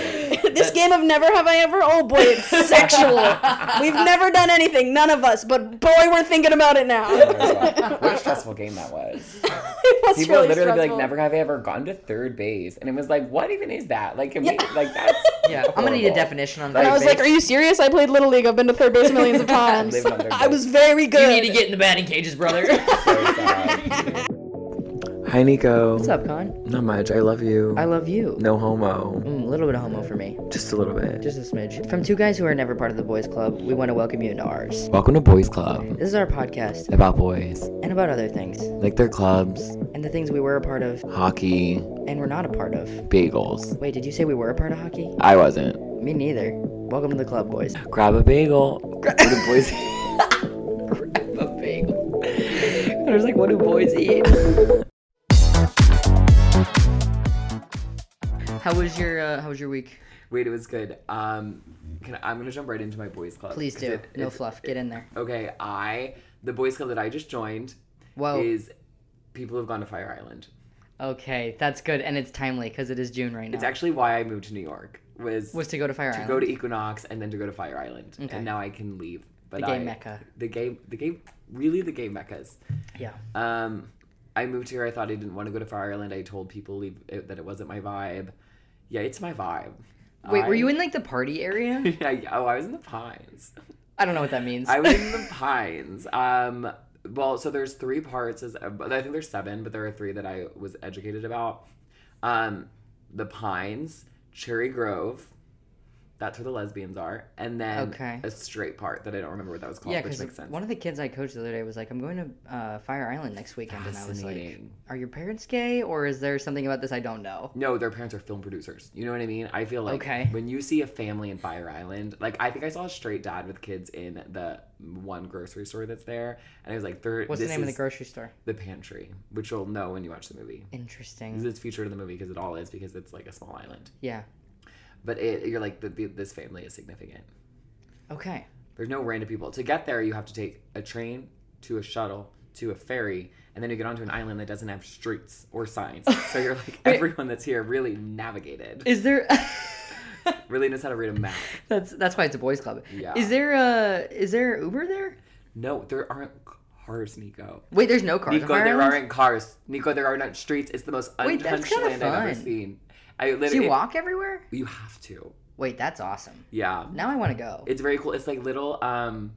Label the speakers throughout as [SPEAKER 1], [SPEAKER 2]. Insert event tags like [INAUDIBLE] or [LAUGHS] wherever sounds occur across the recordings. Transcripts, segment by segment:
[SPEAKER 1] this game of never have I ever. Oh boy,
[SPEAKER 2] [LAUGHS]
[SPEAKER 1] it's sexual. We've never done anything, none of us. But boy, we're thinking about it now.
[SPEAKER 2] what a stressful game that was.
[SPEAKER 1] [LAUGHS] it was
[SPEAKER 2] People
[SPEAKER 1] really
[SPEAKER 2] would literally
[SPEAKER 1] stressful.
[SPEAKER 2] be like, "Never have I ever gone to third base," and it was like, "What even is that?" Like, can we,
[SPEAKER 1] Yeah.
[SPEAKER 2] like that's
[SPEAKER 3] Yeah, I'm gonna need a
[SPEAKER 2] horrible.
[SPEAKER 3] definition on
[SPEAKER 1] And
[SPEAKER 3] third
[SPEAKER 1] I was like,
[SPEAKER 3] base.
[SPEAKER 1] "Are you serious? I played little league. I've been to third base millions
[SPEAKER 2] [LAUGHS]
[SPEAKER 1] of times.
[SPEAKER 2] Lived on third
[SPEAKER 1] I
[SPEAKER 2] base.
[SPEAKER 1] was very good."
[SPEAKER 3] [LAUGHS] You need to get in the batting cages, [LAUGHS] brother.
[SPEAKER 4] Hi, Nico.
[SPEAKER 3] What's [LAUGHS] up, Con?
[SPEAKER 4] Not much. I love you.
[SPEAKER 3] I love you.
[SPEAKER 4] no homo.
[SPEAKER 3] Mm, a little bit of homo for me.
[SPEAKER 4] Just a little bit.
[SPEAKER 3] Just a smidge. From two guys who are never part of the boys' club, we want to welcome you into ours.
[SPEAKER 4] Welcome to Boys Club.
[SPEAKER 3] This is our podcast
[SPEAKER 4] About boys,
[SPEAKER 3] and about other things
[SPEAKER 4] like their clubs,
[SPEAKER 3] and the things we were a part of
[SPEAKER 4] hockey,
[SPEAKER 3] and we're not a part of.
[SPEAKER 4] bagels.
[SPEAKER 3] Wait, did you say we were a part of hockey?
[SPEAKER 4] I wasn't.
[SPEAKER 3] Me neither. Welcome to the club, boys. [LAUGHS]
[SPEAKER 4] Grab a bagel. What do [LAUGHS] boys eat?
[SPEAKER 3] A bagel. [LAUGHS] I was like, what do boys [LAUGHS] eat? How was your uh, How was your week?
[SPEAKER 2] Wait, it was good. Um, can, I'm gonna jump right into my boys club.
[SPEAKER 3] Please
[SPEAKER 2] 'cause
[SPEAKER 3] do.
[SPEAKER 2] it-
[SPEAKER 3] No
[SPEAKER 2] it's-
[SPEAKER 3] fluff. Get in there.
[SPEAKER 2] Okay, I the boys club that I just joined
[SPEAKER 3] Whoa.
[SPEAKER 2] is people who've gone to Fire Island.
[SPEAKER 3] Okay, that's good, and it's timely because it is June right now.
[SPEAKER 2] It's actually why I moved to New York was
[SPEAKER 3] was to go to Fire
[SPEAKER 2] to
[SPEAKER 3] Island.
[SPEAKER 2] go to Equinox and then to go to Fire Island,
[SPEAKER 3] Okay.
[SPEAKER 2] and now I can leave. But
[SPEAKER 3] the gay
[SPEAKER 2] I-
[SPEAKER 3] mecca.
[SPEAKER 2] The gay, the gay, really the gay meccas.
[SPEAKER 3] Yeah.
[SPEAKER 2] [LAUGHS] Um, I moved here. I thought I didn't want to go to Fire Island. I told people leave, it, that it wasn't my vibe. Yeah, it's my vibe.
[SPEAKER 3] Wait, were you
[SPEAKER 2] I-
[SPEAKER 3] in like the party area?
[SPEAKER 2] [LAUGHS] yeah, oh, I was in the pines.
[SPEAKER 3] I don't know what that means.
[SPEAKER 2] I was in
[SPEAKER 3] [LAUGHS]
[SPEAKER 2] the pines. Um, well, so there's three parts. As but I think there's seven, but there are three that I was educated about. Um, the pines, Cherry Grove. That's where the lesbians are, and then
[SPEAKER 3] Okay.
[SPEAKER 2] a straight part that I don't remember what that was called,
[SPEAKER 3] yeah,
[SPEAKER 2] which
[SPEAKER 3] because
[SPEAKER 2] makes sense.
[SPEAKER 3] one of the kids I coached the other day was like, "I'm going to uh, Fire Island next weekend," and I was like,
[SPEAKER 2] Fascinating.
[SPEAKER 3] "Are your parents gay, or is there something about this I don't know?"
[SPEAKER 2] No, their parents are film producers. You know what I mean? I feel like
[SPEAKER 3] Okay.
[SPEAKER 2] when you see a family in Fire Island, like I think I saw a straight dad with kids in the one grocery store that's there, and I was like, "They're
[SPEAKER 3] What's
[SPEAKER 2] this
[SPEAKER 3] the name of
[SPEAKER 2] is
[SPEAKER 3] the grocery store?
[SPEAKER 2] the pantry," which you'll know when you watch the movie.
[SPEAKER 3] Interesting.
[SPEAKER 2] Because it's featured in the movie because it all is because it's like a small island.
[SPEAKER 3] yeah.
[SPEAKER 2] But it, you're like the, the, this family is significant.
[SPEAKER 3] Okay.
[SPEAKER 2] There's no random people. To get there, you have to take a train to a shuttle to a ferry, and then you get onto an island that doesn't have streets or
[SPEAKER 3] [LAUGHS]
[SPEAKER 2] signs. So you're like everyone that's here really navigated,
[SPEAKER 3] Is there? [LAUGHS]
[SPEAKER 2] really knows how to read a map.
[SPEAKER 3] that's that's why it's a boys' club.
[SPEAKER 2] Yeah.
[SPEAKER 3] Is there uh is there Uber there?
[SPEAKER 2] No, there aren't cars, Nico.
[SPEAKER 3] Wait, there's no cars. on
[SPEAKER 2] Nico,
[SPEAKER 3] Fire
[SPEAKER 2] there
[SPEAKER 3] Island?
[SPEAKER 2] aren't cars. Nico, there are not streets. It's the most
[SPEAKER 3] Wait, that's
[SPEAKER 2] untouched
[SPEAKER 3] kinda
[SPEAKER 2] land I've ever
[SPEAKER 3] fun.
[SPEAKER 2] seen. I
[SPEAKER 3] Do you
[SPEAKER 2] literally
[SPEAKER 3] walk everywhere?
[SPEAKER 2] You have to.
[SPEAKER 3] Wait, that's awesome.
[SPEAKER 2] Yeah.
[SPEAKER 3] Now I want to go.
[SPEAKER 2] It's very cool. It's like little. Um,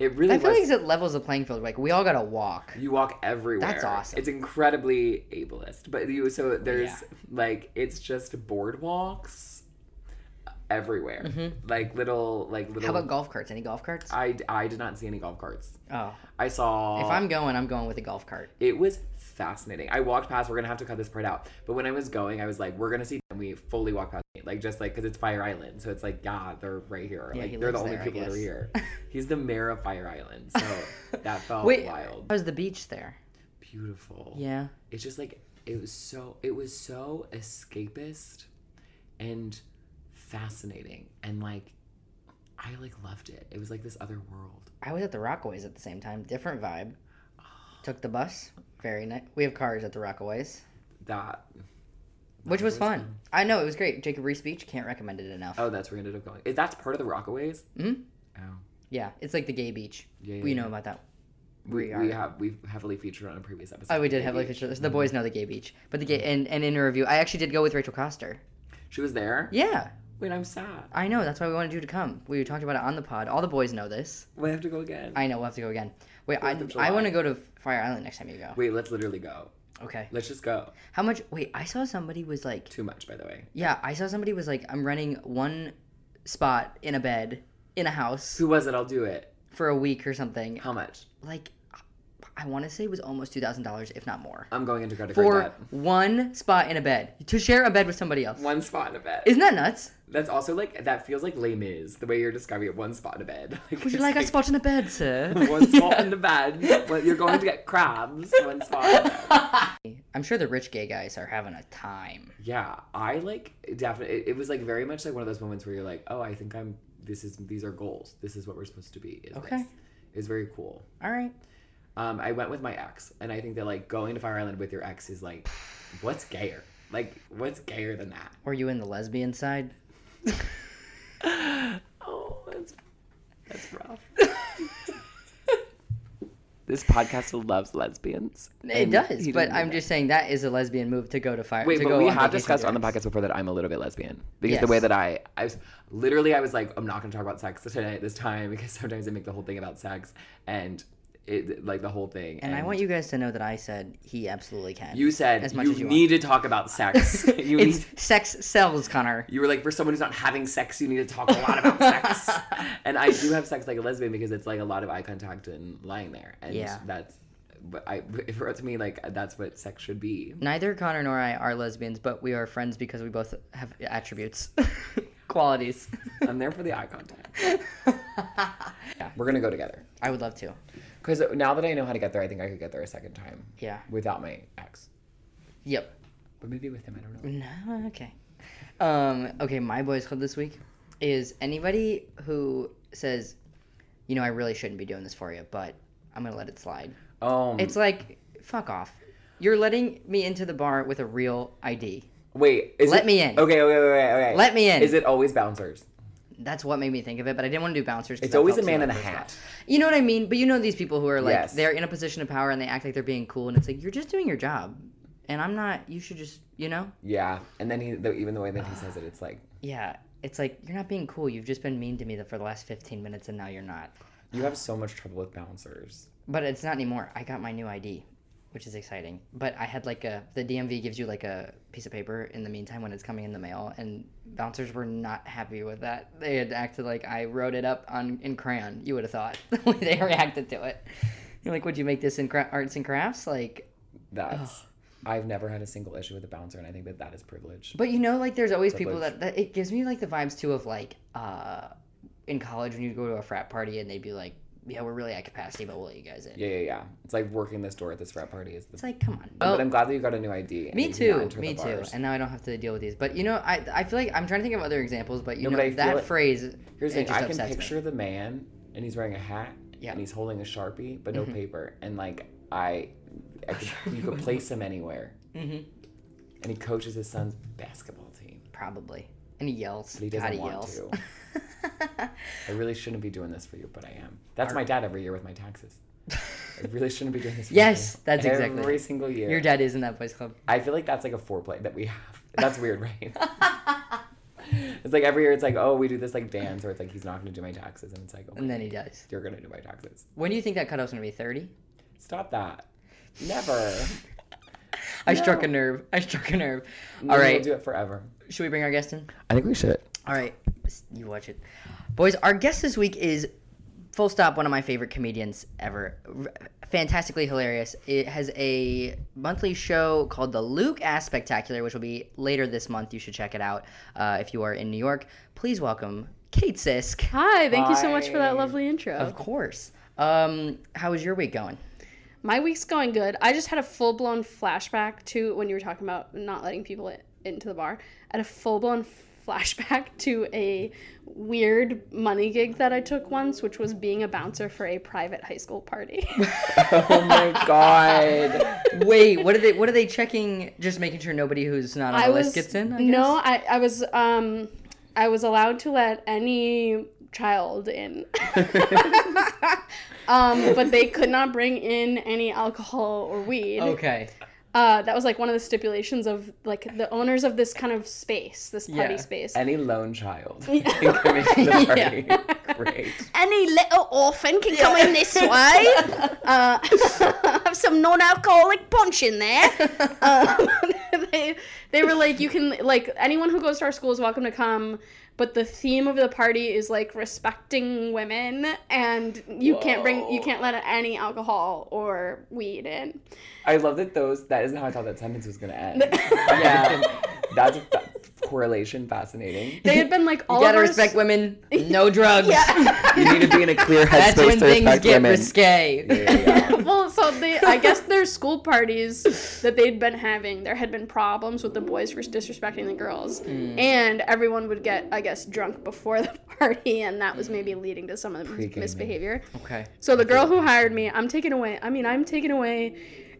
[SPEAKER 2] it really.
[SPEAKER 3] I feel
[SPEAKER 2] was,
[SPEAKER 3] like it levels the playing field. Like we all gotta walk.
[SPEAKER 2] you walk everywhere.
[SPEAKER 3] That's awesome.
[SPEAKER 2] It's incredibly ableist, but you so there's
[SPEAKER 3] Yeah.
[SPEAKER 2] like it's just boardwalks everywhere, like little like little.
[SPEAKER 3] Mm-hmm. How about golf carts? Any golf carts?
[SPEAKER 2] I Uh, I did not see any golf carts.
[SPEAKER 3] oh,
[SPEAKER 2] I saw.
[SPEAKER 3] if I'm going, I'm going with a golf cart.
[SPEAKER 2] It was fascinating. I walked past. We're gonna have to cut this part out. But when I was going, I was like, "We're gonna see." And we fully walked past, like just like because it's Fire Island, so it's like, yeah, they're right here.
[SPEAKER 3] Yeah, he
[SPEAKER 2] like they're the
[SPEAKER 3] lives
[SPEAKER 2] only
[SPEAKER 3] there, I
[SPEAKER 2] people that are
[SPEAKER 3] guess.
[SPEAKER 2] here.
[SPEAKER 3] [LAUGHS]
[SPEAKER 2] He's the mayor of Fire Island, so that felt
[SPEAKER 3] Wait,
[SPEAKER 2] wild,
[SPEAKER 3] how's the beach there?
[SPEAKER 2] beautiful.
[SPEAKER 3] Yeah.
[SPEAKER 2] it's just like it was so. It was so escapist and fascinating, and like I like loved it. It was like this other world.
[SPEAKER 3] I was at the Rockaways at the same time. Different vibe. Took the bus. Very nice. We have cars at the Rockaways,
[SPEAKER 2] That
[SPEAKER 3] which was
[SPEAKER 2] Rockaways
[SPEAKER 3] fun.
[SPEAKER 2] fun.
[SPEAKER 3] I know it was great. Jacob Reese Beach can't recommend it enough.
[SPEAKER 2] oh, that's where we ended up going. Is that's part of the Rockaways?
[SPEAKER 3] Mhm.
[SPEAKER 2] Oh.
[SPEAKER 3] Yeah, it's like the gay beach.
[SPEAKER 2] Yeah, yeah,
[SPEAKER 3] we
[SPEAKER 2] yeah.
[SPEAKER 3] know about that.
[SPEAKER 2] We,
[SPEAKER 3] We are-
[SPEAKER 2] we have we've heavily featured on a previous episode.
[SPEAKER 3] Oh, we did
[SPEAKER 2] Gay
[SPEAKER 3] have like
[SPEAKER 2] Beach. Mm-hmm.
[SPEAKER 3] the, the boys know the gay beach, but the gay and, and in a review, I actually did go with Rachel Coster.
[SPEAKER 2] She was there.
[SPEAKER 3] Yeah,
[SPEAKER 2] Wait, I'm sad.
[SPEAKER 3] I know. That's why we wanted you to come. We talked about it on the pod. All the boys know this.
[SPEAKER 2] We have to go again.
[SPEAKER 3] I know. We'll have to go again. Wait, I,
[SPEAKER 2] Fourth of
[SPEAKER 3] I
[SPEAKER 2] July.
[SPEAKER 3] want to go to Fire Island next time you go.
[SPEAKER 2] Wait, let's literally go.
[SPEAKER 3] Okay.
[SPEAKER 2] Let's just go.
[SPEAKER 3] How much? Wait, I saw somebody was like,
[SPEAKER 2] Too much, by the way.
[SPEAKER 3] yeah, I saw somebody was like, I'm renting one spot in a bed in a house
[SPEAKER 2] Who was it? I'll do it.
[SPEAKER 3] for a week or something.
[SPEAKER 2] How much?
[SPEAKER 3] Like, I want to say it was almost two thousand dollars, if not more,
[SPEAKER 2] I'm going into credit card
[SPEAKER 3] for
[SPEAKER 2] debt.
[SPEAKER 3] one spot in a bed to share a bed with somebody else.
[SPEAKER 2] One spot in a bed.
[SPEAKER 3] Isn't that nuts?
[SPEAKER 2] That's also like that feels like lame is the way you're describing it. One spot in a bed. [LAUGHS] Like,
[SPEAKER 3] Would you
[SPEAKER 2] it's
[SPEAKER 3] like a spot in a bed, sir?
[SPEAKER 2] [LAUGHS] One spot in the bed. Well, you're going to get crabs. One spot. In the
[SPEAKER 3] [LAUGHS]
[SPEAKER 2] bed.
[SPEAKER 3] I'm sure the rich gay guys are having a time.
[SPEAKER 2] Yeah, I like definitely. It, it was like very much like one of those moments where you're like, oh, I think I'm. This is these are goals. This is what we're supposed to be. Is
[SPEAKER 3] Okay.
[SPEAKER 2] This. It's very cool.
[SPEAKER 3] All right.
[SPEAKER 2] Um, I went with my ex, and I think that like going to Fire Island with your ex is like, what's gayer? Like, what's gayer than that?
[SPEAKER 3] Were you in the lesbian side?
[SPEAKER 2] Oh, that's that's [LAUGHS] rough.
[SPEAKER 4] This podcast loves lesbians.
[SPEAKER 3] It
[SPEAKER 4] And
[SPEAKER 3] does,
[SPEAKER 4] he
[SPEAKER 3] but
[SPEAKER 4] didn't
[SPEAKER 3] I'm
[SPEAKER 4] know
[SPEAKER 3] just saying that is a lesbian move to go to fire.
[SPEAKER 4] Wait,
[SPEAKER 3] to
[SPEAKER 4] but
[SPEAKER 3] go
[SPEAKER 4] we
[SPEAKER 3] on
[SPEAKER 4] have
[SPEAKER 3] vacation
[SPEAKER 4] discussed on the
[SPEAKER 3] to Paris.
[SPEAKER 4] podcast before that I'm a little bit lesbian because the
[SPEAKER 3] Yes.
[SPEAKER 4] way that I
[SPEAKER 2] I was literally I was like, I'm not gonna talk about sex today this time because [LAUGHS] sometimes I make the whole thing about sex and it like the whole thing.
[SPEAKER 3] And, I want you guys to know that I said he absolutely can.
[SPEAKER 2] You said
[SPEAKER 3] As much
[SPEAKER 2] you,
[SPEAKER 3] as you
[SPEAKER 4] [LAUGHS]
[SPEAKER 3] want. [LAUGHS]
[SPEAKER 2] need to talk about sex. you
[SPEAKER 3] it's
[SPEAKER 2] need.
[SPEAKER 3] sex sells, Connor.
[SPEAKER 2] You were like, for someone who's not having sex, you need to talk a lot about
[SPEAKER 3] [LAUGHS]
[SPEAKER 2] sex. And I do have sex like a lesbian because it's like a lot of eye contact and lying there, and
[SPEAKER 3] Yeah.
[SPEAKER 2] that's. But I, [LAUGHS] for to me, like that's what sex should
[SPEAKER 3] [LAUGHS]
[SPEAKER 2] be.
[SPEAKER 3] Neither Connor nor I are lesbians, but we are friends because we both have attributes, [LAUGHS] qualities.
[SPEAKER 4] Um,
[SPEAKER 2] I'm there for the eye contact. yeah, we're gonna go together.
[SPEAKER 3] [LAUGHS] I would love to.
[SPEAKER 2] Because now that I know how to get there, I think I could get there a second time
[SPEAKER 3] Yeah.
[SPEAKER 2] without my ex,
[SPEAKER 3] Yep.
[SPEAKER 2] but maybe with him. I don't know.
[SPEAKER 3] No, okay. Um, okay, my boys club this week is anybody who says, you know, I really shouldn't be doing this for you, but I'm gonna let it slide.
[SPEAKER 2] Um,
[SPEAKER 3] Mm. It's like, fuck off. You're letting me into the bar with a real ID.
[SPEAKER 2] wait. Is
[SPEAKER 3] let
[SPEAKER 2] it-
[SPEAKER 3] me in.
[SPEAKER 2] Okay, okay, okay, okay.
[SPEAKER 3] Let me in.
[SPEAKER 2] Is it always bouncers?
[SPEAKER 3] That's what made me think of it, but I didn't want to do bouncers. 'cause
[SPEAKER 2] It's
[SPEAKER 3] that
[SPEAKER 2] always a
[SPEAKER 3] felt too
[SPEAKER 2] man
[SPEAKER 3] out
[SPEAKER 2] in a
[SPEAKER 3] of place.
[SPEAKER 2] hat.
[SPEAKER 3] You know what I mean? But you know these people who are like
[SPEAKER 2] Yes.
[SPEAKER 3] they're in a position of power and they act like they're being cool, and it's like you're just doing your job, and I'm not. You should just, you know?
[SPEAKER 2] Yeah, and then he, though, even the way that he says it, it's like
[SPEAKER 3] Yeah. It's like you're not being cool. You've just been mean to me the- for the last 15 minutes, and now you're not.
[SPEAKER 2] you have so much trouble with bouncers.
[SPEAKER 3] But it's not anymore. I got my new ID, which is exciting. But I had like a the DMV gives you like a piece of paper in the meantime when it's coming in the mail, and bouncers were not happy with that. They had acted like I wrote it up on in crayon. You would have thought [LAUGHS] the way they reacted to it. You're like, would you make this in cra- arts and crafts? Like,
[SPEAKER 2] That's I've never had a single issue with a bouncer, and I think that that is privilege.
[SPEAKER 3] but you know, like there's always people
[SPEAKER 2] Privilege.
[SPEAKER 3] that, that it gives me like the vibes too of like uh in college when you go to a frat party and they'd be like, yeah, we're really at capacity, but we'll let you guys in.
[SPEAKER 2] Yeah, yeah, yeah. It's like working this door at this frat party is the.
[SPEAKER 3] It's like, come on.
[SPEAKER 2] but I'm glad that you got a new ID. and
[SPEAKER 3] Me
[SPEAKER 2] you can now
[SPEAKER 3] too.
[SPEAKER 2] enter the
[SPEAKER 3] Me too.
[SPEAKER 2] bars.
[SPEAKER 3] And now I don't have to deal with these. But you know, I I feel like I'm trying to think of other examples, but you
[SPEAKER 2] No,
[SPEAKER 3] know
[SPEAKER 2] but I feel
[SPEAKER 3] that
[SPEAKER 2] it-
[SPEAKER 3] phrase.
[SPEAKER 2] Here's the thing:
[SPEAKER 3] it just
[SPEAKER 2] I can
[SPEAKER 3] upsets me.
[SPEAKER 2] picture the man, and he's wearing a hat,
[SPEAKER 3] Yeah. Mm-hmm.
[SPEAKER 2] and he's holding a sharpie, but no paper, and like I, I could, you
[SPEAKER 3] [LAUGHS]
[SPEAKER 2] could place him anywhere.
[SPEAKER 3] Mm-hmm.
[SPEAKER 2] And he coaches his son's basketball team,
[SPEAKER 3] Probably. And he yells.
[SPEAKER 2] but he
[SPEAKER 3] God,
[SPEAKER 2] doesn't
[SPEAKER 3] he
[SPEAKER 2] want
[SPEAKER 3] yells. [LAUGHS]
[SPEAKER 2] to. I really shouldn't be doing this for you, but I am. That's my dad every year with my taxes.
[SPEAKER 3] [LAUGHS]
[SPEAKER 2] I really shouldn't be doing this. For
[SPEAKER 3] Yes,
[SPEAKER 2] you.
[SPEAKER 3] that's
[SPEAKER 2] every
[SPEAKER 3] exactly
[SPEAKER 2] every
[SPEAKER 3] it.
[SPEAKER 2] single year.
[SPEAKER 3] Your dad is in that boys club.
[SPEAKER 2] I feel like that's like a foreplay that we have. That's weird,
[SPEAKER 3] [LAUGHS]
[SPEAKER 2] right? it's like every year it's like, oh, we do this like dance where it's like he's not gonna do my taxes and it's like, okay,
[SPEAKER 3] And then he does.
[SPEAKER 2] you're gonna do my taxes.
[SPEAKER 3] When do you think that cutoff's gonna be? Thirty?
[SPEAKER 2] Stop that.
[SPEAKER 3] [LAUGHS]
[SPEAKER 2] Never.
[SPEAKER 3] I struck a nerve. I struck a nerve.
[SPEAKER 2] All
[SPEAKER 3] All
[SPEAKER 2] We'll
[SPEAKER 3] right.
[SPEAKER 2] do it forever.
[SPEAKER 3] Should we bring our guest in?
[SPEAKER 4] I think we should.
[SPEAKER 3] All right, s- you watch it, boys. Our guest this week is full stop one of my favorite comedians ever. R- fantastically hilarious. It has a monthly show called the Luke Ass Spectacular, which will be later this month. You should check it out uh, if you are in New York. Please welcome Kate Sisk.
[SPEAKER 5] Hi, thank you so much for
[SPEAKER 2] Hi.
[SPEAKER 5] that lovely intro.
[SPEAKER 3] Of course. Um, how is your week going?
[SPEAKER 5] My week's going good. I just had a full blown flashback to when you were talking about not letting people in, into the bar. I had a full blown flashback to a weird money gig that I took once, which was being a bouncer for a private high school party.
[SPEAKER 2] [LAUGHS]
[SPEAKER 5] [LAUGHS]
[SPEAKER 2] Oh my god.
[SPEAKER 3] Wait, what are they? What are they checking? Just making sure nobody who's not on the
[SPEAKER 5] I
[SPEAKER 3] list
[SPEAKER 5] was
[SPEAKER 3] gets in. I
[SPEAKER 5] no, I, I was um I was allowed to let any child
[SPEAKER 3] [LAUGHS]
[SPEAKER 5] in. um, but they could not bring in any alcohol or weed.
[SPEAKER 3] guess? Okay.
[SPEAKER 5] uh, that was like one of the stipulations of like the owners of this kind of space, this party
[SPEAKER 3] Yeah.
[SPEAKER 5] space.
[SPEAKER 2] Any lone
[SPEAKER 3] [LAUGHS]
[SPEAKER 2] child can come into the party. Great.
[SPEAKER 5] Any little orphan can come in this way.
[SPEAKER 3] [LAUGHS]
[SPEAKER 5] uh, [LAUGHS] have some non-alcoholic punch in there.
[SPEAKER 3] [LAUGHS]
[SPEAKER 5] Um, [LAUGHS] they, they were like, you can like anyone who goes to our school is welcome to come, but the theme of the party is like respecting women, and you can't bring, you can't let any alcohol or weed
[SPEAKER 3] [LAUGHS]
[SPEAKER 5] in.
[SPEAKER 2] I love that those that isn't how I thought that sentence was gonna end.
[SPEAKER 5] [LAUGHS]
[SPEAKER 2] yeah. That's a fa- correlation fascinating.
[SPEAKER 5] They had been like all
[SPEAKER 3] you gotta
[SPEAKER 5] of our [LAUGHS]
[SPEAKER 3] respect women. No drugs.
[SPEAKER 4] [LAUGHS]
[SPEAKER 3] [LAUGHS]
[SPEAKER 4] You need to be in a clear
[SPEAKER 3] That's when
[SPEAKER 4] headspace to
[SPEAKER 3] things
[SPEAKER 4] respect
[SPEAKER 3] get
[SPEAKER 4] women.
[SPEAKER 3] risque.
[SPEAKER 5] [LAUGHS]
[SPEAKER 3] [LAUGHS]
[SPEAKER 5] well, so they, I guess their school parties that they'd been having, there had been problems with the boys for disrespecting the girls,
[SPEAKER 2] Mm.
[SPEAKER 5] and everyone would get, I guess, drunk before the [LAUGHS] party, and that was maybe leading to some of the
[SPEAKER 2] Pre-gaming.
[SPEAKER 5] misbehavior.
[SPEAKER 3] Okay.
[SPEAKER 5] So the girl who hired me, I'm taking away. I mean, I'm taking away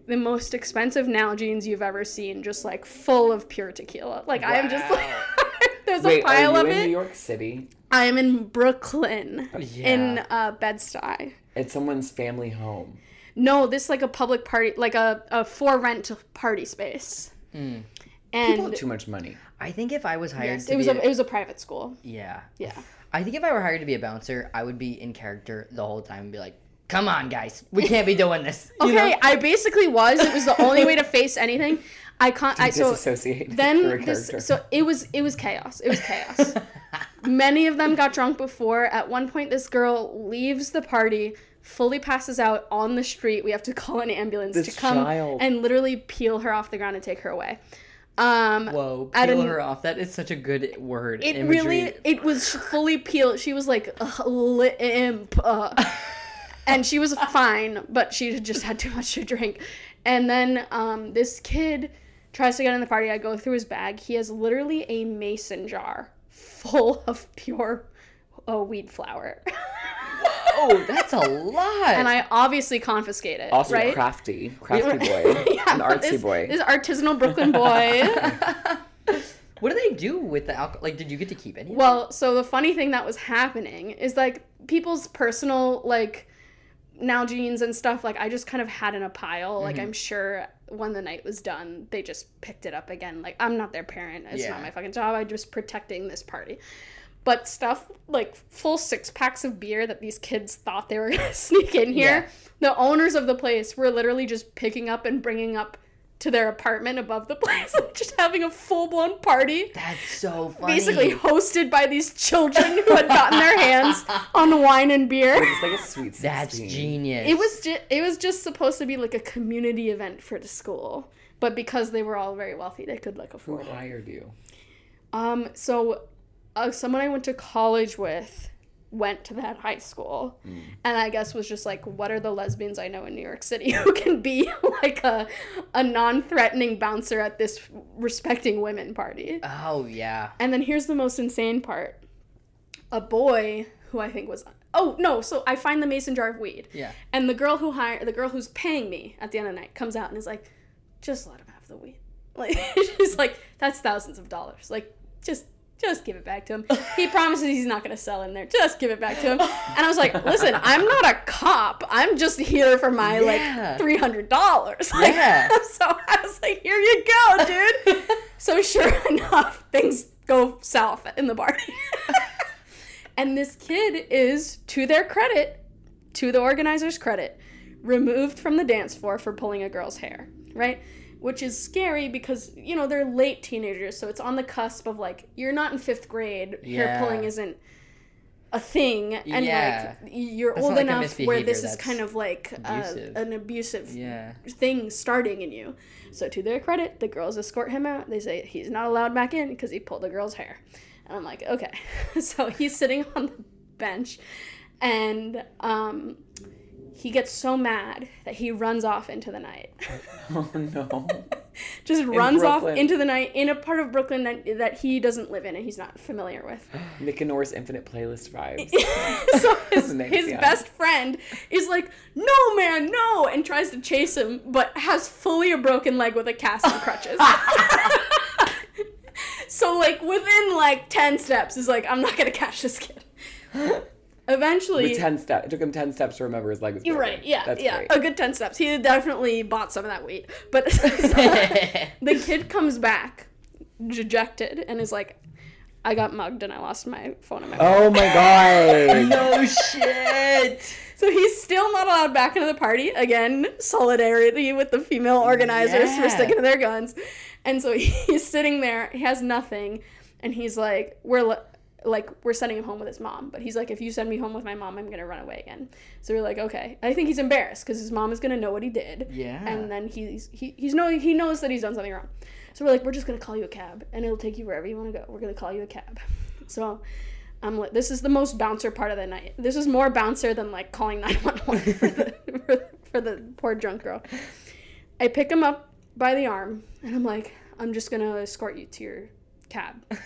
[SPEAKER 5] the most expensive Nalgene's you've ever seen, just like full of pure tequila. Like I am just like [LAUGHS] there's
[SPEAKER 2] Wait,
[SPEAKER 5] a pile
[SPEAKER 2] are you
[SPEAKER 5] of
[SPEAKER 2] in New
[SPEAKER 5] it.
[SPEAKER 2] York City?
[SPEAKER 5] I am in Brooklyn,
[SPEAKER 3] Yeah.
[SPEAKER 5] in uh, Bed Stuy.
[SPEAKER 2] It's someone's family home.
[SPEAKER 5] No, this is like a public party, like a, a for rent party space. And
[SPEAKER 2] People have too much money.
[SPEAKER 3] I think if I was hired
[SPEAKER 5] yes,
[SPEAKER 3] to
[SPEAKER 5] it was
[SPEAKER 3] be
[SPEAKER 5] a, it was a private school.
[SPEAKER 3] yeah.
[SPEAKER 5] Yeah.
[SPEAKER 3] I think if I were hired to be a bouncer, I would be in character the whole time and be like, "Come on, guys, we can't be doing this." [LAUGHS] You
[SPEAKER 5] Okay,
[SPEAKER 3] know?
[SPEAKER 5] I basically was. It was the only way to face anything. I can't. I so
[SPEAKER 2] Disassociate. for
[SPEAKER 5] then
[SPEAKER 2] a
[SPEAKER 5] this
[SPEAKER 2] character.
[SPEAKER 5] so it was it was chaos it was chaos many of them got drunk before at one point this girl leaves the party fully passes out on the street we have to call an ambulance
[SPEAKER 2] This
[SPEAKER 5] to come
[SPEAKER 2] child.
[SPEAKER 5] and literally peel her off the ground and take her away um
[SPEAKER 3] Whoa,
[SPEAKER 5] At
[SPEAKER 3] peel
[SPEAKER 5] an-
[SPEAKER 3] her off. That is such a good word.
[SPEAKER 5] it
[SPEAKER 3] imagery.
[SPEAKER 5] really it was fully peeled she was like "Ugh, limp
[SPEAKER 2] [LAUGHS]
[SPEAKER 5] uh." and she was fine but she had just had too much to drink and then um, this kid tries to get in the party i go through his bag he has literally a mason jar full of pure uh, weed flour
[SPEAKER 3] Oh,
[SPEAKER 5] [LAUGHS]
[SPEAKER 3] that's a lot.
[SPEAKER 5] and i obviously confiscate it
[SPEAKER 2] also
[SPEAKER 5] right
[SPEAKER 2] crafty, crafty boy,
[SPEAKER 5] [LAUGHS] yeah,
[SPEAKER 2] an
[SPEAKER 5] but
[SPEAKER 2] artsy
[SPEAKER 5] this,
[SPEAKER 2] boy.
[SPEAKER 5] this artisanal
[SPEAKER 2] [LAUGHS]
[SPEAKER 5] brooklyn boy
[SPEAKER 3] what do they do with the alcohol? Like, did you get to keep any?
[SPEAKER 5] Well, so the funny thing that was happening is like people's personal like now jeans and stuff like I just kind of had in a pile. Like I'm sure when the night was done, they just picked it up again. Like I'm not their parent. It's
[SPEAKER 3] Yeah.
[SPEAKER 5] not my fucking job. I'm just protecting this party. But stuff like full six packs of beer that these kids thought they were [LAUGHS] gonna sneak in here. The owners of the place were literally just picking up and bringing up to their apartment above the [LAUGHS] place, just having a full blown party
[SPEAKER 3] That's so funny.
[SPEAKER 5] basically hosted by these children who had gotten their [LAUGHS] hands on wine and beer.
[SPEAKER 2] It's like a sweet.
[SPEAKER 3] that's
[SPEAKER 2] 16.
[SPEAKER 3] genius.
[SPEAKER 5] It was ju- it was just supposed to be like a community event for the school, but because they were all very wealthy, they could like
[SPEAKER 2] Who
[SPEAKER 5] afford it.
[SPEAKER 2] hired
[SPEAKER 5] [LAUGHS]
[SPEAKER 2] you?
[SPEAKER 5] Um, so uh, someone I went to college with went to that high school and i guess was just like what are the lesbians i know in new york city [LAUGHS] who can be like a, a non-threatening bouncer at this respecting women party
[SPEAKER 3] Oh yeah.
[SPEAKER 5] And then here's the most insane part. A boy who I think was Oh, no, so I find the mason jar of weed. [LAUGHS]
[SPEAKER 3] Yeah.
[SPEAKER 5] And the girl who hired the girl who's paying me at the end of the night comes out and is like, "Just let him have the weed." [LAUGHS] Like she's like, "That's thousands of dollars." Like just just give it back to him.
[SPEAKER 3] [LAUGHS]
[SPEAKER 5] He promises he's not going to sell in there. Just give it back to him. And I was like, "Listen, I'm not a cop. I'm just here for my
[SPEAKER 3] Yeah.
[SPEAKER 5] like $300." [LAUGHS] Like,
[SPEAKER 3] Yeah.
[SPEAKER 5] So I was like, "Here you go,
[SPEAKER 3] [LAUGHS]
[SPEAKER 5] dude." So sure [LAUGHS] enough, things go south in the
[SPEAKER 3] [LAUGHS]
[SPEAKER 5] bar. and this kid is, to their credit, to the organizer's credit, removed from the dance floor for pulling a girl's hair, right? Which is scary because, you know, they're late teenagers, so it's on the cusp of like, you're not in fifth grade,
[SPEAKER 3] Yeah.
[SPEAKER 5] hair pulling isn't a thing, and
[SPEAKER 3] Yeah.
[SPEAKER 5] like, you're
[SPEAKER 3] That's
[SPEAKER 5] old
[SPEAKER 3] not like a
[SPEAKER 5] enough where
[SPEAKER 3] misbehavior,
[SPEAKER 5] this is
[SPEAKER 3] that's
[SPEAKER 5] kind of like uh,
[SPEAKER 3] abusive.
[SPEAKER 5] an abusive
[SPEAKER 3] Yeah. [LAUGHS]
[SPEAKER 5] thing starting in you. So to their credit, the girls escort him out. They say he's not allowed back in because he pulled the girl's hair. And I'm like, okay. [LAUGHS] so he's sitting on the bench and um, he gets so mad that he runs off into the night. [LAUGHS]
[SPEAKER 2] Oh no.
[SPEAKER 5] Just runs off
[SPEAKER 2] Brooklyn.
[SPEAKER 5] into the night in a part of Brooklyn that, that he doesn't live in and he's not familiar with.
[SPEAKER 2] Nicanor's infinite playlist
[SPEAKER 5] [LAUGHS]
[SPEAKER 2] vibes.
[SPEAKER 5] so his,
[SPEAKER 2] Next,
[SPEAKER 5] his
[SPEAKER 2] yeah.
[SPEAKER 5] best friend is like, no, man, no, and tries to chase him, but has fully a broken leg with a cast
[SPEAKER 2] [LAUGHS]
[SPEAKER 5] and crutches. so, like, within like 10 steps, is like, I'm not gonna catch this kid. Eventually,
[SPEAKER 2] With ten steps. It took him ten steps to remember his leg was
[SPEAKER 5] you're
[SPEAKER 2] broken.
[SPEAKER 5] right, yeah,
[SPEAKER 2] That's
[SPEAKER 5] yeah,
[SPEAKER 2] great.
[SPEAKER 5] a good 10 steps. He definitely bought some of that weight,
[SPEAKER 2] [LAUGHS]
[SPEAKER 5] but [LAUGHS] the kid comes back dejected and is like, I got mugged and I lost my phone and my
[SPEAKER 2] Oh
[SPEAKER 5] [LAUGHS]
[SPEAKER 2] my god.
[SPEAKER 3] no shit.
[SPEAKER 5] So he's still not allowed back into the party. Again, solidarity with the female organizers
[SPEAKER 3] Yeah.
[SPEAKER 5] for sticking to their guns. And so [LAUGHS] he's sitting there, he has nothing, and he's like, we're li- like we're sending him home with his mom, but he's like, if you send me home with my mom, I'm gonna run away again. So we're like, okay. I think he's embarrassed because his mom is gonna know what he did.
[SPEAKER 3] Yeah.
[SPEAKER 5] And then he's he, he's know he knows that he's done something wrong. So we're like, we're just gonna call you a cab, and it'll take you wherever you want to go. We're gonna call you a cab. [LAUGHS] So I'm like, this is the most bouncer part of the night. This is more bouncer than like calling 911 [LAUGHS] for the, for, for the poor drunk girl. I pick him up by the arm and I'm like, I'm just gonna escort you to your cab. [LAUGHS]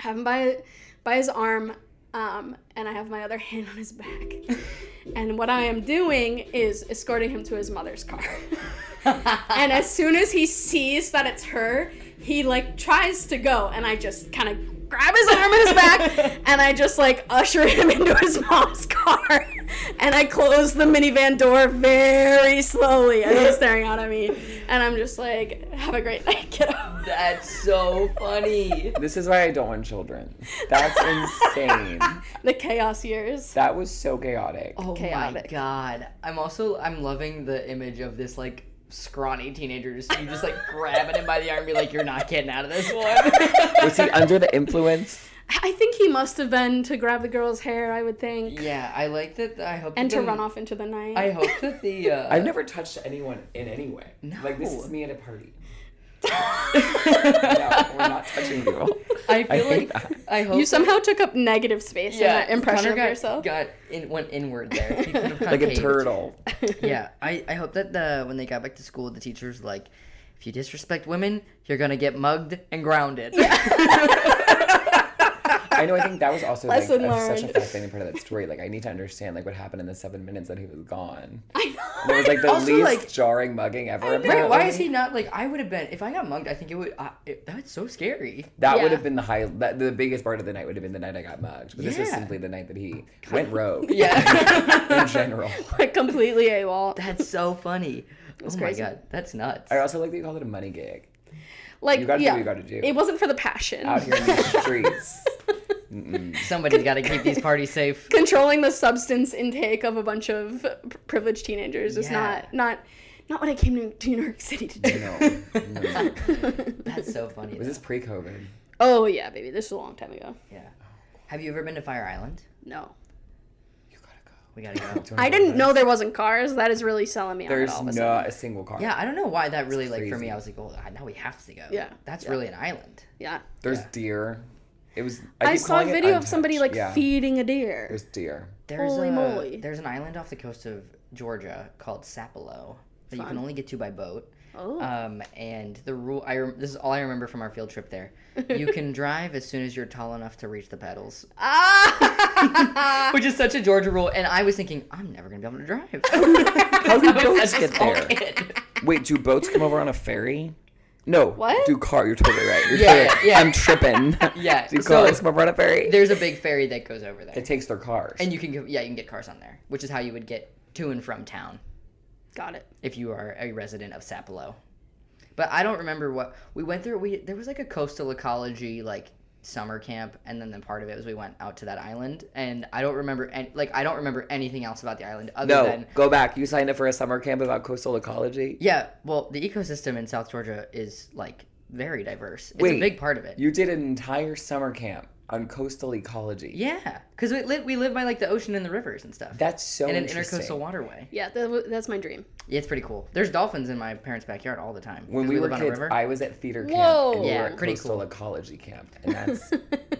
[SPEAKER 5] have him by by his arm, um, and I have my other [LAUGHS] hand on his back. And what I am doing is escorting him to his mother's car. [LAUGHS] and as soon as he sees that it's her, he like tries to go, and I just kind of grab his arm and his back, and I just like usher him into his mom's car, and I close the minivan door very slowly as he's staring out at me, and I'm just like, "Have a great night, kiddo."
[SPEAKER 6] That's so funny.
[SPEAKER 2] This is why I don't want children.
[SPEAKER 3] [LAUGHS]
[SPEAKER 2] That's insane.
[SPEAKER 5] [LAUGHS] the chaos years.
[SPEAKER 2] that was so chaotic.
[SPEAKER 3] Oh
[SPEAKER 5] Chaotic.
[SPEAKER 3] my god. I'm also I'm loving the image of this like scrawny teenager just you just like
[SPEAKER 5] [LAUGHS]
[SPEAKER 3] grabbing him by the arm and be like, You're not getting out of this one.
[SPEAKER 4] Was he under the
[SPEAKER 3] [LAUGHS]
[SPEAKER 4] influence?
[SPEAKER 5] I think he must have been to grab the girl's hair, I would think,
[SPEAKER 3] yeah, I like that I hope
[SPEAKER 5] and
[SPEAKER 3] that
[SPEAKER 5] to
[SPEAKER 3] the-
[SPEAKER 5] run off into the night.
[SPEAKER 3] I hope
[SPEAKER 5] [LAUGHS]
[SPEAKER 3] that the uh
[SPEAKER 2] I've never touched anyone in any way. Like this is me at a party. No, we're not touching you.
[SPEAKER 3] I
[SPEAKER 4] I
[SPEAKER 3] feel
[SPEAKER 4] hate
[SPEAKER 3] like I hope
[SPEAKER 5] You
[SPEAKER 3] that-
[SPEAKER 5] somehow took up negative space in that impression
[SPEAKER 3] Connor
[SPEAKER 5] of
[SPEAKER 3] got,
[SPEAKER 5] yourself. [LAUGHS]
[SPEAKER 3] Got in, went inward there. He could've
[SPEAKER 4] Like a
[SPEAKER 3] concaved.
[SPEAKER 4] turtle.
[SPEAKER 3] Yeah, I, I hope that the when they got back to school, the teachers like, if you disrespect women, you're gonna get mugged and grounded.
[SPEAKER 2] I know. I think that was also like,
[SPEAKER 5] Lesson
[SPEAKER 2] a- such a
[SPEAKER 5] learned.
[SPEAKER 2] fascinating part of that story. Like, I need to understand like what happened in the seven minutes that he was gone.
[SPEAKER 5] I know.
[SPEAKER 2] It was like the
[SPEAKER 3] Also,
[SPEAKER 2] least
[SPEAKER 3] like-
[SPEAKER 2] jarring mugging ever.
[SPEAKER 3] Right? Why
[SPEAKER 5] [LAUGHS]
[SPEAKER 3] is
[SPEAKER 2] apparently.
[SPEAKER 3] he not like? I would have been if I got mugged. I think it would. I, it, that's so scary.
[SPEAKER 2] That would
[SPEAKER 5] Yeah.
[SPEAKER 2] have been the high. That, the biggest part of the night would have been the night I got mugged. But this was
[SPEAKER 3] Yeah.
[SPEAKER 2] simply the night that he went rogue.
[SPEAKER 3] [LAUGHS] Yeah,
[SPEAKER 2] In general,
[SPEAKER 5] Like completely AWOL.
[SPEAKER 3] that's so funny. Oh my
[SPEAKER 5] crazy.
[SPEAKER 3] god, that's nuts.
[SPEAKER 2] I also like that you called it a money gig.
[SPEAKER 5] Like
[SPEAKER 2] You gotta do
[SPEAKER 5] yeah,
[SPEAKER 2] what you gotta do.
[SPEAKER 5] it wasn't for the passion.
[SPEAKER 2] out here in these
[SPEAKER 5] [LAUGHS]
[SPEAKER 2] streets.
[SPEAKER 3] Somebody's got to keep these parties
[SPEAKER 5] [LAUGHS]
[SPEAKER 3] safe.
[SPEAKER 5] Controlling the substance intake of a bunch of p- privileged teenagers is
[SPEAKER 3] Yeah.
[SPEAKER 5] not not not what I came to, to New York City to
[SPEAKER 2] [LAUGHS]
[SPEAKER 5] do.
[SPEAKER 2] No, no.
[SPEAKER 3] That's so funny.
[SPEAKER 2] Was this pre-COVID?
[SPEAKER 5] [LAUGHS] Oh yeah, baby, this is a long time ago.
[SPEAKER 3] yeah. Have you ever been to Fire Island?
[SPEAKER 5] No,
[SPEAKER 2] You gotta go.
[SPEAKER 3] We gotta
[SPEAKER 5] [LAUGHS]
[SPEAKER 3] go.
[SPEAKER 2] Do you wanna
[SPEAKER 5] I
[SPEAKER 2] go
[SPEAKER 5] didn't
[SPEAKER 2] first?
[SPEAKER 5] know there wasn't cars. That is really selling me out.
[SPEAKER 2] There's
[SPEAKER 5] all of a sudden.
[SPEAKER 2] not a single car.
[SPEAKER 3] Yeah, I don't know why that really like for me.
[SPEAKER 2] crazy.
[SPEAKER 3] I was like, oh, now we have to go.
[SPEAKER 5] Yeah.
[SPEAKER 3] that's
[SPEAKER 5] Yeah.
[SPEAKER 3] really an island.
[SPEAKER 5] Yeah,
[SPEAKER 2] There's deer. It was.
[SPEAKER 5] I,
[SPEAKER 2] keep
[SPEAKER 5] saw a
[SPEAKER 2] calling it
[SPEAKER 5] video of somebody like
[SPEAKER 2] untouched. yeah.
[SPEAKER 5] feeding a deer.
[SPEAKER 2] There's deer.
[SPEAKER 3] There's
[SPEAKER 5] Holy
[SPEAKER 3] a,
[SPEAKER 5] moly.
[SPEAKER 3] There's an island off the coast of Georgia called Sapelo that you can only get to by boat.
[SPEAKER 5] Oh,
[SPEAKER 3] Um, and the rule I rem- this is all I remember from our field
[SPEAKER 5] [LAUGHS]
[SPEAKER 3] trip there. You can drive as soon as you're tall enough to reach the pedals,
[SPEAKER 4] [LAUGHS]
[SPEAKER 5] ah!
[SPEAKER 3] which is such a Georgia rule. And I was thinking, I'm never gonna be able to drive. How [LAUGHS]
[SPEAKER 4] do boats get there? Wait, do boats come over on a ferry? No.
[SPEAKER 5] What?
[SPEAKER 4] Do car? You're totally right. You're
[SPEAKER 3] Yeah,
[SPEAKER 4] totally right.
[SPEAKER 3] yeah, yeah.
[SPEAKER 4] I'm tripping.
[SPEAKER 5] [LAUGHS]
[SPEAKER 2] [LAUGHS]
[SPEAKER 3] Yeah,
[SPEAKER 4] Do
[SPEAKER 3] so-
[SPEAKER 4] cars come over on a ferry?
[SPEAKER 3] There's a big ferry that goes over there,
[SPEAKER 2] It takes their cars.
[SPEAKER 3] and you can go- yeah you can get cars on there, which is how you would get to and from town.
[SPEAKER 5] [LAUGHS] Got it.
[SPEAKER 3] if you are a resident of Sapelo. But I don't remember what we went through. We there was like a coastal ecology like summer camp, and then the part of it was we went out to that island, and I don't remember any, like I don't remember anything else about the island other
[SPEAKER 4] no,
[SPEAKER 3] than
[SPEAKER 4] go back. You signed up for a summer camp about coastal ecology.
[SPEAKER 3] yeah. Well, the ecosystem in South Georgia is like very diverse. It's a
[SPEAKER 4] Wait,
[SPEAKER 3] big part of it.
[SPEAKER 2] You did an entire summer camp on coastal ecology.
[SPEAKER 3] yeah, because we live we live by like the ocean and the rivers and stuff,
[SPEAKER 2] That's so
[SPEAKER 3] and an
[SPEAKER 2] interesting.
[SPEAKER 3] intercoastal waterway.
[SPEAKER 5] Yeah, that, w- that's my dream. [LAUGHS]
[SPEAKER 3] Yeah, it's pretty cool. There's dolphins in my parents' backyard all the time.
[SPEAKER 2] when
[SPEAKER 3] 'cause
[SPEAKER 2] we, were
[SPEAKER 3] live on a
[SPEAKER 2] kids,
[SPEAKER 3] river.
[SPEAKER 2] I was at theater camp.
[SPEAKER 5] Whoa.
[SPEAKER 2] and you were
[SPEAKER 3] Yeah,
[SPEAKER 2] at
[SPEAKER 3] pretty
[SPEAKER 2] coastal
[SPEAKER 3] cool.
[SPEAKER 2] ecology camp, and
[SPEAKER 3] [LAUGHS]
[SPEAKER 2] that's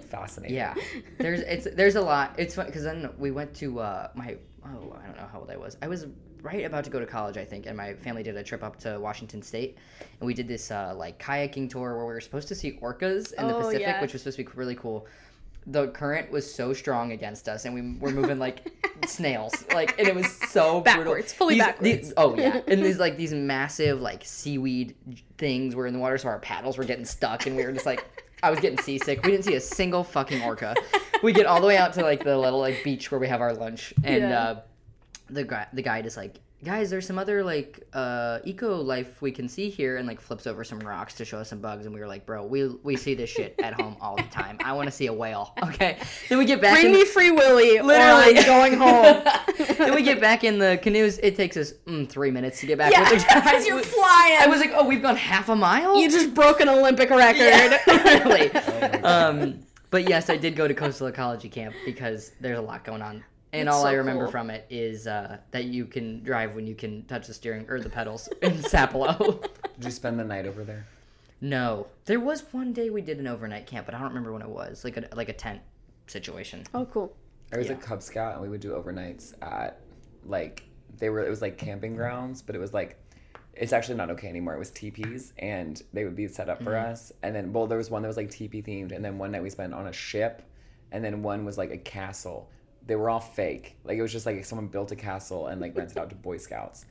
[SPEAKER 2] fascinating. [LAUGHS]
[SPEAKER 3] Yeah, there's it's there's a lot. It's fun because then we went to uh, my oh I don't know how old I was. I was right about to go to college I think, and my family did a trip up to Washington State, and we did this uh, like kayaking tour where we were supposed to see orcas in the
[SPEAKER 5] Oh,
[SPEAKER 3] Pacific,
[SPEAKER 5] yeah.
[SPEAKER 3] which was supposed to be really cool. The current was so strong against us, and we were
[SPEAKER 5] [LAUGHS]
[SPEAKER 3] moving like snails, like, and it was so
[SPEAKER 5] Backwards,
[SPEAKER 3] brutal.
[SPEAKER 5] fully
[SPEAKER 3] These-
[SPEAKER 5] backwards.
[SPEAKER 3] these- oh
[SPEAKER 5] [LAUGHS]
[SPEAKER 3] yeah, and these like these massive like seaweed things were in the water, so our paddles were getting stuck, and we were just like, I was getting seasick. We didn't see a single fucking orca. We get all the way out to like the little like beach where we have our lunch, and
[SPEAKER 5] Yeah.
[SPEAKER 3] uh, the guy the guide is like. Guys, there's some other like uh, eco life we can see here, and like flips over some rocks to show us some bugs, and we were like, "Bro, we we see this shit at home all the time. I want to see a whale." [LAUGHS] Okay, then we get back.
[SPEAKER 5] Bring
[SPEAKER 3] in- Oh,
[SPEAKER 5] me Free Willy.
[SPEAKER 3] Literally.
[SPEAKER 5] Literally
[SPEAKER 3] [LAUGHS]
[SPEAKER 5] going home. [LAUGHS]
[SPEAKER 3] then we get back in the canoes. It takes us mm, three minutes to get back. with
[SPEAKER 5] [LAUGHS]
[SPEAKER 3] the [LAUGHS]
[SPEAKER 5] Yeah,
[SPEAKER 3] guys.
[SPEAKER 5] you're flying.
[SPEAKER 3] I was like, oh, we've gone half a mile. [LAUGHS]
[SPEAKER 5] you just broke an Olympic record. [LAUGHS]
[SPEAKER 3] Literally. um, but yes, I did go to coastal ecology camp because there's a lot going on. And
[SPEAKER 5] That's
[SPEAKER 3] all
[SPEAKER 5] so
[SPEAKER 3] I remember
[SPEAKER 5] cool.
[SPEAKER 3] from it is uh, that you can drive when you can touch the steering or the pedals [LAUGHS] in Sapelo.
[SPEAKER 2] Did you spend the night over there?
[SPEAKER 3] no, there was one day we did an overnight camp, but I don't remember when it was. Like a like a tent situation.
[SPEAKER 5] Oh, cool.
[SPEAKER 2] I was a Cub Scout, and we would do overnights at like they were. It was like camping grounds, but it was like it's actually not okay anymore. It was teepees, and they would be set up for
[SPEAKER 3] Mm-hmm.
[SPEAKER 2] us. And then, well, there was one that was like teepee themed, and then one night we spent on a ship, and then one was like a castle. They were all fake. Like it was just like someone built a castle and like rented out to Boy Scouts.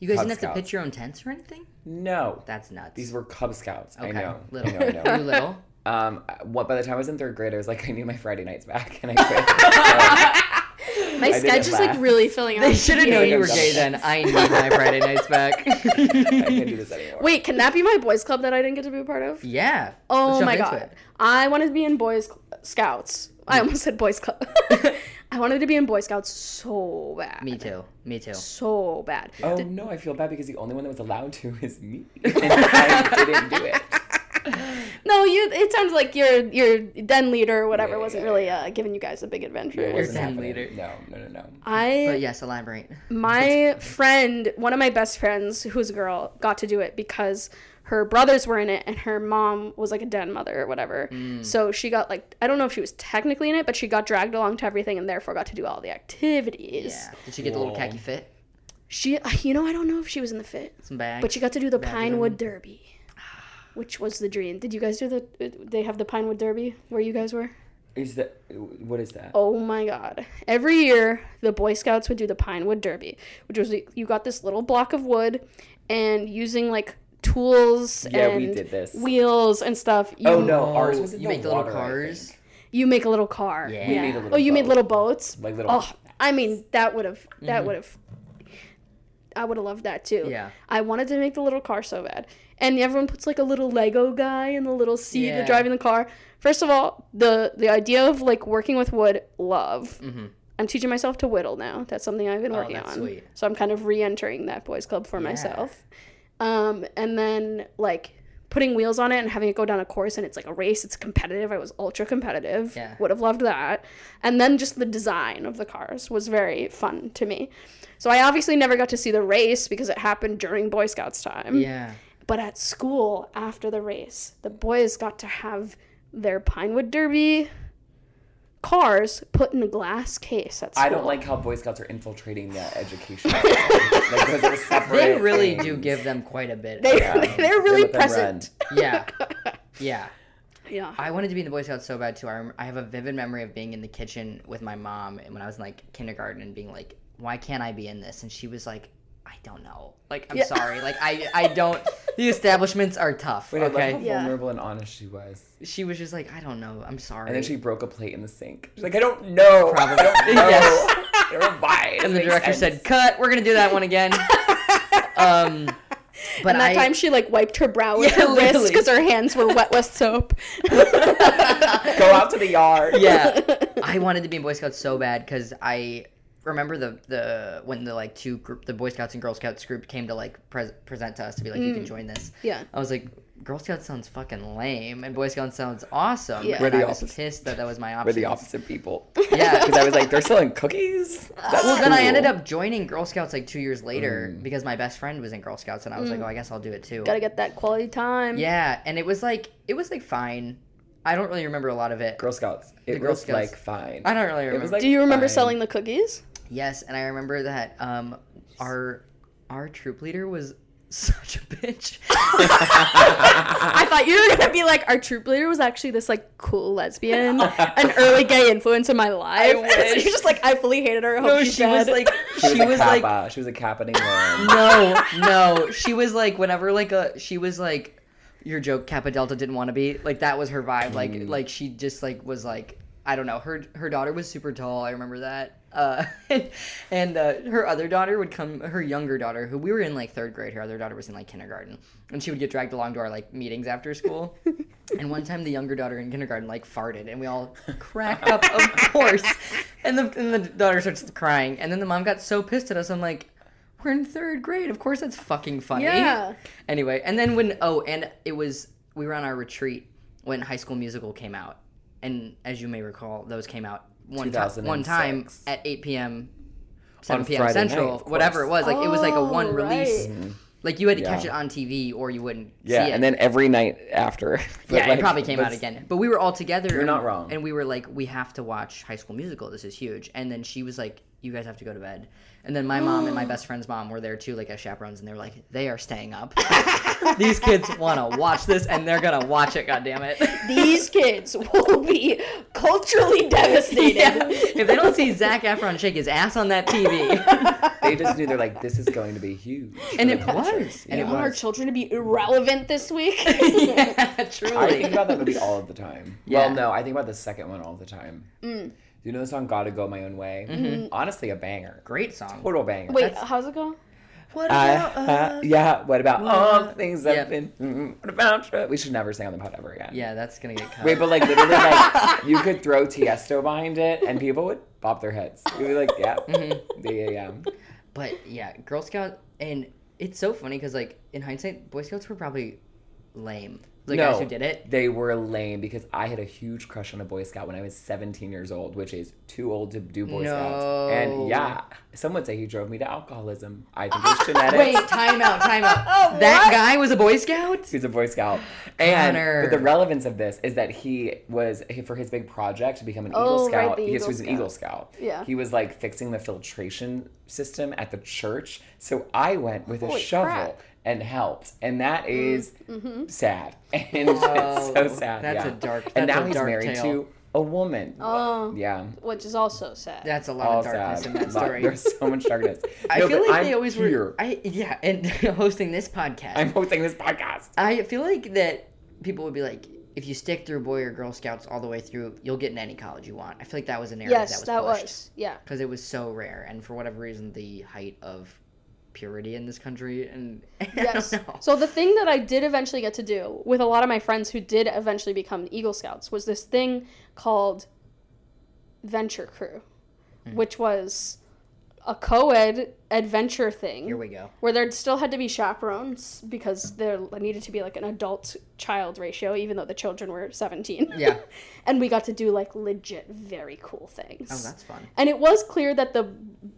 [SPEAKER 3] You guys
[SPEAKER 4] Cub
[SPEAKER 3] didn't have
[SPEAKER 4] Scouts.
[SPEAKER 3] to pitch your own tents or anything?
[SPEAKER 4] No.
[SPEAKER 3] That's nuts.
[SPEAKER 4] These were Cub Scouts. I
[SPEAKER 3] Okay,
[SPEAKER 4] know.
[SPEAKER 3] little.
[SPEAKER 4] I know. I
[SPEAKER 3] [LAUGHS]
[SPEAKER 4] know.
[SPEAKER 3] Were you little?
[SPEAKER 4] um, what, by the time I was in third grade, I was like, I knew my Friday nights back,
[SPEAKER 3] [LAUGHS]
[SPEAKER 4] and I quit.
[SPEAKER 5] My
[SPEAKER 4] didn't
[SPEAKER 5] schedule's like
[SPEAKER 4] laugh.
[SPEAKER 5] really filling out.
[SPEAKER 3] They should have known
[SPEAKER 5] today.
[SPEAKER 3] you were gay then. I need my Friday nights back.
[SPEAKER 4] So, I
[SPEAKER 2] [LAUGHS]
[SPEAKER 4] can't do this anymore.
[SPEAKER 5] Wait, can that be my boys' club that I didn't get to be a part of?
[SPEAKER 3] yeah.
[SPEAKER 5] Oh
[SPEAKER 3] Let's jump
[SPEAKER 5] my
[SPEAKER 3] into
[SPEAKER 5] god.
[SPEAKER 3] it.
[SPEAKER 5] I wanted to be in Boys Cl- Scouts. I almost said Boys Club. [LAUGHS] I wanted to be in Boy Scouts so bad.
[SPEAKER 3] Me too. Me too.
[SPEAKER 5] So bad.
[SPEAKER 4] Oh no, I feel bad because the only one that was allowed to is me,
[SPEAKER 3] [LAUGHS]
[SPEAKER 4] and I didn't do it.
[SPEAKER 5] No, you. It sounds like your your den leader or whatever
[SPEAKER 4] Yeah,
[SPEAKER 5] wasn't
[SPEAKER 4] yeah,
[SPEAKER 5] really uh, giving you guys a big
[SPEAKER 4] It
[SPEAKER 5] adventure.
[SPEAKER 4] wasn't
[SPEAKER 3] den
[SPEAKER 4] happening.
[SPEAKER 3] leader.
[SPEAKER 4] No, no, no, no.
[SPEAKER 5] I
[SPEAKER 3] But yes, elaborate.
[SPEAKER 5] my friend, one of my best friends, who's a girl, got to do it because her brothers were in it and her mom was like a den mother or whatever.
[SPEAKER 4] Mm.
[SPEAKER 5] So she got like I don't know if she was technically in it, but she got dragged along to everything and therefore got to do all the activities.
[SPEAKER 3] Yeah. Did she get the little
[SPEAKER 4] Cool.
[SPEAKER 3] khaki fit?
[SPEAKER 5] She, uh, you know, I don't know if she was in the fit,
[SPEAKER 3] Some bags?
[SPEAKER 5] but she got to do the Pinewood Derby, which was the dream. Did you guys do the? uh, They have the Pinewood Derby where you guys were.
[SPEAKER 4] Is that what is that?
[SPEAKER 5] Oh my God! Every year, the Boy Scouts would do the Pinewood Derby, which was you got this little block of wood, and using like tools
[SPEAKER 4] Yeah,
[SPEAKER 5] and
[SPEAKER 4] we did this.
[SPEAKER 5] wheels and stuff. You,
[SPEAKER 4] oh no, ours was in
[SPEAKER 3] you
[SPEAKER 4] the
[SPEAKER 3] make the little
[SPEAKER 4] water, I
[SPEAKER 3] cars?
[SPEAKER 4] think.
[SPEAKER 5] You make a little car.
[SPEAKER 3] Yeah.
[SPEAKER 4] We made a little.
[SPEAKER 5] Oh, you made
[SPEAKER 4] boat. Mm-hmm.
[SPEAKER 5] little boats.
[SPEAKER 4] like little.
[SPEAKER 5] Oh, I mean that would have that would have I would have loved that too.
[SPEAKER 3] Yeah.
[SPEAKER 5] I wanted to make the little car so bad. And everyone puts like a little Lego guy in the little seat
[SPEAKER 3] Yeah.
[SPEAKER 5] driving the car. First of all, the the idea of like working with wood, love.
[SPEAKER 3] Mhm.
[SPEAKER 5] I'm teaching myself to whittle now. That's something I've been
[SPEAKER 3] Oh,
[SPEAKER 5] working
[SPEAKER 3] that's
[SPEAKER 5] on.
[SPEAKER 3] sweet.
[SPEAKER 5] So I'm kind of re-entering that boys club for
[SPEAKER 3] Yeah.
[SPEAKER 5] myself. Um and then like putting wheels on it and having it go down a course and it's like a race, it's competitive. I was ultra competitive.
[SPEAKER 3] Yeah.
[SPEAKER 5] Would have loved that. And then just the design of the cars was very fun to me. So I obviously never got to see the race because it happened during Boy Scouts time.
[SPEAKER 3] Yeah.
[SPEAKER 5] But at school, after the race, the boys got to have their Pinewood Derby cars put in a glass case at school.
[SPEAKER 4] I don't like how Boy Scouts are infiltrating
[SPEAKER 3] [LAUGHS]
[SPEAKER 4] the education. like those are separate.
[SPEAKER 3] They really do
[SPEAKER 4] things.
[SPEAKER 3] give them quite a bit.
[SPEAKER 5] [LAUGHS] They,
[SPEAKER 4] Yeah.
[SPEAKER 5] [LAUGHS] They're really
[SPEAKER 4] let them run.
[SPEAKER 5] present.
[SPEAKER 3] yeah. Yeah.
[SPEAKER 5] Yeah.
[SPEAKER 3] I wanted to be in the Boy Scouts so bad too. I, rem- I have a vivid memory of being in the kitchen with my mom and when I was in like kindergarten and being like, "Why can't I be in this?" And she was like, "I don't know. Like, I'm
[SPEAKER 5] Yeah.
[SPEAKER 3] sorry. Like, I I don't. the establishments are tough.
[SPEAKER 4] Wait, I
[SPEAKER 3] okay."
[SPEAKER 4] love how
[SPEAKER 5] Yeah.
[SPEAKER 4] vulnerable and honest she was.
[SPEAKER 3] She was just like, "I don't know. I'm sorry."
[SPEAKER 4] And then she broke a plate in the sink. She's like, I don't know. I don't know.
[SPEAKER 3] [LAUGHS] Yes.
[SPEAKER 4] I don't know [LAUGHS] why.
[SPEAKER 3] and the director said, "Cut. We're gonna do that one again." um, but
[SPEAKER 5] and that
[SPEAKER 3] I,
[SPEAKER 5] time she like wiped her brow with
[SPEAKER 3] Yeah,
[SPEAKER 5] her wrist
[SPEAKER 3] literally.
[SPEAKER 5] because her hands were wet with soap.
[SPEAKER 4] Go out to the yard.
[SPEAKER 3] [LAUGHS]
[SPEAKER 5] [LAUGHS]
[SPEAKER 3] yeah, I wanted to be in Boy Scouts so bad because I remember the the when the like two group the Boy Scouts and Girl Scouts group came to like pres present to us to be like, "You can join this."
[SPEAKER 5] Mm. Yeah.
[SPEAKER 3] I was like, Girl Scout sounds fucking lame, and Boy Scout sounds awesome.
[SPEAKER 5] Yeah.
[SPEAKER 3] Yeah.
[SPEAKER 4] We're the
[SPEAKER 3] I was
[SPEAKER 4] opposite.
[SPEAKER 3] pissed that that was my option.
[SPEAKER 4] We're the opposite people. [LAUGHS]
[SPEAKER 3] Yeah.
[SPEAKER 4] Because I was like, they're selling cookies? That's
[SPEAKER 3] well, then I
[SPEAKER 4] cool. Mm.
[SPEAKER 3] ended up joining Girl Scouts like two years later because my best friend was in Girl Scouts, and I was like, oh, I guess I'll do it too.
[SPEAKER 5] Mm. Gotta get that quality time.
[SPEAKER 3] yeah, and it was like it was like fine. I don't really remember a lot of it.
[SPEAKER 4] Girl Scouts. It
[SPEAKER 3] Girl
[SPEAKER 4] was
[SPEAKER 3] Scouts.
[SPEAKER 4] like fine.
[SPEAKER 3] I don't really
[SPEAKER 4] It was
[SPEAKER 3] remember.
[SPEAKER 4] like
[SPEAKER 5] Do you remember
[SPEAKER 4] fine.
[SPEAKER 5] selling the cookies?
[SPEAKER 3] yes, and I remember that um, our our troop leader was [LAUGHS] such
[SPEAKER 4] [LAUGHS]
[SPEAKER 3] a bitch.
[SPEAKER 5] I thought you were gonna be like our troop leader was actually this like cool lesbian, an early gay influence in my life. [LAUGHS] So
[SPEAKER 3] wish.
[SPEAKER 5] you're just like I fully hated her. I hope
[SPEAKER 3] no,
[SPEAKER 5] she's
[SPEAKER 3] she was
[SPEAKER 5] dead. [LAUGHS]
[SPEAKER 3] like
[SPEAKER 4] Oh, [LAUGHS] She was,
[SPEAKER 3] she
[SPEAKER 4] a
[SPEAKER 3] was
[SPEAKER 4] kappa.
[SPEAKER 3] like
[SPEAKER 4] Like... She was a kappa
[SPEAKER 3] [GASPS]
[SPEAKER 4] named Lauren.
[SPEAKER 3] no, no. She was like, whenever like a, she was like, your joke Kappa Delta didn't want to be like that was her vibe. Like,
[SPEAKER 4] Mm.
[SPEAKER 3] like she just like was like, I don't know. Her her daughter was super tall. I remember that. Uh, [LAUGHS] and, uh, her other daughter would come. Her younger daughter, who we were in like third grade, her other daughter was in like kindergarten, and she would get dragged along to our like meetings after school.
[SPEAKER 4] [LAUGHS]
[SPEAKER 3] And one time, the younger daughter in kindergarten like farted, and
[SPEAKER 4] [LAUGHS]
[SPEAKER 3] we all cracked up, of course. And the, and the daughter starts crying, and then the mom got so pissed at us. I'm like, we're in third grade. Of course, that's fucking funny.
[SPEAKER 5] Yeah.
[SPEAKER 3] Anyway, and then when oh, and it was we were on our retreat when High School Musical came out, and as you may recall, those came out one time, one time
[SPEAKER 4] 2006.
[SPEAKER 3] at 8 p.m. 7 p.m.
[SPEAKER 4] Friday night,
[SPEAKER 3] Central,
[SPEAKER 4] of course.
[SPEAKER 3] whatever it was. Like it was like a
[SPEAKER 5] Oh,
[SPEAKER 3] one release.
[SPEAKER 5] right.
[SPEAKER 3] Like you had to
[SPEAKER 4] Yeah.
[SPEAKER 3] catch it on TV or you wouldn't
[SPEAKER 4] Yeah,
[SPEAKER 3] see it
[SPEAKER 4] and then every night after. [LAUGHS] But,
[SPEAKER 3] yeah,
[SPEAKER 4] like,
[SPEAKER 3] it probably came out
[SPEAKER 4] that's-
[SPEAKER 3] again. But we were all together.
[SPEAKER 4] You're
[SPEAKER 3] and-
[SPEAKER 4] not wrong.
[SPEAKER 3] And we were like, we have to watch High School Musical. This is huge. And then she was like, you guys have to go to bed. And then my mom and
[SPEAKER 4] [GASPS]
[SPEAKER 3] my best friend's mom were there too, like as chaperones, and they were like, they are staying up. [LAUGHS] These kids want to watch this, and they're gonna watch it. God damn [LAUGHS] it!
[SPEAKER 5] [LAUGHS]
[SPEAKER 1] These kids will be culturally devastated.
[SPEAKER 3] If they don't see Zach Efron shake his ass on that [LAUGHS] TV,
[SPEAKER 2] They just knew they're like, this is going to be huge.
[SPEAKER 3] and it was, and
[SPEAKER 1] I
[SPEAKER 3] it
[SPEAKER 1] want our
[SPEAKER 3] was,
[SPEAKER 1] children to be irrelevant this
[SPEAKER 5] [LAUGHS]
[SPEAKER 1] week.
[SPEAKER 3] yeah,
[SPEAKER 2] I think
[SPEAKER 3] truly.
[SPEAKER 2] about that movie all of the [LAUGHS] time. Mm.
[SPEAKER 3] Yeah.
[SPEAKER 2] Well, no, I think about the second one all the time. You know the song "Gotta Go My Own Way"? Honestly, a banger,
[SPEAKER 3] Great song.
[SPEAKER 2] total banger.
[SPEAKER 5] Wait, how's it go?
[SPEAKER 3] What
[SPEAKER 2] I-
[SPEAKER 3] about
[SPEAKER 2] uh, yeah. What about all the things that
[SPEAKER 3] Yep.
[SPEAKER 2] have been? mm, What about you? We should never sing on the pod ever again.
[SPEAKER 3] Yeah, that's gonna get cut.
[SPEAKER 2] Wait, but like literally, [LAUGHS] like you could throw Tiesto behind it, and people would bop their heads. You'd be like, yeah, yeah, yeah, yeah.
[SPEAKER 3] But yeah, Girl Scout, and it's so funny because like in hindsight, Boy Scouts were probably lame. The guys who did it.
[SPEAKER 2] They were lame because I had a huge crush on a Boy Scout when I was 17 years old, which is too old to do Boy Scouts.
[SPEAKER 3] No.
[SPEAKER 2] And yeah, some would say he drove me to alcoholism. I think it's genetics.
[SPEAKER 3] [LAUGHS] Wait, time out, time
[SPEAKER 5] [LAUGHS]
[SPEAKER 3] out. that guy was a Boy Scout.
[SPEAKER 2] He's a Boy
[SPEAKER 5] [SIGHS]
[SPEAKER 2] Scout. And
[SPEAKER 3] Connor.
[SPEAKER 2] but the relevance of this is that he was he- for his big project to become an
[SPEAKER 5] Oh,
[SPEAKER 2] Eagle
[SPEAKER 5] right,
[SPEAKER 2] Scout.
[SPEAKER 5] the
[SPEAKER 2] he was- he
[SPEAKER 5] Eagle
[SPEAKER 2] was an
[SPEAKER 5] Scout.
[SPEAKER 2] Eagle Scout.
[SPEAKER 5] Yeah.
[SPEAKER 2] He was like fixing the filtration system at the church. So I went with a
[SPEAKER 5] Holy
[SPEAKER 2] shovel
[SPEAKER 5] crap. Mm, mm-hmm.
[SPEAKER 2] and helped. And that is sad. [LAUGHS] And it's so sad.
[SPEAKER 3] that's
[SPEAKER 2] yeah.
[SPEAKER 3] a dark-
[SPEAKER 2] and
[SPEAKER 3] that's
[SPEAKER 2] now
[SPEAKER 3] a
[SPEAKER 2] he's
[SPEAKER 3] dark
[SPEAKER 2] married
[SPEAKER 3] tale.
[SPEAKER 2] to a woman.
[SPEAKER 5] Oh.
[SPEAKER 2] Yeah.
[SPEAKER 5] Which is also sad.
[SPEAKER 3] That's a lot
[SPEAKER 2] All
[SPEAKER 3] of darkness
[SPEAKER 2] sad. [LAUGHS]
[SPEAKER 3] in that
[SPEAKER 2] Lot-
[SPEAKER 3] story.
[SPEAKER 2] There's so much darkness.
[SPEAKER 3] I
[SPEAKER 2] No,
[SPEAKER 3] feel
[SPEAKER 2] but
[SPEAKER 3] like
[SPEAKER 2] I'm
[SPEAKER 3] they always
[SPEAKER 2] here.
[SPEAKER 3] were. I yeah, and [LAUGHS] hosting this podcast,
[SPEAKER 2] I'm hosting this podcast.
[SPEAKER 3] I feel like that people would be like, if you stick through Boy or Girl Scouts all the way through, you'll get in any college you want. I feel like that was a narrative
[SPEAKER 5] yes,
[SPEAKER 3] that
[SPEAKER 5] that
[SPEAKER 3] was
[SPEAKER 5] was. Yeah.
[SPEAKER 3] because it was so rare, and for whatever reason, the height of purity in this country, and [LAUGHS]
[SPEAKER 5] Yes.
[SPEAKER 3] I don't know.
[SPEAKER 5] So the thing that I did eventually get to do with a lot of my friends who did eventually become Eagle Scouts was this thing called Venture Crew,
[SPEAKER 3] Hmm.
[SPEAKER 5] which was a co-ed adventure thing
[SPEAKER 3] Here we go.
[SPEAKER 5] where there still had to be chaperones because there needed to be like an adult child ratio even though the children were 17
[SPEAKER 3] Yeah.
[SPEAKER 5] [LAUGHS] and we got to do like legit very cool things
[SPEAKER 3] Oh, that's fun.
[SPEAKER 5] and it was clear that the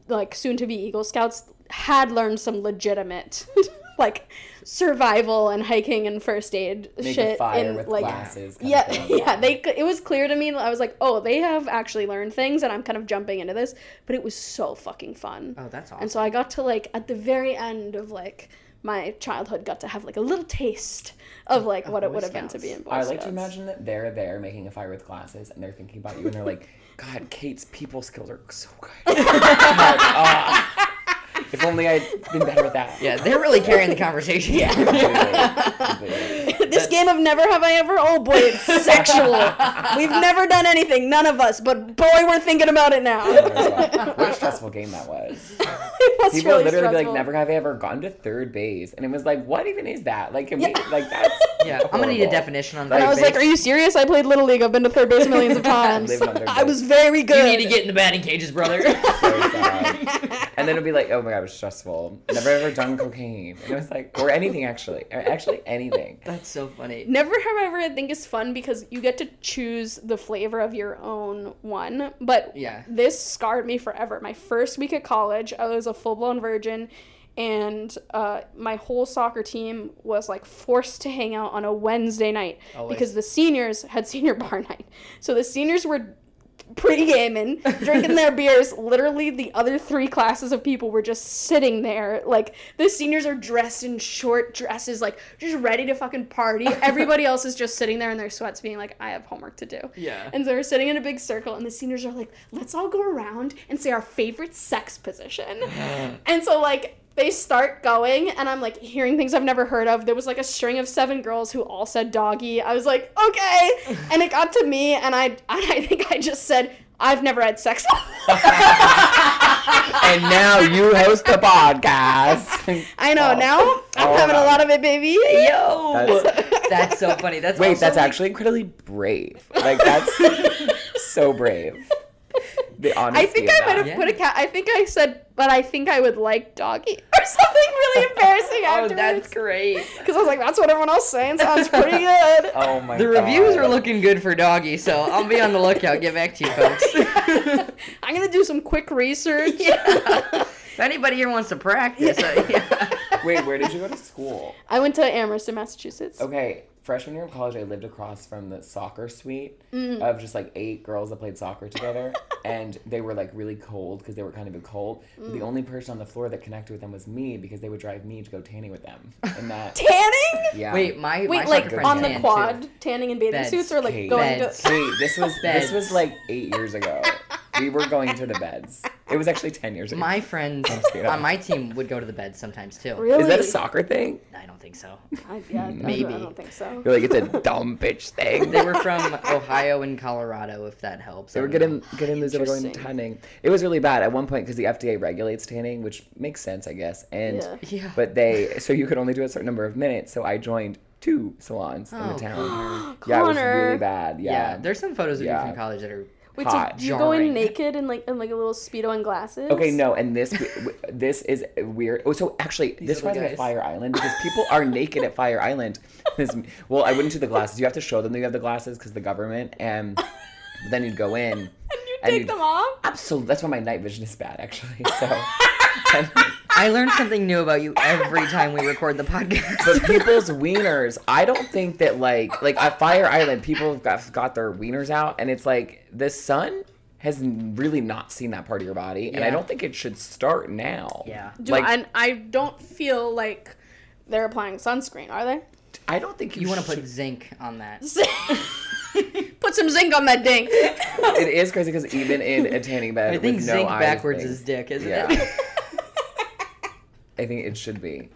[SPEAKER 5] like soon to be eagle scouts had learned some legitimate [LAUGHS] like survival and hiking and first aid
[SPEAKER 2] Make
[SPEAKER 5] shit
[SPEAKER 2] a fire
[SPEAKER 5] and
[SPEAKER 2] with
[SPEAKER 5] like
[SPEAKER 2] glasses. kind of
[SPEAKER 5] yeah
[SPEAKER 2] thing.
[SPEAKER 5] [LAUGHS] yeah they c- it was clear to me i was like oh they have actually learned things and i'm kind of jumping into this but it was so fucking fun
[SPEAKER 3] Oh, that's awesome.
[SPEAKER 5] and so I got to like at the very end of like my childhood got to have like a little taste of like what it
[SPEAKER 3] Boy
[SPEAKER 5] would have been to
[SPEAKER 3] Scouts.
[SPEAKER 5] be in Boy
[SPEAKER 2] I like to
[SPEAKER 5] Scouts.
[SPEAKER 2] imagine that they're there making a fire with glasses and they're thinking about you and they're like, [LAUGHS] God, Kate's people skills are so good. [LAUGHS] I'm like, "Ah, if only I'd been better at that.
[SPEAKER 3] yeah, they're really carrying
[SPEAKER 5] [LAUGHS]
[SPEAKER 3] the conversation. Yeah.
[SPEAKER 1] this game of Never Have I Ever, oh boy,
[SPEAKER 2] [LAUGHS]
[SPEAKER 1] it's sexual. We've never done anything, none of us, but boy, we're thinking about it now. [LAUGHS]
[SPEAKER 2] what a stressful game that was.
[SPEAKER 5] it
[SPEAKER 2] People would
[SPEAKER 5] was really
[SPEAKER 2] literally
[SPEAKER 5] stressful.
[SPEAKER 2] be like, never have I ever gone to third base. And it was like, what even is that? Like, can we, like that's
[SPEAKER 3] [LAUGHS] Yeah, I'm gonna need a
[SPEAKER 2] horrible. [LAUGHS]
[SPEAKER 3] definition on
[SPEAKER 2] And
[SPEAKER 3] that.
[SPEAKER 5] I was like, "Are you serious? I played little league. I've been to third base
[SPEAKER 2] [LAUGHS]
[SPEAKER 5] millions of times."
[SPEAKER 2] Lived on third
[SPEAKER 1] I
[SPEAKER 2] base.
[SPEAKER 1] was very
[SPEAKER 3] you
[SPEAKER 1] good.
[SPEAKER 3] need to get in the batting
[SPEAKER 5] [LAUGHS]
[SPEAKER 3] cages, brother." [LAUGHS]
[SPEAKER 2] so sad. and then it'd be like, oh my god, it was stressful. Never ever done cocaine. And it was like, or anything actually, or actually anything.
[SPEAKER 3] That's so
[SPEAKER 5] [LAUGHS]
[SPEAKER 3] funny.
[SPEAKER 5] Never have I ever I think is fun because you get to choose the flavor of your own one. But
[SPEAKER 3] Yeah.
[SPEAKER 5] this scarred me forever. My first week at college, I was a full blown virgin, and uh, my whole soccer team was like forced to hang out on a Wednesday night
[SPEAKER 3] Always.
[SPEAKER 5] because the seniors had senior [LAUGHS] bar night. So the seniors were pretty gaming, drinking their beers. Literally, the other three classes of people were just sitting there. Like, the seniors are dressed in short dresses, like, just ready to fucking party. Everybody else is just sitting there in their sweats, being like, I have homework to do.
[SPEAKER 3] Yeah.
[SPEAKER 5] And so we're sitting in a big circle, and the seniors are like, let's all go around and say our favorite sex
[SPEAKER 3] [LAUGHS]
[SPEAKER 5] position. and so, like, they start going, and I'm like hearing things I've never heard of. There was like a string of seven girls who all said doggy. I was like, okay.
[SPEAKER 3] [LAUGHS]
[SPEAKER 5] And it got to me, and I, I think I just said, I've never had sex.
[SPEAKER 3] [LAUGHS]
[SPEAKER 2] and now you host the podcast.
[SPEAKER 5] [LAUGHS] I know now. I'm
[SPEAKER 2] Oh,
[SPEAKER 5] having a
[SPEAKER 2] wow.
[SPEAKER 5] lot of it, baby. [LAUGHS]
[SPEAKER 3] Yo, [LAUGHS] that's, so funny. That's
[SPEAKER 2] Wait,
[SPEAKER 3] also,
[SPEAKER 2] that's
[SPEAKER 3] like-
[SPEAKER 2] actually incredibly brave. Like that's so brave. The honesty.
[SPEAKER 5] I think
[SPEAKER 2] of
[SPEAKER 5] I might
[SPEAKER 2] that.
[SPEAKER 5] have put a cat. I think I said, but I think I would like doggy [LAUGHS] or something
[SPEAKER 2] [LAUGHS]
[SPEAKER 5] really embarrassing
[SPEAKER 3] Oh, that's
[SPEAKER 5] afterwards.
[SPEAKER 3] great.
[SPEAKER 5] Because I was like, that's what everyone else is saying. Sounds
[SPEAKER 2] [LAUGHS]
[SPEAKER 5] pretty good.
[SPEAKER 2] Oh my
[SPEAKER 3] The reviews
[SPEAKER 2] God.
[SPEAKER 3] are looking good for Doggy, so I'll be on the lookout. Get back to you,
[SPEAKER 2] [LAUGHS]
[SPEAKER 3] folks.
[SPEAKER 5] [LAUGHS] I'm gonna do some quick research.
[SPEAKER 3] if anybody here wants to
[SPEAKER 2] [LAUGHS]
[SPEAKER 3] practice, uh, yeah.
[SPEAKER 2] Wait, where did you go to school?
[SPEAKER 5] [LAUGHS] I went to Amherst in Massachusetts.
[SPEAKER 2] Okay, freshman year of
[SPEAKER 5] Mm-hmm.
[SPEAKER 2] college, I lived across from the soccer suite of just like eight girls that played soccer together, [LAUGHS] and they were like really cold because they were kind of a cult. But
[SPEAKER 5] Mm.
[SPEAKER 2] the only person on the floor that connected with them was me because they would drive me to go tanning with them. And
[SPEAKER 5] [LAUGHS]
[SPEAKER 2] that,
[SPEAKER 1] Tanning?
[SPEAKER 2] yeah.
[SPEAKER 3] Wait, my my
[SPEAKER 5] Wait,
[SPEAKER 3] soccer
[SPEAKER 5] like
[SPEAKER 3] friend
[SPEAKER 5] on the
[SPEAKER 3] Dan, too.
[SPEAKER 5] quad, tanning in bathing
[SPEAKER 3] Beds,
[SPEAKER 5] suits, or like
[SPEAKER 2] Kate.
[SPEAKER 5] going
[SPEAKER 3] Beds.
[SPEAKER 5] to.
[SPEAKER 2] Wait, this
[SPEAKER 3] [LAUGHS]
[SPEAKER 2] was this
[SPEAKER 3] Beds.
[SPEAKER 2] was like eight years ago. we were going to the beds. It was actually ten years ago.
[SPEAKER 3] My friends
[SPEAKER 2] scared.
[SPEAKER 3] on my team would go to the bed sometimes too.
[SPEAKER 5] Really?
[SPEAKER 4] Is that a soccer thing?
[SPEAKER 3] I don't think so.
[SPEAKER 5] I, yeah, maybe.
[SPEAKER 3] Maybe.
[SPEAKER 5] I don't think so.
[SPEAKER 4] You're like it's a dumb bitch
[SPEAKER 3] [LAUGHS]
[SPEAKER 4] thing.
[SPEAKER 3] They were from Ohio and Colorado, if that helps.
[SPEAKER 2] They
[SPEAKER 3] I
[SPEAKER 2] were
[SPEAKER 3] don't
[SPEAKER 2] getting getting those that were going
[SPEAKER 5] Interesting.
[SPEAKER 2] tanning. It was really bad at one point because the FDA regulates tanning, which makes sense, I guess. And
[SPEAKER 5] Yeah.
[SPEAKER 3] know. Yeah.
[SPEAKER 2] but they so you could only do a certain number of minutes. So I joined two salons in
[SPEAKER 3] Oh,
[SPEAKER 2] the town. yeah, it was
[SPEAKER 5] Connor,
[SPEAKER 2] really bad. Yeah.
[SPEAKER 3] [GASPS] yeah. There's some photos of
[SPEAKER 2] Yeah.
[SPEAKER 3] you from college that are.
[SPEAKER 5] wait,
[SPEAKER 2] hot,
[SPEAKER 5] so you go in
[SPEAKER 3] jarring.
[SPEAKER 5] naked and like in like a little speedo and glasses?
[SPEAKER 2] Okay, no, and this this is weird. Oh, so actually, this
[SPEAKER 3] are
[SPEAKER 2] reminds
[SPEAKER 3] the
[SPEAKER 2] me of
[SPEAKER 3] guys.
[SPEAKER 2] Fire Island because people are naked at Fire Island. This, well, I went into the glasses. You have to show them that you have the glasses because the government,
[SPEAKER 3] [LAUGHS]
[SPEAKER 2] and then you'd go in. And
[SPEAKER 5] [LAUGHS]
[SPEAKER 2] you
[SPEAKER 5] Take them off.
[SPEAKER 2] Absolutely. That's why my night vision is bad, actually. So,
[SPEAKER 3] [LAUGHS] I learned something new about you every time we record the podcast.
[SPEAKER 2] but people's wieners, I don't think that like like at Fire Island, people have got got their wieners out, and it's like the sun has really not seen that part of your body, and I
[SPEAKER 3] Yeah.
[SPEAKER 2] don't think it should start now.
[SPEAKER 3] Yeah.
[SPEAKER 5] Do,
[SPEAKER 2] like
[SPEAKER 5] and I don't feel like they're applying sunscreen, are [LAUGHS] they?
[SPEAKER 2] I don't think you,
[SPEAKER 3] You want to
[SPEAKER 2] should-
[SPEAKER 3] put zinc on that?
[SPEAKER 5] Put some zinc on that dink.
[SPEAKER 2] It is crazy because even in a tanning bed,
[SPEAKER 3] I think
[SPEAKER 2] with no
[SPEAKER 3] zinc
[SPEAKER 2] eyes
[SPEAKER 3] backwards
[SPEAKER 2] thing-
[SPEAKER 3] is dick, isn't
[SPEAKER 2] Yeah,
[SPEAKER 3] it? [LAUGHS]
[SPEAKER 2] I think it should be.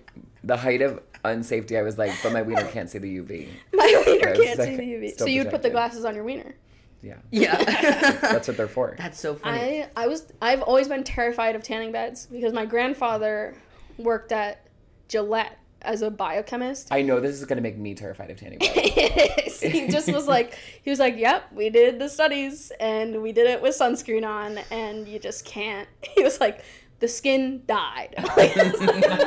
[SPEAKER 2] The height of unsafety, I was like, but my wiener can't see the UV.
[SPEAKER 5] [LAUGHS] My wiener
[SPEAKER 2] It's
[SPEAKER 5] can't
[SPEAKER 2] like
[SPEAKER 5] see the UV. So
[SPEAKER 2] still
[SPEAKER 5] you'd put the
[SPEAKER 2] protected.
[SPEAKER 5] glasses on your wiener.
[SPEAKER 2] Yeah,
[SPEAKER 3] Yeah.
[SPEAKER 2] [LAUGHS] that's what they're for.
[SPEAKER 3] That's so funny.
[SPEAKER 5] I I was I've always been terrified of tanning beds because my grandfather worked at Gillette as a biochemist.
[SPEAKER 2] I know this is gonna make me terrified of tanning beds.
[SPEAKER 5] [LAUGHS] he just was like he was like, "Yep, we did the studies and we did it with sunscreen on and you just can't." [LAUGHS] He was like the skin died. [LAUGHS] Like, it's like- 'cause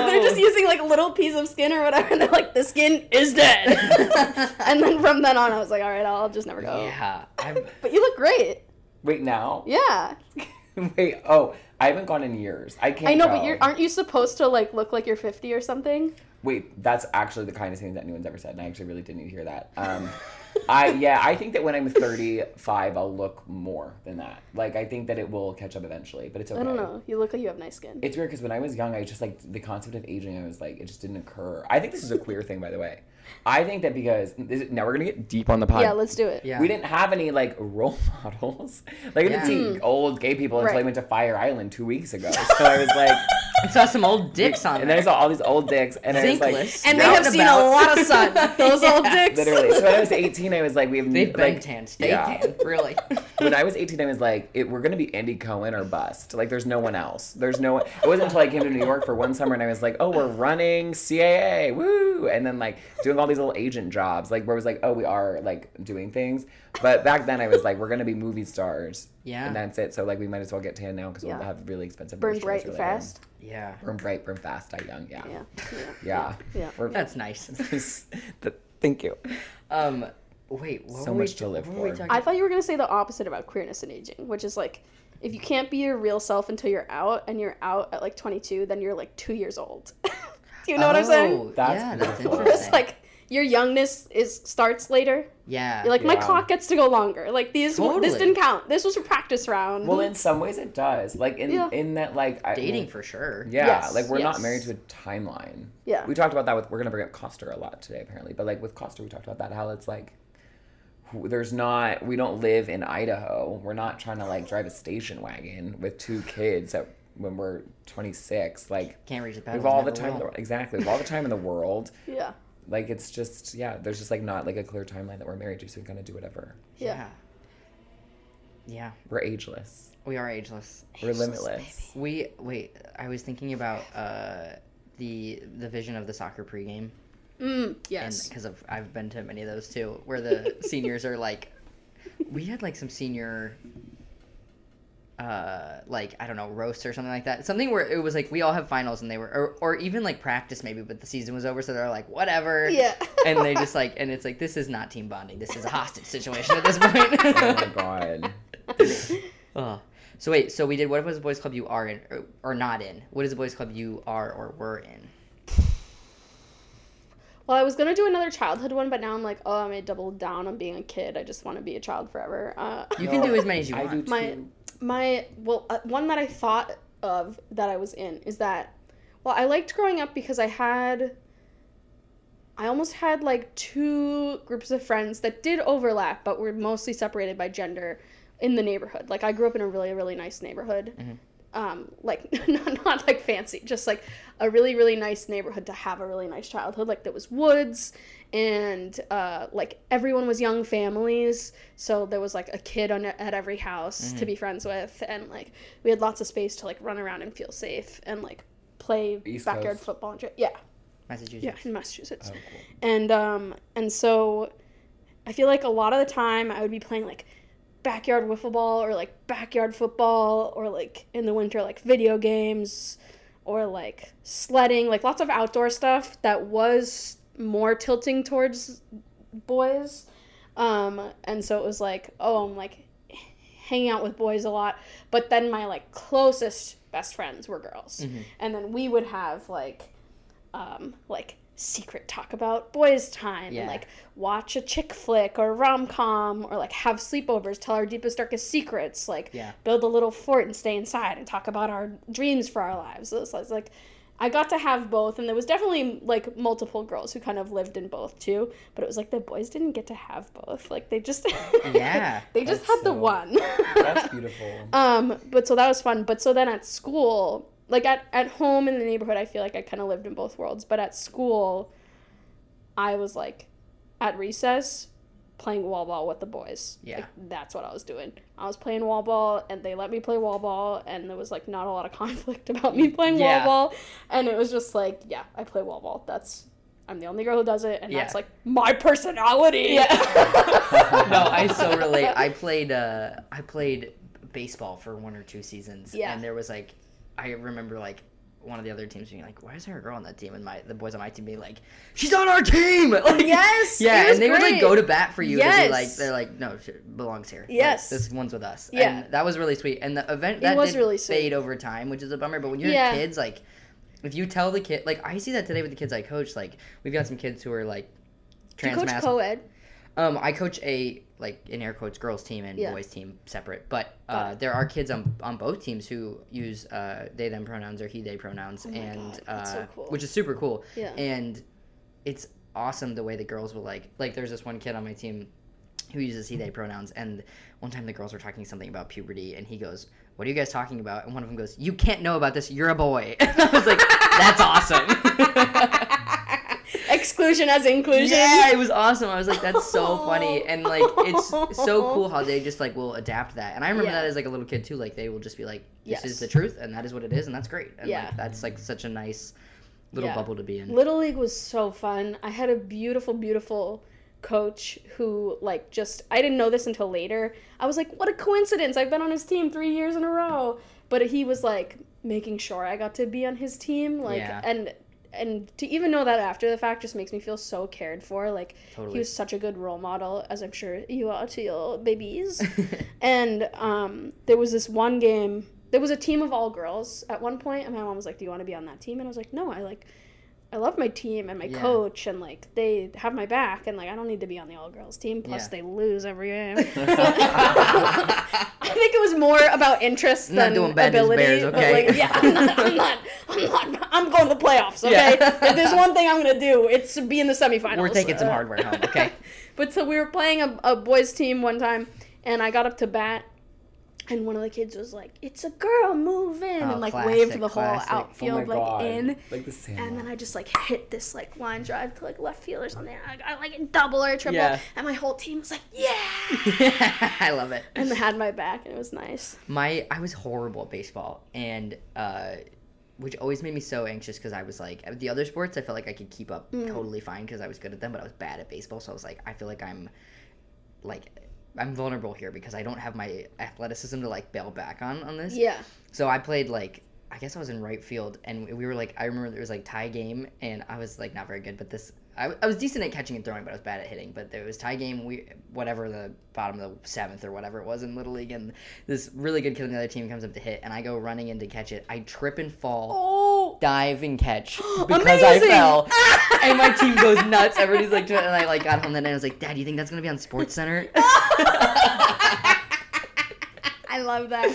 [SPEAKER 5] they're just using like a little piece of skin or whatever, and they're like, the skin is dead. and then from then on, I was like, all right, I'll just never go.
[SPEAKER 3] yeah.
[SPEAKER 5] [LAUGHS]
[SPEAKER 3] I'm,
[SPEAKER 5] But you look great.
[SPEAKER 2] Wait now. [LAUGHS]
[SPEAKER 5] Yeah.
[SPEAKER 2] Wait. Oh, I haven't gone in years. I can't.
[SPEAKER 5] I know, but
[SPEAKER 2] go.
[SPEAKER 5] you're, aren't you supposed to like look like you're 50 or something?
[SPEAKER 2] Wait, that's actually the kindest thing that anyone's ever said, and I actually really didn't need to hear that. Um, I yeah, I think that when I'm 35, I'll look more than that. Like I think that it will catch up eventually, but it's okay.
[SPEAKER 5] I don't know. You look like you have nice skin.
[SPEAKER 2] It's weird because when I was young, I just like the concept of aging. I was like, it just didn't occur. I think this is a queer thing, by the way. I think that because is it, now we're gonna get deep on the pod.
[SPEAKER 5] yeah, let's do it.
[SPEAKER 3] yeah.
[SPEAKER 2] We didn't have any like role [LAUGHS] models. Like I didn't see old gay people until I
[SPEAKER 5] Right.
[SPEAKER 2] went to Fire Island two weeks ago. [LAUGHS] So I was
[SPEAKER 5] [LAUGHS]
[SPEAKER 2] like,
[SPEAKER 3] I saw some old dicks on
[SPEAKER 2] and then I
[SPEAKER 3] there.
[SPEAKER 2] saw all these old dicks, and I was like,
[SPEAKER 3] Zinkless.
[SPEAKER 5] And they
[SPEAKER 3] Out
[SPEAKER 5] have seen a
[SPEAKER 3] about.
[SPEAKER 5] lot of sun. Those old dicks.
[SPEAKER 2] Literally. So when I was 18, I was like, we have
[SPEAKER 3] They've been
[SPEAKER 2] like,
[SPEAKER 3] tanned. Stay
[SPEAKER 2] yeah.
[SPEAKER 3] tanned.
[SPEAKER 2] [LAUGHS]
[SPEAKER 3] Really.
[SPEAKER 2] When I was 18, I was like, it, we're going to be Andy Cohen or bust. Like, there's no one else. There's no one. It wasn't until I came to New York for one summer and I was like, oh, we're running CAA. Woo. And then, like, doing all these little agent jobs, like, where it was like, oh, we are, like, doing things. But back then, I was like, we're going to be movie stars.
[SPEAKER 3] Yeah.
[SPEAKER 2] And that's it. So, like, we might as well get tan now because
[SPEAKER 5] Yeah.
[SPEAKER 2] we'll have really expensive
[SPEAKER 5] Burn
[SPEAKER 2] moisturizers
[SPEAKER 5] bright and
[SPEAKER 2] later.
[SPEAKER 5] fast.
[SPEAKER 3] Yeah.
[SPEAKER 2] Burn bright, burn fast, die young. Yeah.
[SPEAKER 5] Yeah. yeah.
[SPEAKER 2] Yeah.
[SPEAKER 5] Yeah.
[SPEAKER 2] We're-
[SPEAKER 3] That's
[SPEAKER 2] [LAUGHS]
[SPEAKER 3] nice.
[SPEAKER 2] Th- Thank you.
[SPEAKER 3] Um, wait. What
[SPEAKER 2] So
[SPEAKER 3] were we
[SPEAKER 2] much to
[SPEAKER 3] ta-
[SPEAKER 2] live
[SPEAKER 3] what were we
[SPEAKER 2] for.
[SPEAKER 3] talking
[SPEAKER 5] I thought you were gonna say the opposite about queerness and aging, which is like, if you can't be your real self until you're out, and you're out at like 22, then you're like two years old. [LAUGHS] Do you know what I'm
[SPEAKER 3] Oh,
[SPEAKER 5] saying?
[SPEAKER 2] That's
[SPEAKER 3] yeah, that's
[SPEAKER 2] beautiful.
[SPEAKER 3] interesting.
[SPEAKER 5] [LAUGHS] It's like your youngness is starts later.
[SPEAKER 3] yeah,
[SPEAKER 5] You're like my
[SPEAKER 2] Yeah.
[SPEAKER 5] clock gets to go longer. Like these, this
[SPEAKER 3] Totally.
[SPEAKER 5] didn't count. This was a practice round.
[SPEAKER 2] Well, in some ways, it does. Like in
[SPEAKER 5] Yeah.
[SPEAKER 2] in that like I,
[SPEAKER 3] dating for sure.
[SPEAKER 2] Yeah,
[SPEAKER 5] Yes,
[SPEAKER 2] like we're
[SPEAKER 5] yes.
[SPEAKER 2] not married to a timeline.
[SPEAKER 5] Yeah.
[SPEAKER 2] we talked about that with we're gonna bring up Coster a lot today apparently, but like with Coster, we talked about that how it's like who- there's not we don't live in Idaho. We're not trying to like drive a station wagon with two kids at, when we're 26. Like
[SPEAKER 3] Can't reach the pedals.
[SPEAKER 2] we've all the
[SPEAKER 3] never
[SPEAKER 2] time in the
[SPEAKER 3] will.
[SPEAKER 2] wor- exactly we've all the time in the world.
[SPEAKER 5] yeah,
[SPEAKER 2] Like it's just yeah, there's just like not like a clear timeline that we're married to, so we're gonna do whatever.
[SPEAKER 5] yeah.
[SPEAKER 3] Yeah. Yeah,
[SPEAKER 2] We're ageless.
[SPEAKER 3] we are ageless.
[SPEAKER 2] We're limitless.
[SPEAKER 3] We wait. I was thinking about uh, the the vision of the soccer pregame,
[SPEAKER 5] Mm,
[SPEAKER 3] and
[SPEAKER 5] yes.
[SPEAKER 3] because of I've been to many of those too, where
[SPEAKER 2] [LAUGHS]
[SPEAKER 3] the seniors are like, we had like some senior. Uh, like I don't know, roast or something like that. Something where it was like we all have finals, and they were, or, or even like practice maybe, but the season was over, so they're like, whatever.
[SPEAKER 5] yeah. [LAUGHS]
[SPEAKER 3] and they just like and it's like this is not team bonding this is a hostage situation at this point [LAUGHS]
[SPEAKER 2] Oh my god.
[SPEAKER 3] Ugh. so wait so we did what was the boys club you are in or, or not in what is the boys club you are or were in
[SPEAKER 5] Well, I was gonna do another childhood one, but now I'm like, oh, I'm gonna double down on being a kid. I just want to be a child forever. Uh,
[SPEAKER 3] You can do as many as you
[SPEAKER 4] I do
[SPEAKER 3] want.
[SPEAKER 4] too.
[SPEAKER 5] my
[SPEAKER 3] [LAUGHS]
[SPEAKER 5] my well uh, one that i thought of that i was in is that well i liked growing up because i had i almost had like two groups of friends that did overlap but were mostly separated by gender in the neighborhood like i grew up in a really really nice neighborhood
[SPEAKER 4] Mm-hmm.
[SPEAKER 5] um, like [LAUGHS] not, not like fancy just like a really really nice neighborhood to have a really nice childhood like there was woods and uh, like everyone was young families so there was like a kid on at every house
[SPEAKER 4] Mm-hmm.
[SPEAKER 5] to be friends with and like we had lots of space to like run around and feel safe and like play
[SPEAKER 4] East
[SPEAKER 5] backyard
[SPEAKER 4] Coast.
[SPEAKER 5] football and shit yeah
[SPEAKER 3] Massachusetts.
[SPEAKER 5] yeah in
[SPEAKER 2] Oh,
[SPEAKER 5] massachusetts and um and so i feel like a lot of the time i would be playing like backyard wiffle ball or like backyard football or like in the winter like video games or like sledding like lots of outdoor stuff that was more tilting towards boys um and so it was like oh i'm like hanging out with boys a lot but then my like closest best friends were girls
[SPEAKER 3] Mm-hmm.
[SPEAKER 5] and then we would have like um, like secret talk about boys' time,
[SPEAKER 3] Yeah.
[SPEAKER 5] and, like watch a chick flick or rom com, or like have sleepovers, tell our deepest darkest secrets, like
[SPEAKER 3] Yeah.
[SPEAKER 5] build a little fort and stay inside and talk about our dreams for our lives. So it's like- it's like I got to have both, and there was definitely like multiple girls who kind of lived in both too. But it was like the boys didn't get to have both; like they just
[SPEAKER 3] Yeah,
[SPEAKER 5] [LAUGHS] they just had the
[SPEAKER 4] so-
[SPEAKER 5] one.
[SPEAKER 4] That's beautiful.
[SPEAKER 5] Um, but so that was fun. But so then at school, like at, at home in the neighborhood, I feel like I kind of lived in both worlds. But at school, I was like at recess playing wall ball with the boys.
[SPEAKER 3] Yeah.
[SPEAKER 5] Like, that's what I was doing. I was playing wall ball and they let me play wall ball and there was like not a lot of [LAUGHS] conflict about me playing
[SPEAKER 3] Yeah.
[SPEAKER 5] wall ball. And it was just like, yeah, I play wall ball. That's I'm the only girl who does it and that's
[SPEAKER 3] Yeah.
[SPEAKER 5] like my personality. [LAUGHS] Yeah.
[SPEAKER 3] [LAUGHS] no, I
[SPEAKER 5] [LAUGHS]
[SPEAKER 3] so relate. I played uh I played baseball for one or two seasons.
[SPEAKER 5] Yeah.
[SPEAKER 3] And there was like I remember like one of the other teams being like, Why is there a girl on that team? And my the boys on my team being like, She's on our team [LAUGHS] Like,
[SPEAKER 5] Yes, it
[SPEAKER 3] Yeah,
[SPEAKER 5] was
[SPEAKER 3] and they would like
[SPEAKER 5] great.
[SPEAKER 3] go to bat for you and
[SPEAKER 5] Yes.
[SPEAKER 3] be like they're like, No, she belongs here. Like,
[SPEAKER 5] Yes.
[SPEAKER 3] this one's with us.
[SPEAKER 5] Yeah.
[SPEAKER 3] And that was really sweet. And the event that
[SPEAKER 5] was
[SPEAKER 3] did
[SPEAKER 5] really sweet.
[SPEAKER 3] fade over time, which is a bummer, but when you're
[SPEAKER 5] Yeah.
[SPEAKER 3] kids, like if you tell the kid like I see that today with the kids I coach, like we've got some kids who are like
[SPEAKER 5] You coach
[SPEAKER 3] transmasculine.
[SPEAKER 5] co ed.
[SPEAKER 3] Um, I coach a like in air quotes girls team and
[SPEAKER 5] Yeah.
[SPEAKER 3] boys team separate, but uh, there are kids on on both teams who use uh, they them pronouns or he they pronouns,
[SPEAKER 5] Oh my
[SPEAKER 3] and
[SPEAKER 5] God,
[SPEAKER 3] uh,
[SPEAKER 5] that's so cool.
[SPEAKER 3] which is super cool.
[SPEAKER 5] Yeah.
[SPEAKER 3] and it's awesome the way the girls will like like there's this one kid on my team who uses he they pronouns and one time the girls were talking something about puberty and he goes what are you guys talking about and one of them goes you can't know about this you're a boy [LAUGHS] and i was like
[SPEAKER 5] [LAUGHS]
[SPEAKER 3] that's [LAUGHS] awesome
[SPEAKER 5] Exclusion as inclusion.
[SPEAKER 3] Yeah, it was awesome. I was like, that's so funny, and like, it's so cool how they just like will adapt that. And I remember
[SPEAKER 5] Yeah.
[SPEAKER 3] that as like a little kid too. Like they will just be like, this
[SPEAKER 5] Yes.
[SPEAKER 3] is the truth, and that is what it is, and that's great. And
[SPEAKER 5] Yeah.
[SPEAKER 3] like that's like such a nice little
[SPEAKER 5] Yeah.
[SPEAKER 3] bubble to be in.
[SPEAKER 5] Little League was so fun. I had a beautiful, beautiful coach who like just I didn't know this until later. I was like, what a coincidence. I've been on his team 3 years in a row. But he was like making sure I got to be on his team like
[SPEAKER 3] Yeah.
[SPEAKER 5] and and to even know that after the fact just makes me feel so cared for. Like
[SPEAKER 3] Totally.
[SPEAKER 5] he was [LAUGHS] such a good role model as I'm sure you are to your babies. And um, there was this one game. There was a team of all girls at one point, and my mom was like, "Do you want to be on that team?" And I was like, "No, I like, I love my team and my
[SPEAKER 3] Yeah.
[SPEAKER 5] coach, and like they have my back, and like I don't need to be on the all girls team. Plus,
[SPEAKER 3] Yeah.
[SPEAKER 5] they lose every
[SPEAKER 3] [LAUGHS]
[SPEAKER 5] game. [LAUGHS] I think it was more about interest
[SPEAKER 3] Not
[SPEAKER 5] than
[SPEAKER 3] doing bad news
[SPEAKER 5] ability.
[SPEAKER 3] bears,
[SPEAKER 5] but,
[SPEAKER 3] okay.
[SPEAKER 5] like, yeah, I'm not, I'm not, I'm not, I'm going to the playoffs. Okay,
[SPEAKER 3] Yeah.
[SPEAKER 5] if there's one thing I'm gonna do, it's to be in the semifinals.
[SPEAKER 3] We're taking some
[SPEAKER 5] Uh,
[SPEAKER 3] hardware home, okay?
[SPEAKER 5] [LAUGHS] but so we were playing a, a boys team one time, and I got up to bat, and one of the kids was like, "It's a girl, move in,"
[SPEAKER 3] Oh,
[SPEAKER 5] and like
[SPEAKER 3] classic,
[SPEAKER 5] waved the
[SPEAKER 3] classic.
[SPEAKER 5] whole
[SPEAKER 3] Oh my
[SPEAKER 5] outfield like in.
[SPEAKER 4] Like the same.
[SPEAKER 5] And then I just like hit this like line drive to like left field or something. I got like a double or a triple,
[SPEAKER 3] Yeah.
[SPEAKER 5] and my whole team was like, "Yeah!"
[SPEAKER 3] [LAUGHS]
[SPEAKER 5] [LAUGHS]
[SPEAKER 3] I love it.
[SPEAKER 5] and they had my back, and it was nice.
[SPEAKER 3] my I was horrible at baseball, and uh, which always made me so anxious because I was like uh, the other sports I felt like I could keep up totally fine because I was good at them, but I was bad at baseball, so I was like I feel like I'm like I'm vulnerable here because I don't have my athleticism to like bail back on on this.
[SPEAKER 5] Yeah,
[SPEAKER 3] So I played like I guess I was in right field, and we were like I remember there was like tie game, and I was like not very good, but this I, I was decent at catching and throwing, but I was bad at hitting. But there was tie game, we whatever the bottom of the seventh or whatever it was in little league, and this really good kid on the other team comes up to hit, and I go running in to catch it. I trip and fall [LAUGHS]
[SPEAKER 5] Oh.
[SPEAKER 3] dive and catch because I fell. and my team goes nuts. Everybody's like, doing it. and I like got home that night. I was like, Dad, you think that's gonna be on Sports Center?
[SPEAKER 5] I love that.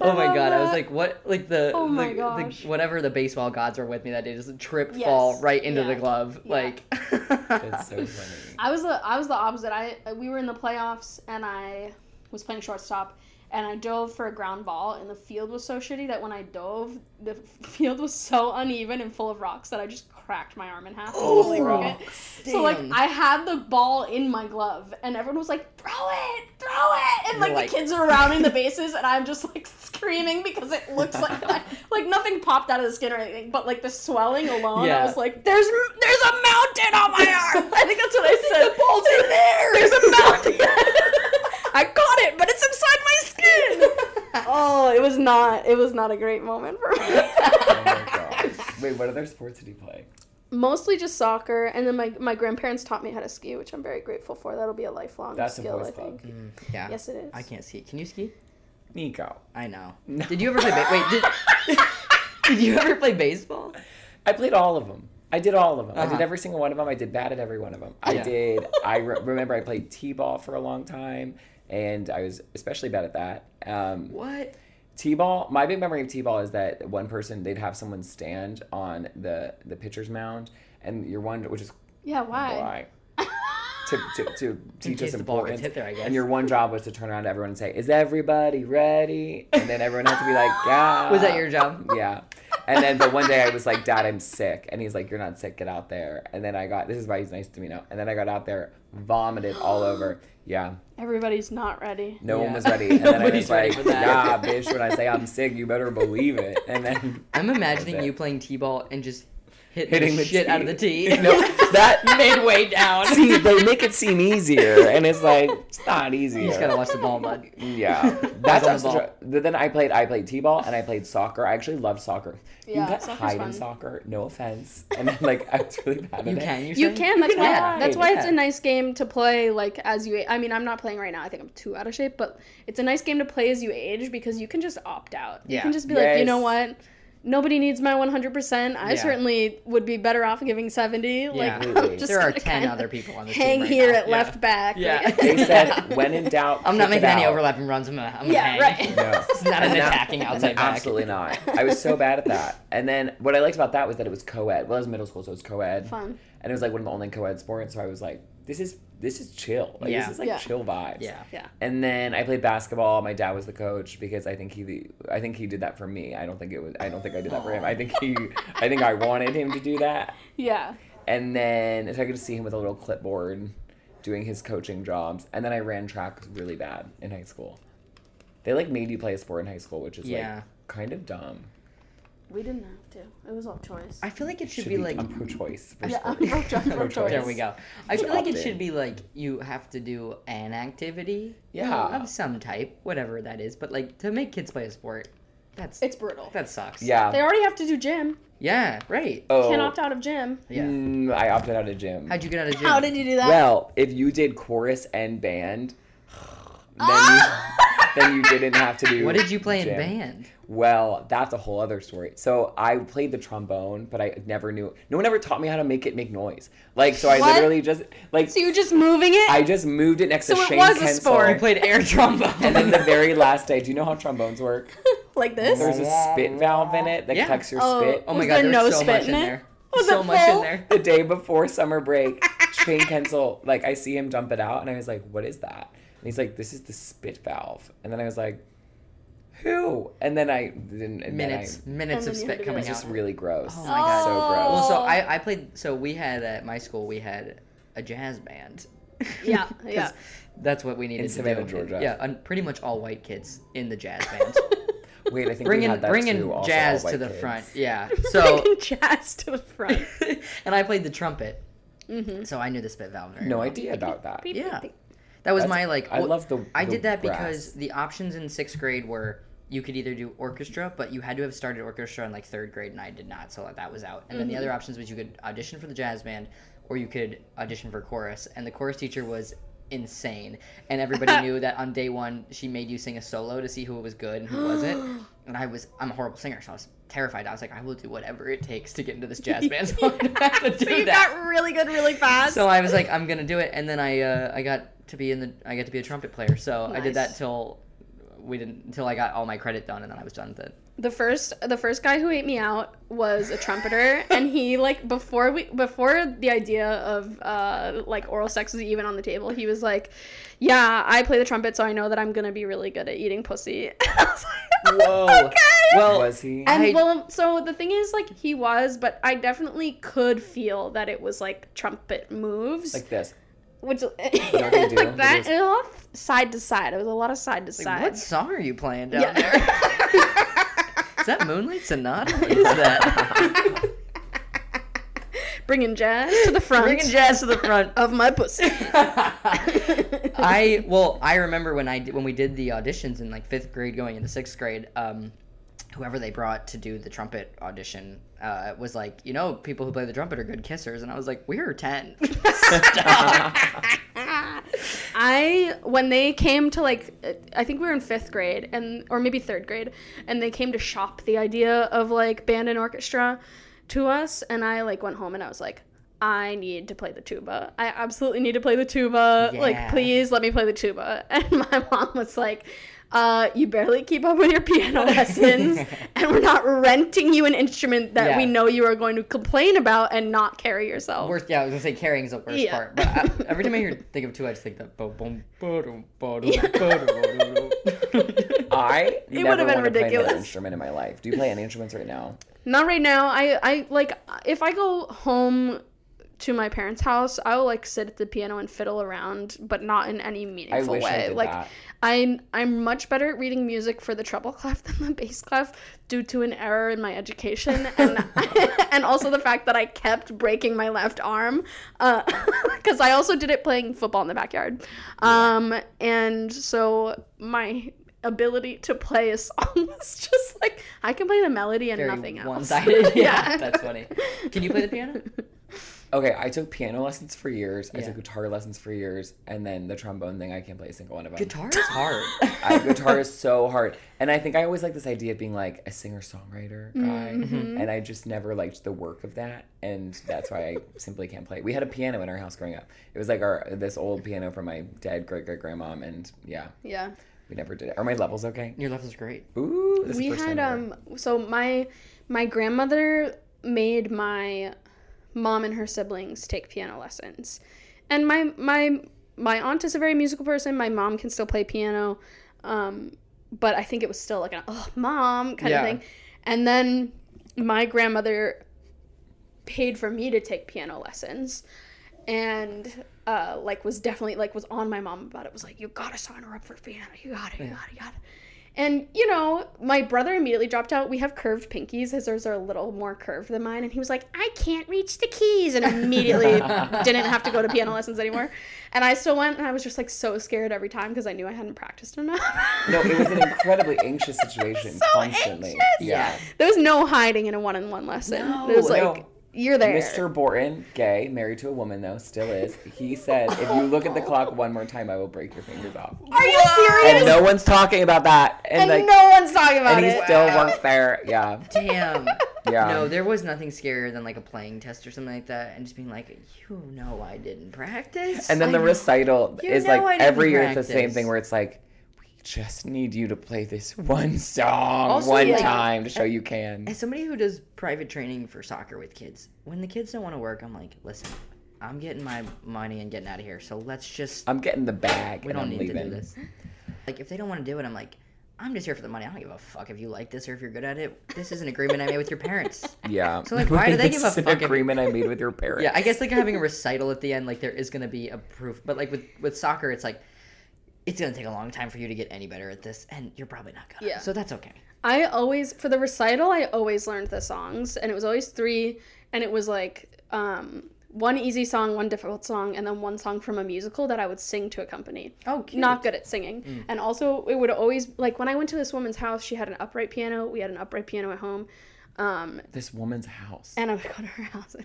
[SPEAKER 3] oh my god! I was like, what? Like the,
[SPEAKER 5] Oh my
[SPEAKER 3] the- the-
[SPEAKER 5] gosh.
[SPEAKER 3] whatever the baseball gods were with me that day, just trip,
[SPEAKER 5] Yes.
[SPEAKER 3] fall right into
[SPEAKER 5] Yeah.
[SPEAKER 3] the glove.
[SPEAKER 5] Yeah.
[SPEAKER 3] Like,
[SPEAKER 2] It's [LAUGHS] so funny.
[SPEAKER 5] I was the I was the opposite. I we were in the playoffs and I was playing shortstop and I dove for a ground ball and the field was so shitty that when I dove the [LAUGHS] field was so uneven and full of rocks that I just cracked my arm in half. and totally broke it. So like
[SPEAKER 3] Oh, Damn.
[SPEAKER 5] I had the ball in my glove and everyone was like throw it, throw it, and
[SPEAKER 3] You're
[SPEAKER 5] like,
[SPEAKER 3] like-
[SPEAKER 5] the kids are rounding
[SPEAKER 3] [LAUGHS]
[SPEAKER 5] the bases and I'm just like screaming because it looks like that. like nothing popped out of the skin or anything, but like the swelling alone, I
[SPEAKER 3] Yeah.
[SPEAKER 5] was like there's there's a mountain on my arm. I think that's what I said.
[SPEAKER 3] the [LAUGHS] balls are
[SPEAKER 5] [LAUGHS]
[SPEAKER 3] there.
[SPEAKER 5] There's
[SPEAKER 3] [LAUGHS]
[SPEAKER 5] a mountain. I caught it, but it's inside my skin. [LAUGHS] oh, it was not. It was not a great moment for me. [LAUGHS]
[SPEAKER 2] [LAUGHS] Oh my gosh. Wait, what other sports did you play?
[SPEAKER 5] Mostly just soccer, and then my my grandparents taught me how to ski, which I'm very grateful for. That'll be a lifelong
[SPEAKER 2] That's a
[SPEAKER 5] skill,
[SPEAKER 2] boys'
[SPEAKER 5] I
[SPEAKER 2] club.
[SPEAKER 5] think.
[SPEAKER 3] yeah.
[SPEAKER 5] Yes, it is.
[SPEAKER 3] I can't ski. Can you ski?
[SPEAKER 4] Nico.
[SPEAKER 3] I know. Did you ever play? Ba- wait, did, [LAUGHS] did you ever play baseball?
[SPEAKER 2] I played all of them. I did all of them. I did
[SPEAKER 3] Uh-huh.
[SPEAKER 2] every single one of them. I did bad at every one of them. I
[SPEAKER 3] Yeah.
[SPEAKER 2] did.
[SPEAKER 3] [LAUGHS]
[SPEAKER 2] I re- remember I played t-ball for a long time, and I was especially bad at that. Um,
[SPEAKER 3] What?
[SPEAKER 2] T-ball. My big memory of T-ball is that one person they'd have someone stand on the the pitcher's mound, and your one which is
[SPEAKER 5] Yeah, why?
[SPEAKER 2] why to to, to teach us
[SPEAKER 3] case the ball
[SPEAKER 2] importance.
[SPEAKER 3] gets hit there, I guess.
[SPEAKER 2] And your one job was to turn around to everyone and say, "Is everybody ready?" And then everyone had to be
[SPEAKER 3] [LAUGHS]
[SPEAKER 2] like, "Yeah."
[SPEAKER 3] Was that your job?
[SPEAKER 2] Yeah. And then, but one day I was like, Dad, I'm sick. And he's like, You're not sick. Get out there. And then I got, this is why he's nice to me now. And then I got out there, vomited all over. Yeah.
[SPEAKER 5] [LAUGHS] Everybody's not ready.
[SPEAKER 2] No one
[SPEAKER 3] Yeah.
[SPEAKER 2] was ready. And then I was
[SPEAKER 3] Nobody's ready
[SPEAKER 2] like,
[SPEAKER 3] for
[SPEAKER 2] Yeah,
[SPEAKER 3] that.
[SPEAKER 2] bitch, when I say I'm sick, you better believe it. And
[SPEAKER 3] [LAUGHS]
[SPEAKER 2] then
[SPEAKER 3] I'm imagining
[SPEAKER 2] Okay.
[SPEAKER 3] you playing t-ball and just hitting,
[SPEAKER 2] hitting
[SPEAKER 3] the,
[SPEAKER 2] the
[SPEAKER 3] shit
[SPEAKER 2] tee.
[SPEAKER 3] out of the tee. [LAUGHS]
[SPEAKER 2] No, that,
[SPEAKER 3] midway down. you
[SPEAKER 2] see, they make it seem easier. And it's like, it's not easier.
[SPEAKER 3] just gotta watch the ball, bud. [LAUGHS]
[SPEAKER 2] Yeah, that's
[SPEAKER 3] on the
[SPEAKER 2] also
[SPEAKER 3] ball.
[SPEAKER 2] true. Then I played I played t-ball and I played soccer. I actually loved soccer.
[SPEAKER 5] Yeah,
[SPEAKER 2] you got
[SPEAKER 5] soccer's
[SPEAKER 2] hide
[SPEAKER 5] fun.
[SPEAKER 2] in soccer. No offense. And then like I was really bad at
[SPEAKER 3] You
[SPEAKER 2] it.
[SPEAKER 3] can. You're
[SPEAKER 5] You
[SPEAKER 3] saying?
[SPEAKER 5] can. That's
[SPEAKER 2] can
[SPEAKER 5] why.
[SPEAKER 2] hide,
[SPEAKER 5] That's why it's
[SPEAKER 3] yeah.
[SPEAKER 5] a nice game to play. Like as you. I mean, I'm not playing right now. I think I'm too out of shape. But it's a nice game to play as you age because you can just opt out. You
[SPEAKER 3] Yeah.
[SPEAKER 5] can just be like, you know what. Nobody needs my 100%. I
[SPEAKER 3] Yeah.
[SPEAKER 5] certainly would be better off giving 70.
[SPEAKER 3] Yeah.
[SPEAKER 5] Like,
[SPEAKER 2] Completely.
[SPEAKER 5] [LAUGHS] I'm just
[SPEAKER 3] there are
[SPEAKER 5] gonna
[SPEAKER 3] ten
[SPEAKER 5] kinda
[SPEAKER 3] other people on this team
[SPEAKER 5] Hang
[SPEAKER 3] right
[SPEAKER 5] here
[SPEAKER 3] now.
[SPEAKER 5] at left back. [LAUGHS]
[SPEAKER 3] Yeah. [LAUGHS]
[SPEAKER 2] They said, when in doubt,
[SPEAKER 3] I'm not
[SPEAKER 2] kick it
[SPEAKER 3] making any
[SPEAKER 2] out."
[SPEAKER 3] overlapping runs. I'm gonna, I'm gonna
[SPEAKER 5] Yeah,
[SPEAKER 3] hang.
[SPEAKER 2] [LAUGHS]
[SPEAKER 5] right. [LAUGHS]
[SPEAKER 2] No.
[SPEAKER 3] It's not an
[SPEAKER 2] And that-
[SPEAKER 3] attacking outside back.
[SPEAKER 2] Absolutely not. I was so bad at that. And then what I liked about that was that it was co-ed. Well, it was middle school, so it was co-ed.
[SPEAKER 5] Fun.
[SPEAKER 2] And it was like one of the only co-ed sports. So I was like, this is this is chill. Like
[SPEAKER 3] Yeah.
[SPEAKER 2] this is like
[SPEAKER 5] Yeah.
[SPEAKER 2] chill vibes.
[SPEAKER 3] Yeah.
[SPEAKER 5] Yeah.
[SPEAKER 2] And then I played basketball. My dad was the coach because I think he, I think he did that for me. I don't think it was. I don't think I did that for him. I think he, I think I wanted him to do that.
[SPEAKER 5] Yeah.
[SPEAKER 2] And then so I could see him with a little clipboard, doing his coaching jobs. And then I ran track really bad in high school. They like made you play a sport in high school, which is
[SPEAKER 3] Yeah.
[SPEAKER 2] like kind of dumb.
[SPEAKER 5] We didn't have to. It was all choice.
[SPEAKER 3] I feel like it should,
[SPEAKER 2] Should
[SPEAKER 3] be, like.
[SPEAKER 2] I'm pro-choice. for
[SPEAKER 5] [LAUGHS] Yeah,
[SPEAKER 2] sports.
[SPEAKER 5] I'm pro- I'm pro-choice.
[SPEAKER 3] There we go. I feel
[SPEAKER 2] Drop
[SPEAKER 3] like it
[SPEAKER 2] in.
[SPEAKER 3] should be like you have to do an activity.
[SPEAKER 2] Yeah.
[SPEAKER 3] Of some type, whatever that is. But like to make kids play a sport, that's
[SPEAKER 5] It's brutal.
[SPEAKER 3] that sucks.
[SPEAKER 2] Yeah.
[SPEAKER 5] They already have to do gym.
[SPEAKER 3] Yeah. Right.
[SPEAKER 2] oh,
[SPEAKER 5] Can't opt out of gym.
[SPEAKER 3] Yeah.
[SPEAKER 2] mm, I opted out of gym.
[SPEAKER 3] How'd you get out of gym?
[SPEAKER 5] How did you do that?
[SPEAKER 2] Well, if you did chorus and band, then
[SPEAKER 5] [LAUGHS]
[SPEAKER 2] you, then you didn't have to do.
[SPEAKER 3] What did you play in
[SPEAKER 2] gym.
[SPEAKER 3] band?
[SPEAKER 2] Well, that's a whole other story. So I played the trombone, but I never knew. No one ever taught me how to make it make noise. Like, so I
[SPEAKER 5] What?
[SPEAKER 2] literally just like
[SPEAKER 5] so you're just moving it?
[SPEAKER 2] I just moved it next
[SPEAKER 5] So
[SPEAKER 2] to
[SPEAKER 5] it
[SPEAKER 2] Shane
[SPEAKER 5] was a
[SPEAKER 2] Kensel.
[SPEAKER 5] sport.
[SPEAKER 3] I played air trombone.
[SPEAKER 2] [LAUGHS] And then the very last day, do you know how trombones work?
[SPEAKER 5] [LAUGHS] like this?
[SPEAKER 2] There's a spit valve in it that
[SPEAKER 3] Yeah.
[SPEAKER 2] collects your
[SPEAKER 5] Oh.
[SPEAKER 2] spit.
[SPEAKER 3] oh my
[SPEAKER 5] Was
[SPEAKER 3] god,
[SPEAKER 5] there
[SPEAKER 3] there's
[SPEAKER 5] no
[SPEAKER 3] so
[SPEAKER 5] spit
[SPEAKER 3] much
[SPEAKER 5] in
[SPEAKER 3] in
[SPEAKER 5] it?
[SPEAKER 3] there.
[SPEAKER 5] Was
[SPEAKER 3] so
[SPEAKER 5] it
[SPEAKER 3] much
[SPEAKER 5] full?
[SPEAKER 3] in there.
[SPEAKER 2] the day before summer break, Shane Kensel, like I see him dump it out and I was like, what is that? And he's like, this is the spit valve. And then I was like, who? And then I didn't. And
[SPEAKER 3] Minutes, minutes
[SPEAKER 5] And then
[SPEAKER 3] of
[SPEAKER 5] you had to
[SPEAKER 3] spit
[SPEAKER 5] be like-
[SPEAKER 3] coming
[SPEAKER 2] Then I, it's
[SPEAKER 3] out.
[SPEAKER 2] just really gross.
[SPEAKER 3] Oh my God.
[SPEAKER 2] So gross.
[SPEAKER 3] Well, so I, I played. So we had at my school we had a jazz band.
[SPEAKER 5] [LAUGHS] [LAUGHS] Yeah,
[SPEAKER 3] [LAUGHS] 'Cause
[SPEAKER 5] yeah.
[SPEAKER 3] That's what we needed
[SPEAKER 2] In
[SPEAKER 3] to
[SPEAKER 2] Savannah,
[SPEAKER 3] do.
[SPEAKER 2] Georgia.
[SPEAKER 3] Yeah, and pretty much all white kids in
[SPEAKER 5] [LAUGHS]
[SPEAKER 3] the jazz band. Oh.
[SPEAKER 2] Wait, I think we
[SPEAKER 3] bringing
[SPEAKER 2] had that
[SPEAKER 3] bringing
[SPEAKER 2] too, also,
[SPEAKER 3] jazz
[SPEAKER 2] all white
[SPEAKER 3] to the
[SPEAKER 2] kids.
[SPEAKER 3] front. Yeah.
[SPEAKER 5] [LAUGHS]
[SPEAKER 3] So, [LAUGHS]
[SPEAKER 5] jazz to the front.
[SPEAKER 3] and I played the trumpet.
[SPEAKER 5] Mm-hmm.
[SPEAKER 3] So I knew the spit valve. Very
[SPEAKER 2] No
[SPEAKER 3] well.
[SPEAKER 2] idea about that.
[SPEAKER 3] Yeah. That was
[SPEAKER 2] That's-
[SPEAKER 3] my like.
[SPEAKER 2] I
[SPEAKER 3] o-
[SPEAKER 2] love the-
[SPEAKER 3] I
[SPEAKER 2] the
[SPEAKER 3] did that
[SPEAKER 2] brass.
[SPEAKER 3] because the options in sixth grade were you could either do orchestra, but you had to have started orchestra in like third grade, and I did not, so that was out. And then the
[SPEAKER 5] Mm-hmm.
[SPEAKER 3] other options was you could audition for the jazz band, or you could audition for chorus. And the chorus teacher was insane.
[SPEAKER 5] [LAUGHS]
[SPEAKER 3] And everybody knew that on day one, she made you sing a solo to see who was good and who
[SPEAKER 5] [GASPS]
[SPEAKER 3] wasn't. And I was, I'm a horrible singer, so I was terrified. I was like, I will do whatever it takes to get
[SPEAKER 5] [LAUGHS]
[SPEAKER 3] into this jazz band. So, I have to do
[SPEAKER 5] So you
[SPEAKER 3] that.
[SPEAKER 5] got really good really fast.
[SPEAKER 3] so I was like, I'm gonna do it, and then I uh, I got to be in the I got to be a trumpet player. So I did that
[SPEAKER 5] Nice.
[SPEAKER 3] till we didn't until I got all my credit done, and then I was done with it.
[SPEAKER 5] the first the first guy who ate me out was a trumpeter and he like before we before the idea of uh like oral sex was even on the table he was like yeah i play the trumpet so i know that i'm gonna be really good at eating pussy [LAUGHS] I was like,
[SPEAKER 4] Whoa.
[SPEAKER 5] [LAUGHS] okay
[SPEAKER 4] Well,
[SPEAKER 2] was he?
[SPEAKER 5] and
[SPEAKER 3] I-
[SPEAKER 5] well so the thing is like he was but i definitely could feel that it was like trumpet moves
[SPEAKER 2] like this.
[SPEAKER 5] which [LAUGHS]
[SPEAKER 2] they do.
[SPEAKER 5] like that and a lot of side to side it was a lot of side to
[SPEAKER 3] Like,
[SPEAKER 5] side
[SPEAKER 3] what song are you playing down
[SPEAKER 5] Yeah.
[SPEAKER 3] there? [LAUGHS] is that
[SPEAKER 5] [LAUGHS]
[SPEAKER 3] Moonlight Sonata? What is that?
[SPEAKER 5] bringing jazz to the [LAUGHS] front
[SPEAKER 3] Bringing jazz to the
[SPEAKER 5] [LAUGHS]
[SPEAKER 3] front.
[SPEAKER 5] of my
[SPEAKER 3] [LAUGHS]
[SPEAKER 5] pussy
[SPEAKER 3] I well, I remember when I did, when we did the auditions in like fifth grade, going into sixth grade. Um, whoever they brought to do the trumpet audition uh, was like, you know, people who play the trumpet are good kissers, and I was like, we're ten.
[SPEAKER 5] I when they came to like uh, I think we were in fifth grade and or maybe third grade and they came to shop the idea of like band and orchestra to us and I like went home and I was like I need to play the tuba. I absolutely need to play the tuba. Like
[SPEAKER 3] Yeah.
[SPEAKER 5] please let me play the tuba. [LAUGHS] And my mom was like uh, you barely keep up with your piano lessons,
[SPEAKER 3] [LAUGHS]
[SPEAKER 5] and we're not renting you an instrument that we
[SPEAKER 3] Yeah.
[SPEAKER 5] know you are going to complain about and not carry yourself.
[SPEAKER 3] worst, yeah, I was gonna say carrying is the worst
[SPEAKER 5] Yeah.
[SPEAKER 3] part. But I, every time I hear think of two, I just think that. bo- boom, ba-dum, ba-dum, ba-dum, ba-dum.
[SPEAKER 2] [LAUGHS] I never
[SPEAKER 5] [LAUGHS] It would've been
[SPEAKER 2] want to play another
[SPEAKER 5] ridiculous.
[SPEAKER 2] instrument in my life. Do you play any instruments right now?
[SPEAKER 5] Not right now. I I like if I go home to my parents' house, I will like sit at the piano and fiddle around, but not in any meaningful
[SPEAKER 2] wish I
[SPEAKER 5] way.
[SPEAKER 2] did
[SPEAKER 5] like
[SPEAKER 2] that.
[SPEAKER 5] I'm I'm much better at reading music for the treble [LAUGHS] clef than the bass clef due to an error in my
[SPEAKER 2] [LAUGHS]
[SPEAKER 5] education and [LAUGHS] and also the fact that I kept breaking my left arm [LAUGHS] because I also did it playing football in the backyard. Um, and so my ability to play a song [LAUGHS] was just like I can play the melody and
[SPEAKER 3] Very
[SPEAKER 5] nothing else. [LAUGHS]
[SPEAKER 3] one-sided. yeah, that's funny. Can you play the piano?
[SPEAKER 2] Okay, I took piano lessons for years. I
[SPEAKER 3] Yeah.
[SPEAKER 2] took guitar lessons for years, and then the trombone thing. I can't play a single one of them.
[SPEAKER 3] Guitar is hard.
[SPEAKER 2] I, guitar is so hard, and I think I always like this idea of being like a singer songwriter guy,
[SPEAKER 5] Mm-hmm.
[SPEAKER 2] and I just never liked the work of that, and that's why I simply can't play. it. We had a piano in our house growing up. It was like our this old piano from my dead great great grandmom, and yeah,
[SPEAKER 5] Yeah.
[SPEAKER 2] we never did it. Are my levels okay?
[SPEAKER 3] Your level's great.
[SPEAKER 2] Ooh, this
[SPEAKER 5] we
[SPEAKER 2] is the first
[SPEAKER 5] had
[SPEAKER 2] time ever.
[SPEAKER 5] um so my my grandmother made my mom and her siblings take piano lessons and my my my aunt is a very musical person my mom can still play piano um but i think it was still like an oh mom kind
[SPEAKER 3] Yeah.
[SPEAKER 5] of thing and then my grandmother paid for me to take piano lessons and uh, like was definitely like was on my mom about it was like you gotta sign her up for piano you gotta you gotta you gotta and you know my brother immediately dropped out we have curved pinkies his hers are a little more curved than mine and he was like i can't reach the keys and
[SPEAKER 2] [LAUGHS]
[SPEAKER 5] immediately didn't have to go to piano lessons anymore and i still went and i was just like so scared every time because i knew i hadn't practiced enough
[SPEAKER 2] no, it was
[SPEAKER 5] [LAUGHS]
[SPEAKER 2] an incredibly anxious situation
[SPEAKER 5] So
[SPEAKER 2] constantly.
[SPEAKER 5] anxious.
[SPEAKER 2] Yeah.
[SPEAKER 5] there was no hiding in a one-on-one lesson it was like
[SPEAKER 2] no.
[SPEAKER 5] you're there
[SPEAKER 2] Mr. Borton, gay, married to a woman though, still is. He said, "If you look at the clock one more time, I will break your fingers off."
[SPEAKER 5] are you serious
[SPEAKER 2] And no one's talking about that. And,
[SPEAKER 5] and
[SPEAKER 2] like,
[SPEAKER 5] no one's talking about
[SPEAKER 2] and he
[SPEAKER 5] it
[SPEAKER 2] still works there. Yeah,
[SPEAKER 3] Damn.
[SPEAKER 2] yeah.
[SPEAKER 3] No, there was nothing scarier than like a playing test or something like that, and just being like, you know, I didn't practice.
[SPEAKER 2] and then
[SPEAKER 3] I
[SPEAKER 2] the
[SPEAKER 3] know-
[SPEAKER 2] recital
[SPEAKER 3] You
[SPEAKER 2] is
[SPEAKER 3] know
[SPEAKER 2] like
[SPEAKER 3] I didn't
[SPEAKER 2] every year it's the same
[SPEAKER 3] practice.
[SPEAKER 2] thing where it's like, we just need you to play this one song
[SPEAKER 3] Also,
[SPEAKER 2] one
[SPEAKER 3] like-
[SPEAKER 2] time to show you can.
[SPEAKER 3] As somebody who does private training for soccer with kids, when the kids don't want to work, I'm like, listen, I'm getting my money and getting out of here. So let's just.
[SPEAKER 2] I'm getting the bag
[SPEAKER 3] we
[SPEAKER 2] and
[SPEAKER 3] don't
[SPEAKER 2] I'm
[SPEAKER 3] need
[SPEAKER 2] leaving.
[SPEAKER 3] to do this. Like if they don't want to do it, I'm like, I'm just here for the money. I don't give a fuck if you like this or if you're good at it. This is an agreement I made with your parents.
[SPEAKER 2] Yeah.
[SPEAKER 3] So,
[SPEAKER 2] [LAUGHS]
[SPEAKER 3] like, why do they
[SPEAKER 2] This
[SPEAKER 3] give a
[SPEAKER 2] is an
[SPEAKER 3] fuck if-
[SPEAKER 2] agreement I made with your parents?
[SPEAKER 3] [LAUGHS] Yeah, I guess like having a recital at the end, like there is gonna be a proof. But like with with soccer, it's like it's gonna take a long time for you to get any better at this, and you're probably not gonna.
[SPEAKER 5] Yeah.
[SPEAKER 3] So that's okay.
[SPEAKER 5] I always for the recital I always learned the songs and it was always three and it was like um one easy song, one difficult song, and then one song from a musical that I would sing to accompany.
[SPEAKER 3] Oh, cute.
[SPEAKER 5] Not good at singing.
[SPEAKER 2] Mm.
[SPEAKER 5] And also it would always like when I went to this woman's house, she had an upright piano. We had an upright piano at home. Um,
[SPEAKER 2] This woman's house.
[SPEAKER 5] and I would [LAUGHS] go to her house.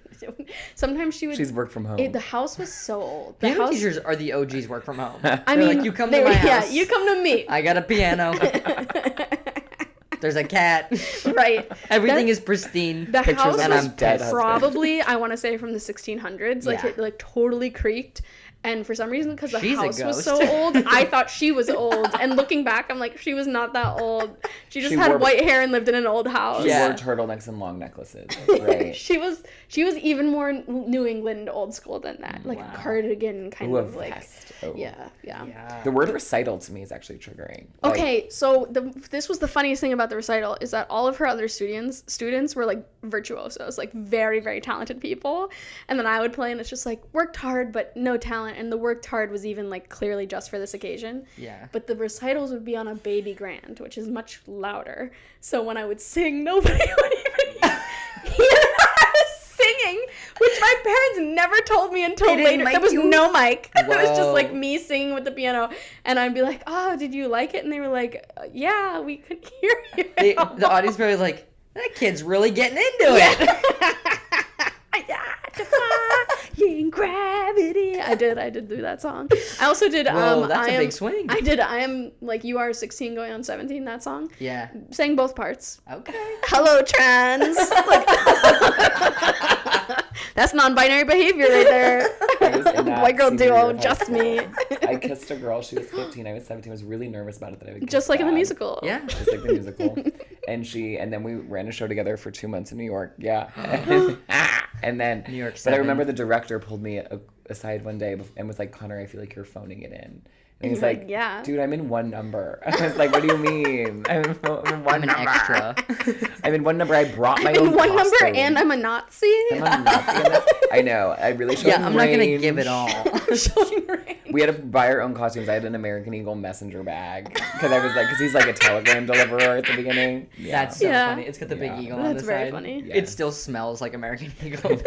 [SPEAKER 5] Sometimes she would.
[SPEAKER 2] She's worked from home.
[SPEAKER 5] it, the house was so old. The
[SPEAKER 3] Piano
[SPEAKER 5] house.
[SPEAKER 3] teachers are the OGs work from
[SPEAKER 5] [LAUGHS]
[SPEAKER 3] home.
[SPEAKER 5] I
[SPEAKER 3] They're
[SPEAKER 5] mean,
[SPEAKER 3] like, you come
[SPEAKER 5] they-
[SPEAKER 3] to my house.
[SPEAKER 5] Yeah, you come to me.
[SPEAKER 3] I got
[SPEAKER 5] [LAUGHS]
[SPEAKER 3] a piano. There's a cat.
[SPEAKER 5] right.
[SPEAKER 3] Everything
[SPEAKER 5] That-
[SPEAKER 3] is pristine.
[SPEAKER 5] The
[SPEAKER 2] Pictures
[SPEAKER 5] house
[SPEAKER 2] of
[SPEAKER 3] and
[SPEAKER 5] was
[SPEAKER 3] I'm dead.
[SPEAKER 2] husband.
[SPEAKER 5] probably I want to say from the 1600s. Like
[SPEAKER 3] Yeah.
[SPEAKER 5] it like totally creaked. And for some reason, because the
[SPEAKER 3] She's a
[SPEAKER 5] house was so
[SPEAKER 3] ghost.
[SPEAKER 5] old,
[SPEAKER 3] [LAUGHS]
[SPEAKER 5] I thought she was old. And looking back, I'm like, she was not that old. She just
[SPEAKER 2] She
[SPEAKER 5] had
[SPEAKER 2] wore-
[SPEAKER 5] white hair and lived in an old house.
[SPEAKER 2] she
[SPEAKER 3] Yeah.
[SPEAKER 2] wore turtlenecks and long
[SPEAKER 3] [LAUGHS]
[SPEAKER 2] necklaces. Right.
[SPEAKER 5] [LAUGHS] She was she was even more New England old school than that, like a cardigan kind
[SPEAKER 2] Ooh, a
[SPEAKER 5] of like
[SPEAKER 2] vest. Oh.
[SPEAKER 5] yeah yeah.
[SPEAKER 3] Yeah.
[SPEAKER 2] The word recital to me is actually triggering. Like,
[SPEAKER 5] Okay, so the, this was the funniest thing about the recital is that all of her other students students were like virtuosos, like very very talented people, and then I would play and it's just like worked hard but no talent, and the worked hard was even like clearly just for this occasion.
[SPEAKER 3] Yeah.
[SPEAKER 5] But the recitals would be on a baby grand, which is much louder. So when I would sing, [LAUGHS] nobody would even hear [LAUGHS] I was singing, which my parents never told me until
[SPEAKER 3] They didn't
[SPEAKER 5] later. There
[SPEAKER 3] mic
[SPEAKER 5] was
[SPEAKER 3] you?
[SPEAKER 5] no mic. [LAUGHS] It was just
[SPEAKER 3] Whoa.
[SPEAKER 5] like me singing with the piano, and I'd be like, "Oh, did you like it?" And they were like, uh, "Yeah, we could [LAUGHS] hear you."
[SPEAKER 3] They, the audience probably like, that kid's really getting into it.
[SPEAKER 5] Defying gravity. I did. I did do that song. I also did.
[SPEAKER 3] Whoa,
[SPEAKER 5] um,
[SPEAKER 3] that's
[SPEAKER 5] I
[SPEAKER 3] a
[SPEAKER 5] am,
[SPEAKER 3] big swing.
[SPEAKER 5] I did. I am like you are sixteen going on seventeen. That song
[SPEAKER 3] [LAUGHS] yeah.
[SPEAKER 5] sang both parts.
[SPEAKER 3] Okay.
[SPEAKER 5] Hello, trans. Like- [LAUGHS] that's non-binary behavior right
[SPEAKER 3] [LAUGHS]
[SPEAKER 2] I was
[SPEAKER 5] there.
[SPEAKER 2] in that
[SPEAKER 5] Boy girl
[SPEAKER 2] senior year
[SPEAKER 5] duo,
[SPEAKER 2] of high
[SPEAKER 5] just
[SPEAKER 2] school.
[SPEAKER 5] me.
[SPEAKER 2] [LAUGHS] I kissed a girl. She was 15. I was 17. I was really nervous about it. That I would kiss
[SPEAKER 5] Just like in the
[SPEAKER 2] Dad.
[SPEAKER 5] musical.
[SPEAKER 2] [LAUGHS]
[SPEAKER 3] Yeah.
[SPEAKER 2] Just like the musical. and she and then we ran a show together for two months in New York. Yeah. [LAUGHS] and then
[SPEAKER 3] New York
[SPEAKER 2] But I remember
[SPEAKER 3] seven.
[SPEAKER 2] the director pulled me a, aside one day bef- and was like, Connor, I feel like you're phoning it in. And he's
[SPEAKER 5] you're like,
[SPEAKER 2] like,
[SPEAKER 5] "Yeah."
[SPEAKER 2] dude, I'm in one number. [LAUGHS] I was like, what do you mean? I'm, in fo- I'm in one
[SPEAKER 3] [LAUGHS] I'm an
[SPEAKER 2] number. [LAUGHS]
[SPEAKER 3] extra.
[SPEAKER 2] I'm in one number. I brought my own
[SPEAKER 5] In one number,
[SPEAKER 2] costume.
[SPEAKER 5] and I'm a Nazi.
[SPEAKER 2] [LAUGHS] I'm a Nazi in this. I know. I really showed
[SPEAKER 3] yeah, I'm not going to
[SPEAKER 2] range.
[SPEAKER 3] give it all.
[SPEAKER 2] [LAUGHS]
[SPEAKER 3] [LAUGHS]
[SPEAKER 2] We had to buy our own costumes. I had an American Eagle messenger bag because I was like, because he's like a telegram deliverer at the beginning. Yeah.
[SPEAKER 3] That's so
[SPEAKER 5] Yeah.
[SPEAKER 3] funny. It's got the
[SPEAKER 2] Yeah.
[SPEAKER 3] big eagle on
[SPEAKER 5] That's
[SPEAKER 3] the
[SPEAKER 5] very
[SPEAKER 3] side.
[SPEAKER 5] funny.
[SPEAKER 3] It still smells like American [LAUGHS]
[SPEAKER 2] [LAUGHS]
[SPEAKER 3] eagle.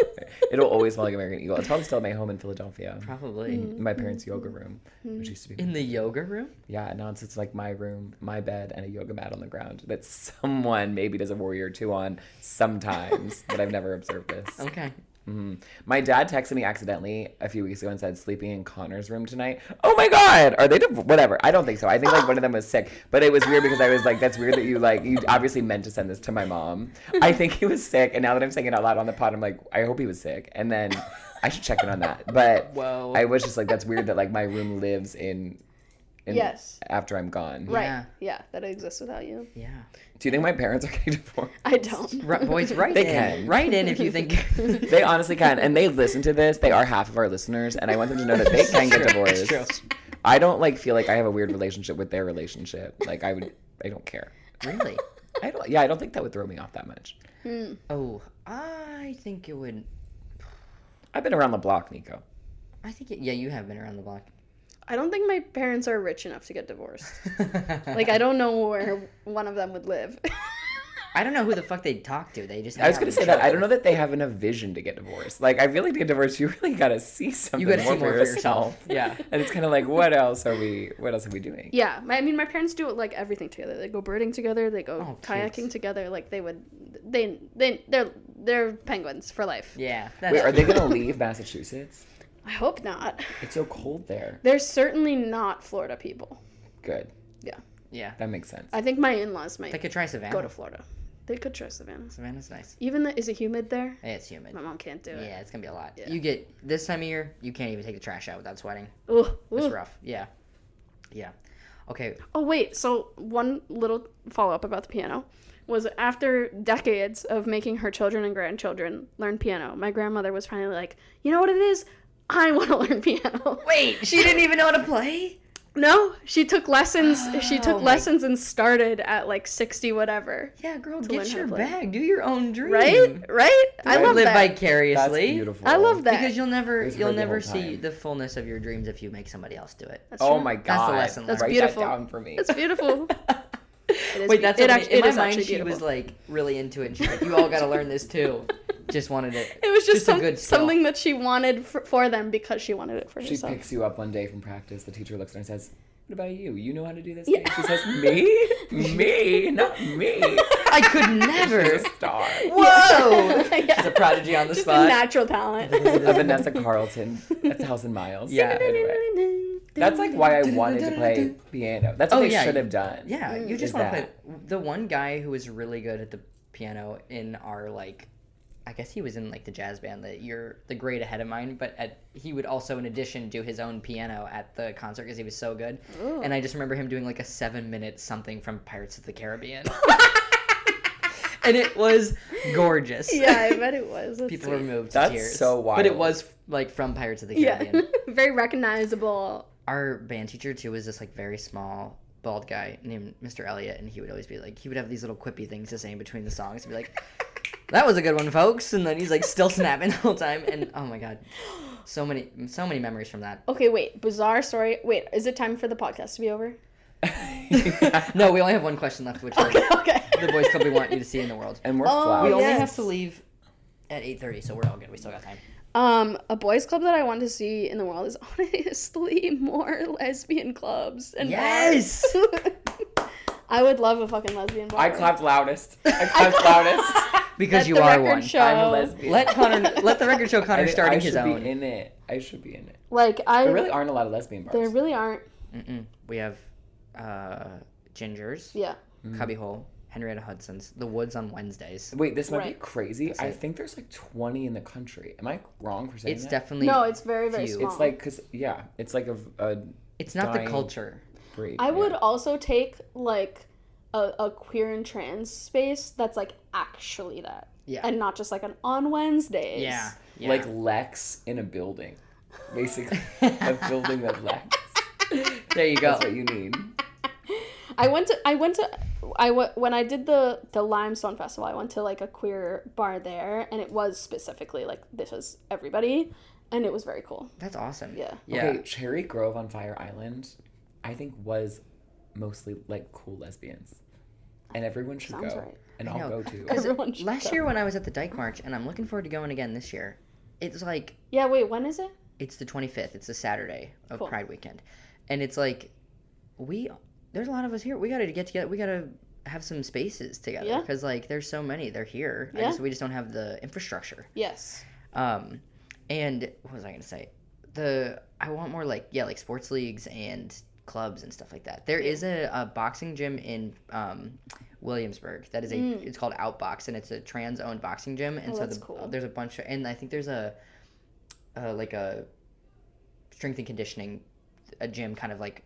[SPEAKER 2] It'll always smell like American Eagle. It's probably still at my home in Philadelphia,
[SPEAKER 3] Probably.
[SPEAKER 5] Hmm.
[SPEAKER 2] in my parents' yoga room, which used to be
[SPEAKER 3] In the yoga room?
[SPEAKER 2] yeah. Now it's, it's like my room, my bed, and a yoga mat on the ground that [LAUGHS] someone maybe does a warrior two on sometimes, but I've never observed this.
[SPEAKER 3] Okay.
[SPEAKER 2] Mhm. My dad texted me accidentally a few weeks ago and said sleeping in Connor's room tonight. Oh my god, are they div- whatever? I don't think so. I think like one of them was sick, but it was weird because I was like, that's weird that you like you obviously meant to send this to my mom. I think he was sick, and now that I'm saying it out loud on the pod, I'm like, I hope he was sick, and then I should check in on that.
[SPEAKER 3] [LAUGHS]
[SPEAKER 2] But
[SPEAKER 3] Whoa.
[SPEAKER 2] I was just like, that's weird that like my room lives in. in
[SPEAKER 5] Yes.
[SPEAKER 2] After I'm gone.
[SPEAKER 5] Right.
[SPEAKER 3] Yeah.
[SPEAKER 5] Yeah. that exists without you.
[SPEAKER 3] Yeah.
[SPEAKER 2] Do you think my parents are getting [LAUGHS] divorced?
[SPEAKER 5] I don't.
[SPEAKER 3] R- boys, write
[SPEAKER 2] They
[SPEAKER 3] in.
[SPEAKER 2] can.
[SPEAKER 3] Write in if
[SPEAKER 2] [LAUGHS]
[SPEAKER 3] you think. [LAUGHS]
[SPEAKER 2] They honestly can, and they listen to this. They are half of our listeners, and I want them to know that they can get divorced.
[SPEAKER 3] True.
[SPEAKER 2] I don't like feel like I have a weird relationship with their relationship. Like I would, I don't care.
[SPEAKER 5] [LAUGHS]
[SPEAKER 3] Really?
[SPEAKER 2] I don't. Yeah, I don't think that would throw me off that much.
[SPEAKER 5] Hmm.
[SPEAKER 3] Oh, I think it would.
[SPEAKER 2] I've been around the block, Nico.
[SPEAKER 3] I think it, yeah, you have been around the block. [LAUGHS]
[SPEAKER 5] I don't think my parents are rich enough to get divorced. Like I don't know where one of them would [LAUGHS] live.
[SPEAKER 3] I don't know who the fuck they talk to. They just.
[SPEAKER 2] I was gonna say that I don't know that they have enough vision to get divorced. Like I feel like to get divorced, you really gotta see something.
[SPEAKER 3] You gotta
[SPEAKER 2] more
[SPEAKER 3] see more for yourself.
[SPEAKER 2] [LAUGHS]
[SPEAKER 3] yeah.
[SPEAKER 2] and it's kind of like, what else are we? What else are we doing?
[SPEAKER 5] yeah, my, I mean my parents do like everything together. They go birding together. They go
[SPEAKER 3] Oh,
[SPEAKER 5] kayaking
[SPEAKER 3] cute.
[SPEAKER 5] together. Like they would, they they they're they're penguins for life.
[SPEAKER 3] Yeah. That's
[SPEAKER 2] Wait, are they gonna leave Massachusetts?
[SPEAKER 5] I hope not.
[SPEAKER 2] It's so cold there.
[SPEAKER 5] They're certainly not Florida people.
[SPEAKER 2] Good,
[SPEAKER 3] Yeah.
[SPEAKER 2] that makes sense.
[SPEAKER 5] I think my in-laws might
[SPEAKER 3] They could try
[SPEAKER 5] go
[SPEAKER 3] Savannah.
[SPEAKER 5] to Florida. They could try Savannah.
[SPEAKER 3] Savannah's nice.
[SPEAKER 5] Even though is it humid there?
[SPEAKER 3] Hey, it's humid.
[SPEAKER 5] My mom can't do it.
[SPEAKER 3] Yeah, it's gonna be a lot. You get this time of year, you can't even take the trash out without sweating.
[SPEAKER 5] Ooh,
[SPEAKER 3] It's
[SPEAKER 5] ooh.
[SPEAKER 3] rough. Yeah. Yeah. Okay.
[SPEAKER 5] Oh wait, so one little follow up about the piano was after decades of making her children and grandchildren learn piano, my grandmother was finally like, you know what it is? I [LAUGHS] want to learn piano.
[SPEAKER 3] Wait, she didn't even know how to play.
[SPEAKER 5] No, she took lessons. she
[SPEAKER 3] Oh
[SPEAKER 5] took
[SPEAKER 3] my-
[SPEAKER 5] lessons and started at like sixty whatever.
[SPEAKER 3] Yeah, girl,
[SPEAKER 5] learn
[SPEAKER 3] get
[SPEAKER 5] how to
[SPEAKER 3] your
[SPEAKER 5] play.
[SPEAKER 3] bag. Do your own dream.
[SPEAKER 5] Right, right. I
[SPEAKER 3] I
[SPEAKER 5] love
[SPEAKER 3] live
[SPEAKER 5] that.
[SPEAKER 2] That's
[SPEAKER 3] vicariously.
[SPEAKER 2] beautiful.
[SPEAKER 5] I love that.
[SPEAKER 3] Because you'll never
[SPEAKER 2] It's
[SPEAKER 3] you'll
[SPEAKER 2] hard the
[SPEAKER 3] never
[SPEAKER 2] whole
[SPEAKER 3] see
[SPEAKER 2] time.
[SPEAKER 3] the fullness of your dreams if you make somebody else do it.
[SPEAKER 5] That's
[SPEAKER 2] Oh
[SPEAKER 5] true.
[SPEAKER 2] my god,
[SPEAKER 3] That's the lesson
[SPEAKER 5] That's
[SPEAKER 2] Write
[SPEAKER 5] beautiful.
[SPEAKER 2] That down for me.
[SPEAKER 5] It's beautiful. It is
[SPEAKER 3] Wait,
[SPEAKER 5] be-
[SPEAKER 3] that's
[SPEAKER 5] it
[SPEAKER 3] what I
[SPEAKER 5] act-
[SPEAKER 3] mean. in
[SPEAKER 5] it
[SPEAKER 3] my
[SPEAKER 5] is
[SPEAKER 3] mind.
[SPEAKER 5] actually
[SPEAKER 3] She was
[SPEAKER 5] beautiful.
[SPEAKER 3] like really into it. And she's like, "You all got to learn this too." [LAUGHS] Just wanted it.
[SPEAKER 5] [LAUGHS] It was just,
[SPEAKER 3] a
[SPEAKER 5] some-
[SPEAKER 3] good skill.
[SPEAKER 5] something that she wanted for, for them because she wanted it for
[SPEAKER 2] She
[SPEAKER 5] herself.
[SPEAKER 2] picks you up one day from
[SPEAKER 3] [LAUGHS]
[SPEAKER 2] practice. The teacher looks at her and says, What about you? You know how to do this? Thing? She says, Me? Me? Not me.
[SPEAKER 3] I could
[SPEAKER 5] [LAUGHS]
[SPEAKER 3] never.
[SPEAKER 2] Star.
[SPEAKER 3] Whoa.
[SPEAKER 7] She's a prodigy on the
[SPEAKER 5] a
[SPEAKER 7] spot.
[SPEAKER 5] natural
[SPEAKER 3] [LAUGHS]
[SPEAKER 5] talent.
[SPEAKER 2] A Vanessa Carlton, a thousand miles.
[SPEAKER 3] Yeah.
[SPEAKER 2] Anyway. That's
[SPEAKER 5] [LAUGHS]
[SPEAKER 2] like why I wanted to play piano. That's what
[SPEAKER 3] Oh,
[SPEAKER 2] they
[SPEAKER 3] yeah.
[SPEAKER 2] should have done. [LAUGHS]
[SPEAKER 3] Yeah, you
[SPEAKER 2] Mm, Is
[SPEAKER 3] just want to play
[SPEAKER 2] that-
[SPEAKER 3] the one guy who was really good at the piano in our like I guess he was in like the jazz band that you're the grade ahead of mine, but at, he would also in addition do his own piano at the concert because he was so good. And I just remember him doing like a seven minute something from Pirates of the
[SPEAKER 2] [LAUGHS]
[SPEAKER 3] Caribbean. [LAUGHS] and it was gorgeous.
[SPEAKER 5] yeah, I bet it was. That's
[SPEAKER 3] People were
[SPEAKER 5] sweet.
[SPEAKER 3] moved
[SPEAKER 2] That's
[SPEAKER 3] to tears.
[SPEAKER 2] so
[SPEAKER 3] But it
[SPEAKER 2] wild.
[SPEAKER 3] was like from Pirates of the Caribbean
[SPEAKER 5] yeah, [LAUGHS] very recognizable.
[SPEAKER 3] our band teacher too was this like very small bald guy named Mr. Elliot, and he would always be like, he would have these little quippy things to say in between the songs, and be like, "That was a good one, folks," and then he's like still snapping [LAUGHS] the whole time, and oh my god, so many, so many memories
[SPEAKER 2] [LAUGHS]
[SPEAKER 3] from that.
[SPEAKER 5] Okay, wait, bizarre story. Wait, is it time for the podcast to be
[SPEAKER 3] [LAUGHS]
[SPEAKER 5] over?
[SPEAKER 3] No, we only have one question left, which is
[SPEAKER 5] [LAUGHS] Okay.
[SPEAKER 3] the boys club
[SPEAKER 5] [LAUGHS]
[SPEAKER 3] we want you to see in the world.
[SPEAKER 2] And we're
[SPEAKER 5] Oh,
[SPEAKER 3] We
[SPEAKER 2] flowers.
[SPEAKER 3] only
[SPEAKER 5] Yes.
[SPEAKER 3] have to leave at eight thirty, so we're all good. We still got time.
[SPEAKER 5] Um, a boys' club that I want to see in the world is [LAUGHS] honestly more lesbian clubs and
[SPEAKER 3] Yes!
[SPEAKER 5] bars. [LAUGHS] I would love a fucking lesbian bar.
[SPEAKER 2] I
[SPEAKER 5] [LAUGHS]
[SPEAKER 2] clapped loudest.
[SPEAKER 3] [LAUGHS]
[SPEAKER 2] I clapped loudest.
[SPEAKER 3] Because
[SPEAKER 5] Let
[SPEAKER 3] you
[SPEAKER 5] the
[SPEAKER 3] are
[SPEAKER 5] record
[SPEAKER 3] one.
[SPEAKER 5] Show.
[SPEAKER 2] I'm a lesbian.
[SPEAKER 3] Let Connor, let the record
[SPEAKER 2] [LAUGHS]
[SPEAKER 3] show
[SPEAKER 2] I
[SPEAKER 3] Connor
[SPEAKER 2] think
[SPEAKER 3] starting
[SPEAKER 2] I
[SPEAKER 3] his
[SPEAKER 2] should
[SPEAKER 3] own.
[SPEAKER 2] be in it. I should be in it.
[SPEAKER 5] Like I
[SPEAKER 2] There really aren't a lot of lesbian bars.
[SPEAKER 5] there really aren't.
[SPEAKER 3] Mm-mm. We have uh, gingers.
[SPEAKER 5] Yeah.
[SPEAKER 2] Mm.
[SPEAKER 3] Cubbyhole, Henrietta Hudson's, The Woods on Wednesdays.
[SPEAKER 2] Wait, this might be
[SPEAKER 5] Right.
[SPEAKER 2] crazy. I
[SPEAKER 3] it.
[SPEAKER 2] think there's like 20 in the country. Am I wrong for saying
[SPEAKER 3] It's
[SPEAKER 2] that?
[SPEAKER 3] definitely
[SPEAKER 5] No, it's very very
[SPEAKER 3] few.
[SPEAKER 5] small.
[SPEAKER 2] It's like, cause yeah, it's like a, a
[SPEAKER 3] it's not
[SPEAKER 2] dying.
[SPEAKER 3] the culture.
[SPEAKER 2] breed.
[SPEAKER 5] I
[SPEAKER 2] yeah.
[SPEAKER 5] would also take like a, a queer and trans space that's like actually that.
[SPEAKER 3] Yeah.
[SPEAKER 5] And not just like an on Wednesdays.
[SPEAKER 3] yeah. yeah.
[SPEAKER 2] like Lex in a building,
[SPEAKER 3] [LAUGHS]
[SPEAKER 2] basically a [LAUGHS] building of Lex.
[SPEAKER 3] there you go.
[SPEAKER 2] That's what you need.
[SPEAKER 5] I went to I went to I went, when I did the the Limestone Festival. I went to like a queer bar there, and it was specifically like this is everybody, and it was very cool.
[SPEAKER 3] That's awesome.
[SPEAKER 5] Yeah.
[SPEAKER 3] Yeah.
[SPEAKER 2] Okay, Cherry Grove on Fire Island, I think was mostly like cool lesbians, and everyone should
[SPEAKER 5] Sounds
[SPEAKER 2] go,
[SPEAKER 5] right.
[SPEAKER 2] and
[SPEAKER 3] I
[SPEAKER 2] I'll
[SPEAKER 3] know.
[SPEAKER 2] go too.
[SPEAKER 3] 'Cause
[SPEAKER 5] Everyone should
[SPEAKER 3] Last
[SPEAKER 5] go.
[SPEAKER 3] year when I was at the Dyke March, and I'm looking forward to going again this year, it's like
[SPEAKER 5] Yeah. Wait, when is it?
[SPEAKER 3] it's the 25th. It's a Saturday of
[SPEAKER 5] Cool.
[SPEAKER 3] Pride Weekend, and it's like we there's a lot of us here. We gotta get together. We gotta have some spaces together
[SPEAKER 5] Yeah.
[SPEAKER 3] because like there's so many. They're here. I
[SPEAKER 5] Yeah.
[SPEAKER 3] just, we just don't have the infrastructure.
[SPEAKER 5] Yes.
[SPEAKER 3] Um, and what was I gonna say? The I want more like yeah, like sports leagues and clubs and stuff like that. There is a, a boxing gym in um, Williamsburg that is a it's called Outbox and it's a trans owned boxing gym and
[SPEAKER 5] Mm. Oh,
[SPEAKER 3] so
[SPEAKER 5] that's
[SPEAKER 3] the,
[SPEAKER 5] cool.
[SPEAKER 3] there's a bunch of and I think there's a uh, like a strength and conditioning a gym kind of like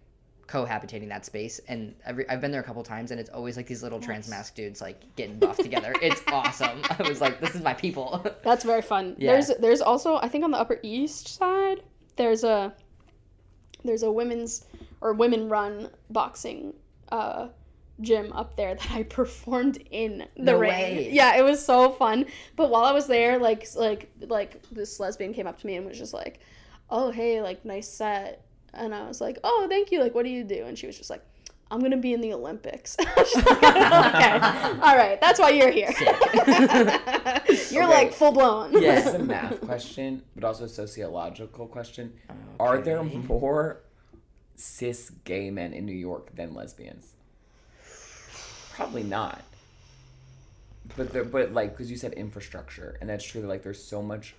[SPEAKER 3] cohabitating that space and every I've been there a couple times and it's always like these little trans mask dudes like getting buffed together.
[SPEAKER 5] [LAUGHS]
[SPEAKER 3] It's awesome. I was like, this is my people. [LAUGHS]
[SPEAKER 5] That's very fun.
[SPEAKER 3] Yeah.
[SPEAKER 5] There's there's also I think on the Upper East Side there's a there's a women's or women run boxing uh, gym up there that I [LAUGHS] performed in the
[SPEAKER 3] No
[SPEAKER 5] ring.
[SPEAKER 3] way.
[SPEAKER 5] Yeah, it was so fun. But while I was there, like like like this lesbian came up to me and was just like, "Oh hey, like nice set," and I was like, "Oh thank you. Like what do you do?" And she was just like. I'm gonna be in the Olympics. [LAUGHS] I was just like,
[SPEAKER 3] [LAUGHS]
[SPEAKER 5] okay, all right. That's why you're here. [LAUGHS] you're
[SPEAKER 2] Okay.
[SPEAKER 5] like full blown.
[SPEAKER 2] This
[SPEAKER 5] [LAUGHS]
[SPEAKER 2] is a math question, but also a sociological question. Are there more cis gay men in New York than lesbians? Probably not. But there, but like because you said infrastructure, and that's true. Like there's so much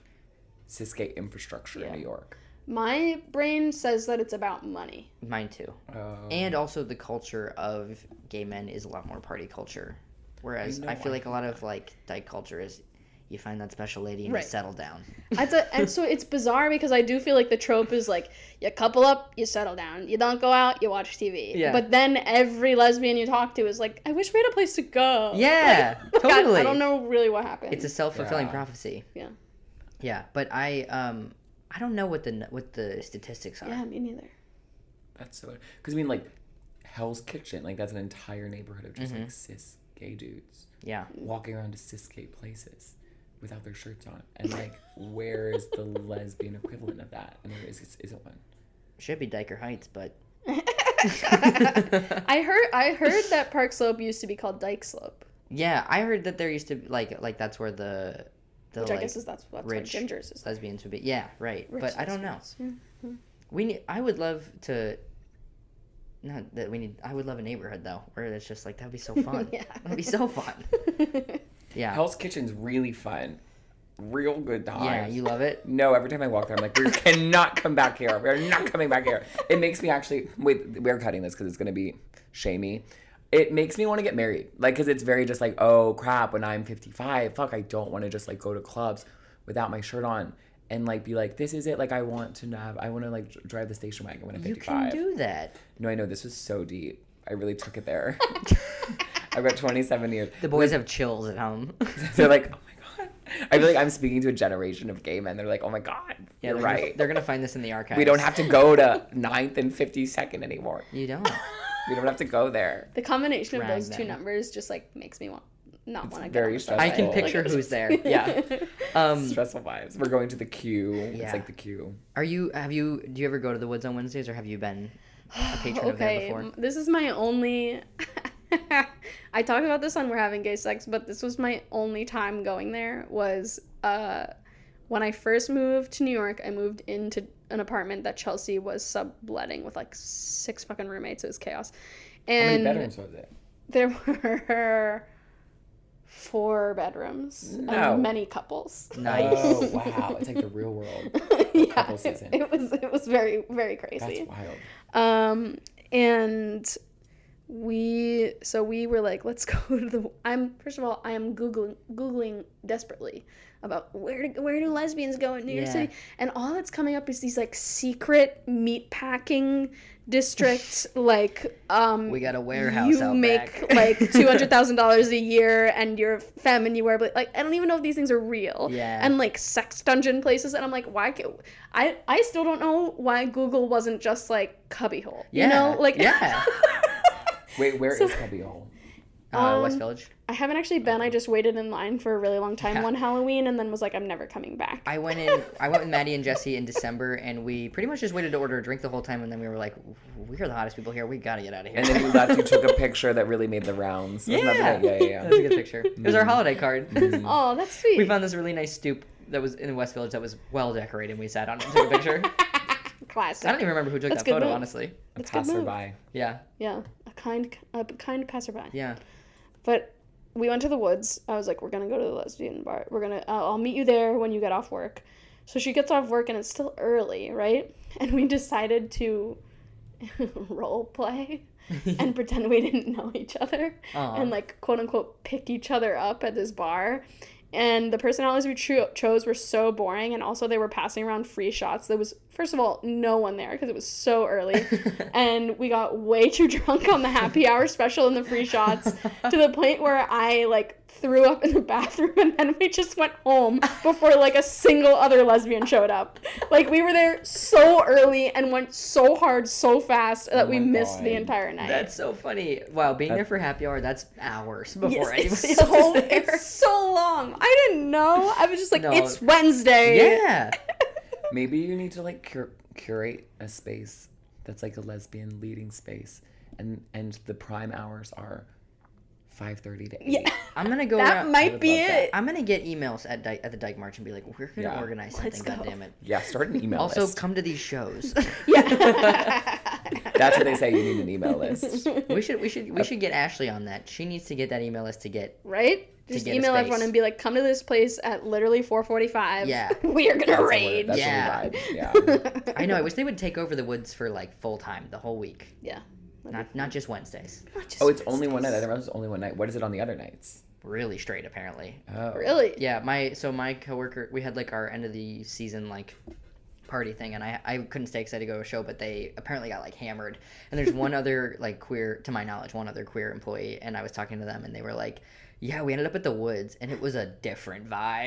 [SPEAKER 2] cis gay infrastructure in New York.
[SPEAKER 5] My brain says that it's about money.
[SPEAKER 3] Mine too.
[SPEAKER 2] Oh.
[SPEAKER 3] and also the culture of gay men is a lot more party culture whereas i, feel like a lot of like dyke culture is you find that special lady and
[SPEAKER 5] Right.
[SPEAKER 3] you settle down
[SPEAKER 5] That's a,
[SPEAKER 3] [LAUGHS]
[SPEAKER 5] and so [LAUGHS] it's bizarre because I do feel like the trope is like you couple up, you settle down. You don't go out, you watch TV.
[SPEAKER 3] Yeah.
[SPEAKER 5] But then every lesbian you talk to is like, I wish we had a place to go.
[SPEAKER 3] yeah
[SPEAKER 5] Like, [LAUGHS] oh I-
[SPEAKER 3] totally
[SPEAKER 5] I, don't know really what happened.
[SPEAKER 3] it's a self-fulfilling
[SPEAKER 2] Yeah.
[SPEAKER 3] prophecy
[SPEAKER 5] Yeah.
[SPEAKER 3] yeah but i um i don't know what the n- what the statistics are
[SPEAKER 5] yeah, me
[SPEAKER 3] [LAUGHS]
[SPEAKER 5] neither. [LAUGHS]
[SPEAKER 2] That's so. Because I mean, like Hell's Kitchen, like that's an entire neighborhood of just like cis gay dudes
[SPEAKER 3] Mm-hmm. yeah
[SPEAKER 2] walking around to cis gay places without their shirts on, and like where is the [LAUGHS] lesbian equivalent of that? And there is isn't one.
[SPEAKER 3] should be dyker heights
[SPEAKER 5] [LAUGHS]
[SPEAKER 3] but [LAUGHS]
[SPEAKER 5] I heard I heard that Park Slope used to be called Dyke Slope,
[SPEAKER 3] yeah i heard that there used to be like like that's where the the
[SPEAKER 5] which
[SPEAKER 3] like
[SPEAKER 5] I guess is that's that's
[SPEAKER 3] rich
[SPEAKER 5] what gingers is.
[SPEAKER 3] lesbians would be yeah right
[SPEAKER 5] Rich
[SPEAKER 3] but i don't know we need i would love to No, that we need. I would love a neighborhood though, where it's just like that'd be [LAUGHS] so fun. yeah, that'd be so
[SPEAKER 2] [LAUGHS]
[SPEAKER 3] fun. Yeah,
[SPEAKER 2] Hell's Kitchen's really fun. Real good time.
[SPEAKER 3] yeah, you love it.
[SPEAKER 2] No, every time I walk there, I'm like,
[SPEAKER 3] [LAUGHS]
[SPEAKER 2] we cannot come back here. We're not coming back here. It makes me actually wait. We're cutting this because it's gonna be shamey. It makes me want to get married, like, because it's very just like, oh crap, when I'm 55, fuck, I don't want to just like go to clubs without my shirt on and like be like, this is it. Like, I want to have, I want to like dr- drive the station wagon when I'm
[SPEAKER 3] You can
[SPEAKER 2] 55.
[SPEAKER 3] do that.
[SPEAKER 2] no, I know this was so deep. I really took it
[SPEAKER 3] [LAUGHS]
[SPEAKER 2] there. [LAUGHS] I got 27 years.
[SPEAKER 3] The boys have chills at [LAUGHS] home.
[SPEAKER 2] They're like, [LAUGHS] oh my god. I feel like I'm speaking to a generation of gay men. They're like, oh my god,
[SPEAKER 3] yeah,
[SPEAKER 2] you're
[SPEAKER 3] they're
[SPEAKER 2] right.
[SPEAKER 3] Gonna, they're gonna find this in the archives.
[SPEAKER 2] We don't have to go [LAUGHS] to 9th and 52nd anymore. [LAUGHS]
[SPEAKER 3] You don't.
[SPEAKER 2] We don't have to go there.
[SPEAKER 5] The combination of those two
[SPEAKER 3] Ragman.
[SPEAKER 5] numbers just like makes me want not want to
[SPEAKER 2] very
[SPEAKER 5] go.
[SPEAKER 2] stressful.
[SPEAKER 3] I can
[SPEAKER 2] Like,
[SPEAKER 5] [LAUGHS]
[SPEAKER 3] picture who's there.
[SPEAKER 2] Yeah.
[SPEAKER 3] Um,
[SPEAKER 2] Stressful vibes. We're going to the queue.
[SPEAKER 3] Yeah.
[SPEAKER 2] It's like the queue.
[SPEAKER 3] are you? Have you? Do you ever go to the woods on Wednesdays, or have you been a patron [SIGHS] of there
[SPEAKER 5] okay,
[SPEAKER 3] before?
[SPEAKER 5] m- this is my only. [LAUGHS] I talked about this on We're Having Gay Sex, but this was my only time going there. Was uh, when I first moved to New York, I moved into an apartment that Chelsea was subletting with like six fucking roommates. It was chaos,
[SPEAKER 2] How many
[SPEAKER 5] and
[SPEAKER 2] bedrooms was it?
[SPEAKER 5] there [LAUGHS] were four bedrooms
[SPEAKER 2] No.
[SPEAKER 5] and many couples.
[SPEAKER 3] Nice.
[SPEAKER 2] Oh, wow. It's like the real world.
[SPEAKER 5] [LAUGHS] yeah,
[SPEAKER 2] couple
[SPEAKER 5] it,
[SPEAKER 2] season.
[SPEAKER 5] it was it was very very
[SPEAKER 2] That's
[SPEAKER 5] crazy.
[SPEAKER 2] wild.
[SPEAKER 5] Um, and we so we were like, let's [LAUGHS] go to the. I'm first of all, I am googling googling desperately about where do, where do lesbians go in New York
[SPEAKER 3] Yeah.
[SPEAKER 5] City, and all that's coming up is these like secret meat packing
[SPEAKER 2] [LAUGHS]
[SPEAKER 5] districts, like um.
[SPEAKER 3] We got a warehouse
[SPEAKER 5] you
[SPEAKER 3] out
[SPEAKER 5] make
[SPEAKER 3] back. [LAUGHS]
[SPEAKER 5] like two hundred thousand dollars a year, and you're femme, and you wear bla- like I don't even know if these things are real.
[SPEAKER 3] Yeah.
[SPEAKER 5] And like sex dungeon places, and I'm like, why? Can- I I still don't know why Google wasn't just like cubbyhole.
[SPEAKER 3] yeah.
[SPEAKER 5] You know, like
[SPEAKER 3] yeah.
[SPEAKER 2] Wait, where is Cubby Hole?
[SPEAKER 3] Uh, West
[SPEAKER 5] Um,
[SPEAKER 3] Village.
[SPEAKER 5] [LAUGHS] I haven't actually been. I just waited in line for a really long time one Halloween, and then was like, I'm never coming back.
[SPEAKER 3] I went in. I went with Maddie and Jesse in December, and we pretty much just waited to order a drink the whole time. And then we were like, "We are the hottest people here. We gotta get out of here."
[SPEAKER 2] And then you left, you took a picture that really made the rounds. Wasn't that the-
[SPEAKER 3] Yeah.
[SPEAKER 2] yeah, yeah,
[SPEAKER 3] [LAUGHS] That's
[SPEAKER 2] yeah.
[SPEAKER 3] a good picture. Mm-hmm. It was our holiday card.
[SPEAKER 5] [LAUGHS] oh, that's sweet.
[SPEAKER 3] we found this really nice stoop that was in the West Village that was well decorated. and We sat on it and took
[SPEAKER 5] [LAUGHS]
[SPEAKER 3] a picture. I don't
[SPEAKER 5] Classic.
[SPEAKER 3] even remember who took
[SPEAKER 5] That's
[SPEAKER 3] that
[SPEAKER 5] good
[SPEAKER 3] photo,
[SPEAKER 5] move.
[SPEAKER 3] honestly.
[SPEAKER 2] A
[SPEAKER 5] That's good move.
[SPEAKER 2] passerby.
[SPEAKER 3] Yeah,
[SPEAKER 5] Yeah, a kind a kind passerby.
[SPEAKER 3] yeah.
[SPEAKER 5] But we went to the woods. I was like, we're gonna go to the lesbian bar. We're gonna. uh, I'll I'll meet you there when you get off work. So she gets off work and it's still early, right? And we decided to [LAUGHS] role play [LAUGHS] and pretend we didn't know each other
[SPEAKER 3] Aw.
[SPEAKER 5] and like quote unquote pick each other up at this bar. And the personalities we cho- chose were so boring, and also they were passing around free shots. There was, first of all, no one there because it was
[SPEAKER 2] [LAUGHS]
[SPEAKER 5] so early, and we got way too drunk on the happy hour special and the
[SPEAKER 2] [LAUGHS]
[SPEAKER 5] free shots to the point where I like threw up in the bathroom, and then we just went home before like a single other lesbian showed up. Like we were there so early and went so hard so fast that we
[SPEAKER 2] Oh my
[SPEAKER 5] missed the
[SPEAKER 2] God.
[SPEAKER 5] entire night. [LAUGHS]
[SPEAKER 3] That's so funny. Wow, being there for happy hour, that's hours before
[SPEAKER 5] Yes, [LAUGHS] it's
[SPEAKER 3] [LAUGHS] anybody
[SPEAKER 5] so,
[SPEAKER 3] else is there.
[SPEAKER 5] It's so long. I didn't know. I was just like,
[SPEAKER 3] No.
[SPEAKER 5] it's Wednesday.
[SPEAKER 3] Yeah.
[SPEAKER 2] Maybe you need to like cur- curate a space that's like a lesbian leading space, and and the prime hours are five thirty to
[SPEAKER 5] [LAUGHS]
[SPEAKER 2] eight.
[SPEAKER 3] I'm gonna go.
[SPEAKER 5] That
[SPEAKER 3] around-
[SPEAKER 5] might be
[SPEAKER 2] love that.
[SPEAKER 5] it.
[SPEAKER 3] I'm gonna get emails at Dyke, at the Dyke March and be like, we're gonna
[SPEAKER 2] Yeah.
[SPEAKER 3] organize
[SPEAKER 5] Let's
[SPEAKER 3] something.
[SPEAKER 5] go.
[SPEAKER 3] God damn it.
[SPEAKER 2] Yeah, start an email
[SPEAKER 3] Also,
[SPEAKER 2] list.
[SPEAKER 3] come to these shows. [LAUGHS]
[SPEAKER 2] That's what they say. You need an email
[SPEAKER 3] [LAUGHS]
[SPEAKER 2] list.
[SPEAKER 3] we should we should we should get Ashley on that. She needs to get that email list to get.
[SPEAKER 5] Right? Just
[SPEAKER 3] get a
[SPEAKER 5] email
[SPEAKER 3] space.
[SPEAKER 5] everyone and be like, come to this place at literally 445.
[SPEAKER 3] Yeah.
[SPEAKER 5] [LAUGHS] we are going to
[SPEAKER 2] That's
[SPEAKER 5] raid.
[SPEAKER 2] What, that's
[SPEAKER 3] Yeah.
[SPEAKER 2] what we vibe.
[SPEAKER 3] [LAUGHS]
[SPEAKER 2] Yeah.
[SPEAKER 3] I know. I wish they would take over the woods for like full time, the whole week,
[SPEAKER 5] yeah.
[SPEAKER 3] not not just Wednesdays.
[SPEAKER 5] Not just
[SPEAKER 2] Oh, it's only one night. I thought it was only one night. What is it on the other nights?
[SPEAKER 3] Really straight, apparently.
[SPEAKER 2] Oh,
[SPEAKER 5] Really?
[SPEAKER 3] Yeah, my so my coworker, we had like our end of the season like party thing, and I I couldn't stay excited to go to a show, but they apparently got like hammered. And there's
[SPEAKER 5] [LAUGHS]
[SPEAKER 3] one other like queer, to my knowledge, one other queer employee, and I was talking to them, and they were like. Yeah, we ended up at the woods, and it was a different vibe. [LAUGHS]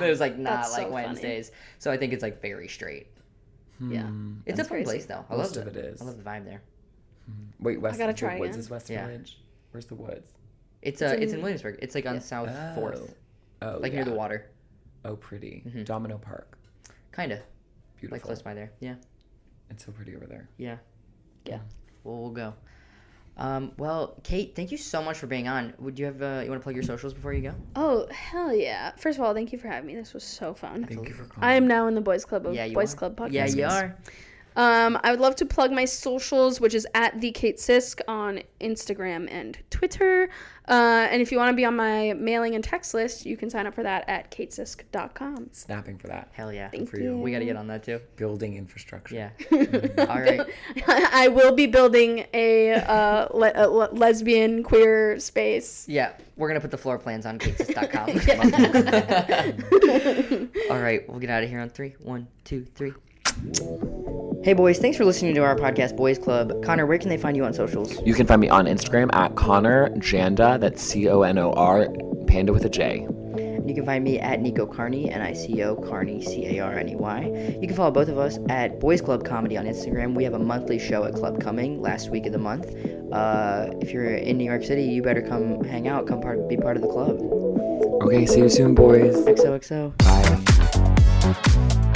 [SPEAKER 5] [LAUGHS]
[SPEAKER 3] was like not
[SPEAKER 5] That's so
[SPEAKER 3] like
[SPEAKER 5] funny.
[SPEAKER 3] Wednesdays, so I think it's like very straight.
[SPEAKER 5] Yeah.
[SPEAKER 3] It's a fun
[SPEAKER 5] crazy.
[SPEAKER 3] place though. I
[SPEAKER 2] Most
[SPEAKER 3] love
[SPEAKER 2] of
[SPEAKER 3] the-
[SPEAKER 2] it is.
[SPEAKER 3] I love the vibe there.
[SPEAKER 2] Wait, West.
[SPEAKER 5] gotta
[SPEAKER 2] the
[SPEAKER 5] try
[SPEAKER 2] Woods
[SPEAKER 5] again.
[SPEAKER 2] is West
[SPEAKER 3] Yeah.
[SPEAKER 2] Village. Where's the woods?
[SPEAKER 3] It's uh, it's in Williamsburg. It's like on South Fourth,
[SPEAKER 2] Oh,
[SPEAKER 3] like
[SPEAKER 2] yeah.
[SPEAKER 3] near the water,
[SPEAKER 2] Oh, pretty. Domino Park.
[SPEAKER 3] kind of like
[SPEAKER 2] Beautiful.
[SPEAKER 3] close by there. Yeah,
[SPEAKER 2] it's so pretty over there.
[SPEAKER 3] yeah,
[SPEAKER 5] Yeah.
[SPEAKER 3] Well, we'll go. Um, well, Kate, thank you so much for being on. Would you have uh, you want to plug your socials before you go?
[SPEAKER 5] Oh, hell yeah. First of all, thank you for having me. This was so fun.
[SPEAKER 2] Thank you for calling.
[SPEAKER 5] I am now in the Boys Club of
[SPEAKER 3] Yeah, you
[SPEAKER 5] Boys
[SPEAKER 3] are.
[SPEAKER 5] Club podcast.
[SPEAKER 3] yeah, you are.
[SPEAKER 5] Um, I would love to plug my socials, which is at the Kate Sisk on Instagram and Twitter. Uh, and if you want to be on my mailing and text list, you can sign up for that at katesisk.com.
[SPEAKER 4] Snapping for that.
[SPEAKER 3] Hell yeah.
[SPEAKER 5] Thank
[SPEAKER 4] For you.
[SPEAKER 3] We got to get on that too.
[SPEAKER 4] Building infrastructure.
[SPEAKER 3] Yeah. Mm-hmm. All right.
[SPEAKER 5] [LAUGHS] I will be building a, uh, le- a le- lesbian queer space.
[SPEAKER 3] Yeah. We're going to put the floor plans
[SPEAKER 5] [LAUGHS]
[SPEAKER 3] on katesis.com. [LAUGHS] All right. We'll get out of here on three. One, two, three. Hey, boys. Thanks for listening to our podcast, Boys Club. Connor, where can they find you on socials?
[SPEAKER 4] You can find me on Instagram at Connor Janda. That's C O N O R, panda with a J.
[SPEAKER 3] You can find me at Nico Carney, N I C O Carney, C A R N E Y. You can follow both of us at Boys Club Comedy on Instagram. We have a monthly show at Club Coming last week of the month. Uh, if you're in New York City, you better come hang out, come part, be part of the club.
[SPEAKER 4] Okay, see you soon, boys.
[SPEAKER 3] XOXO.
[SPEAKER 4] Bye.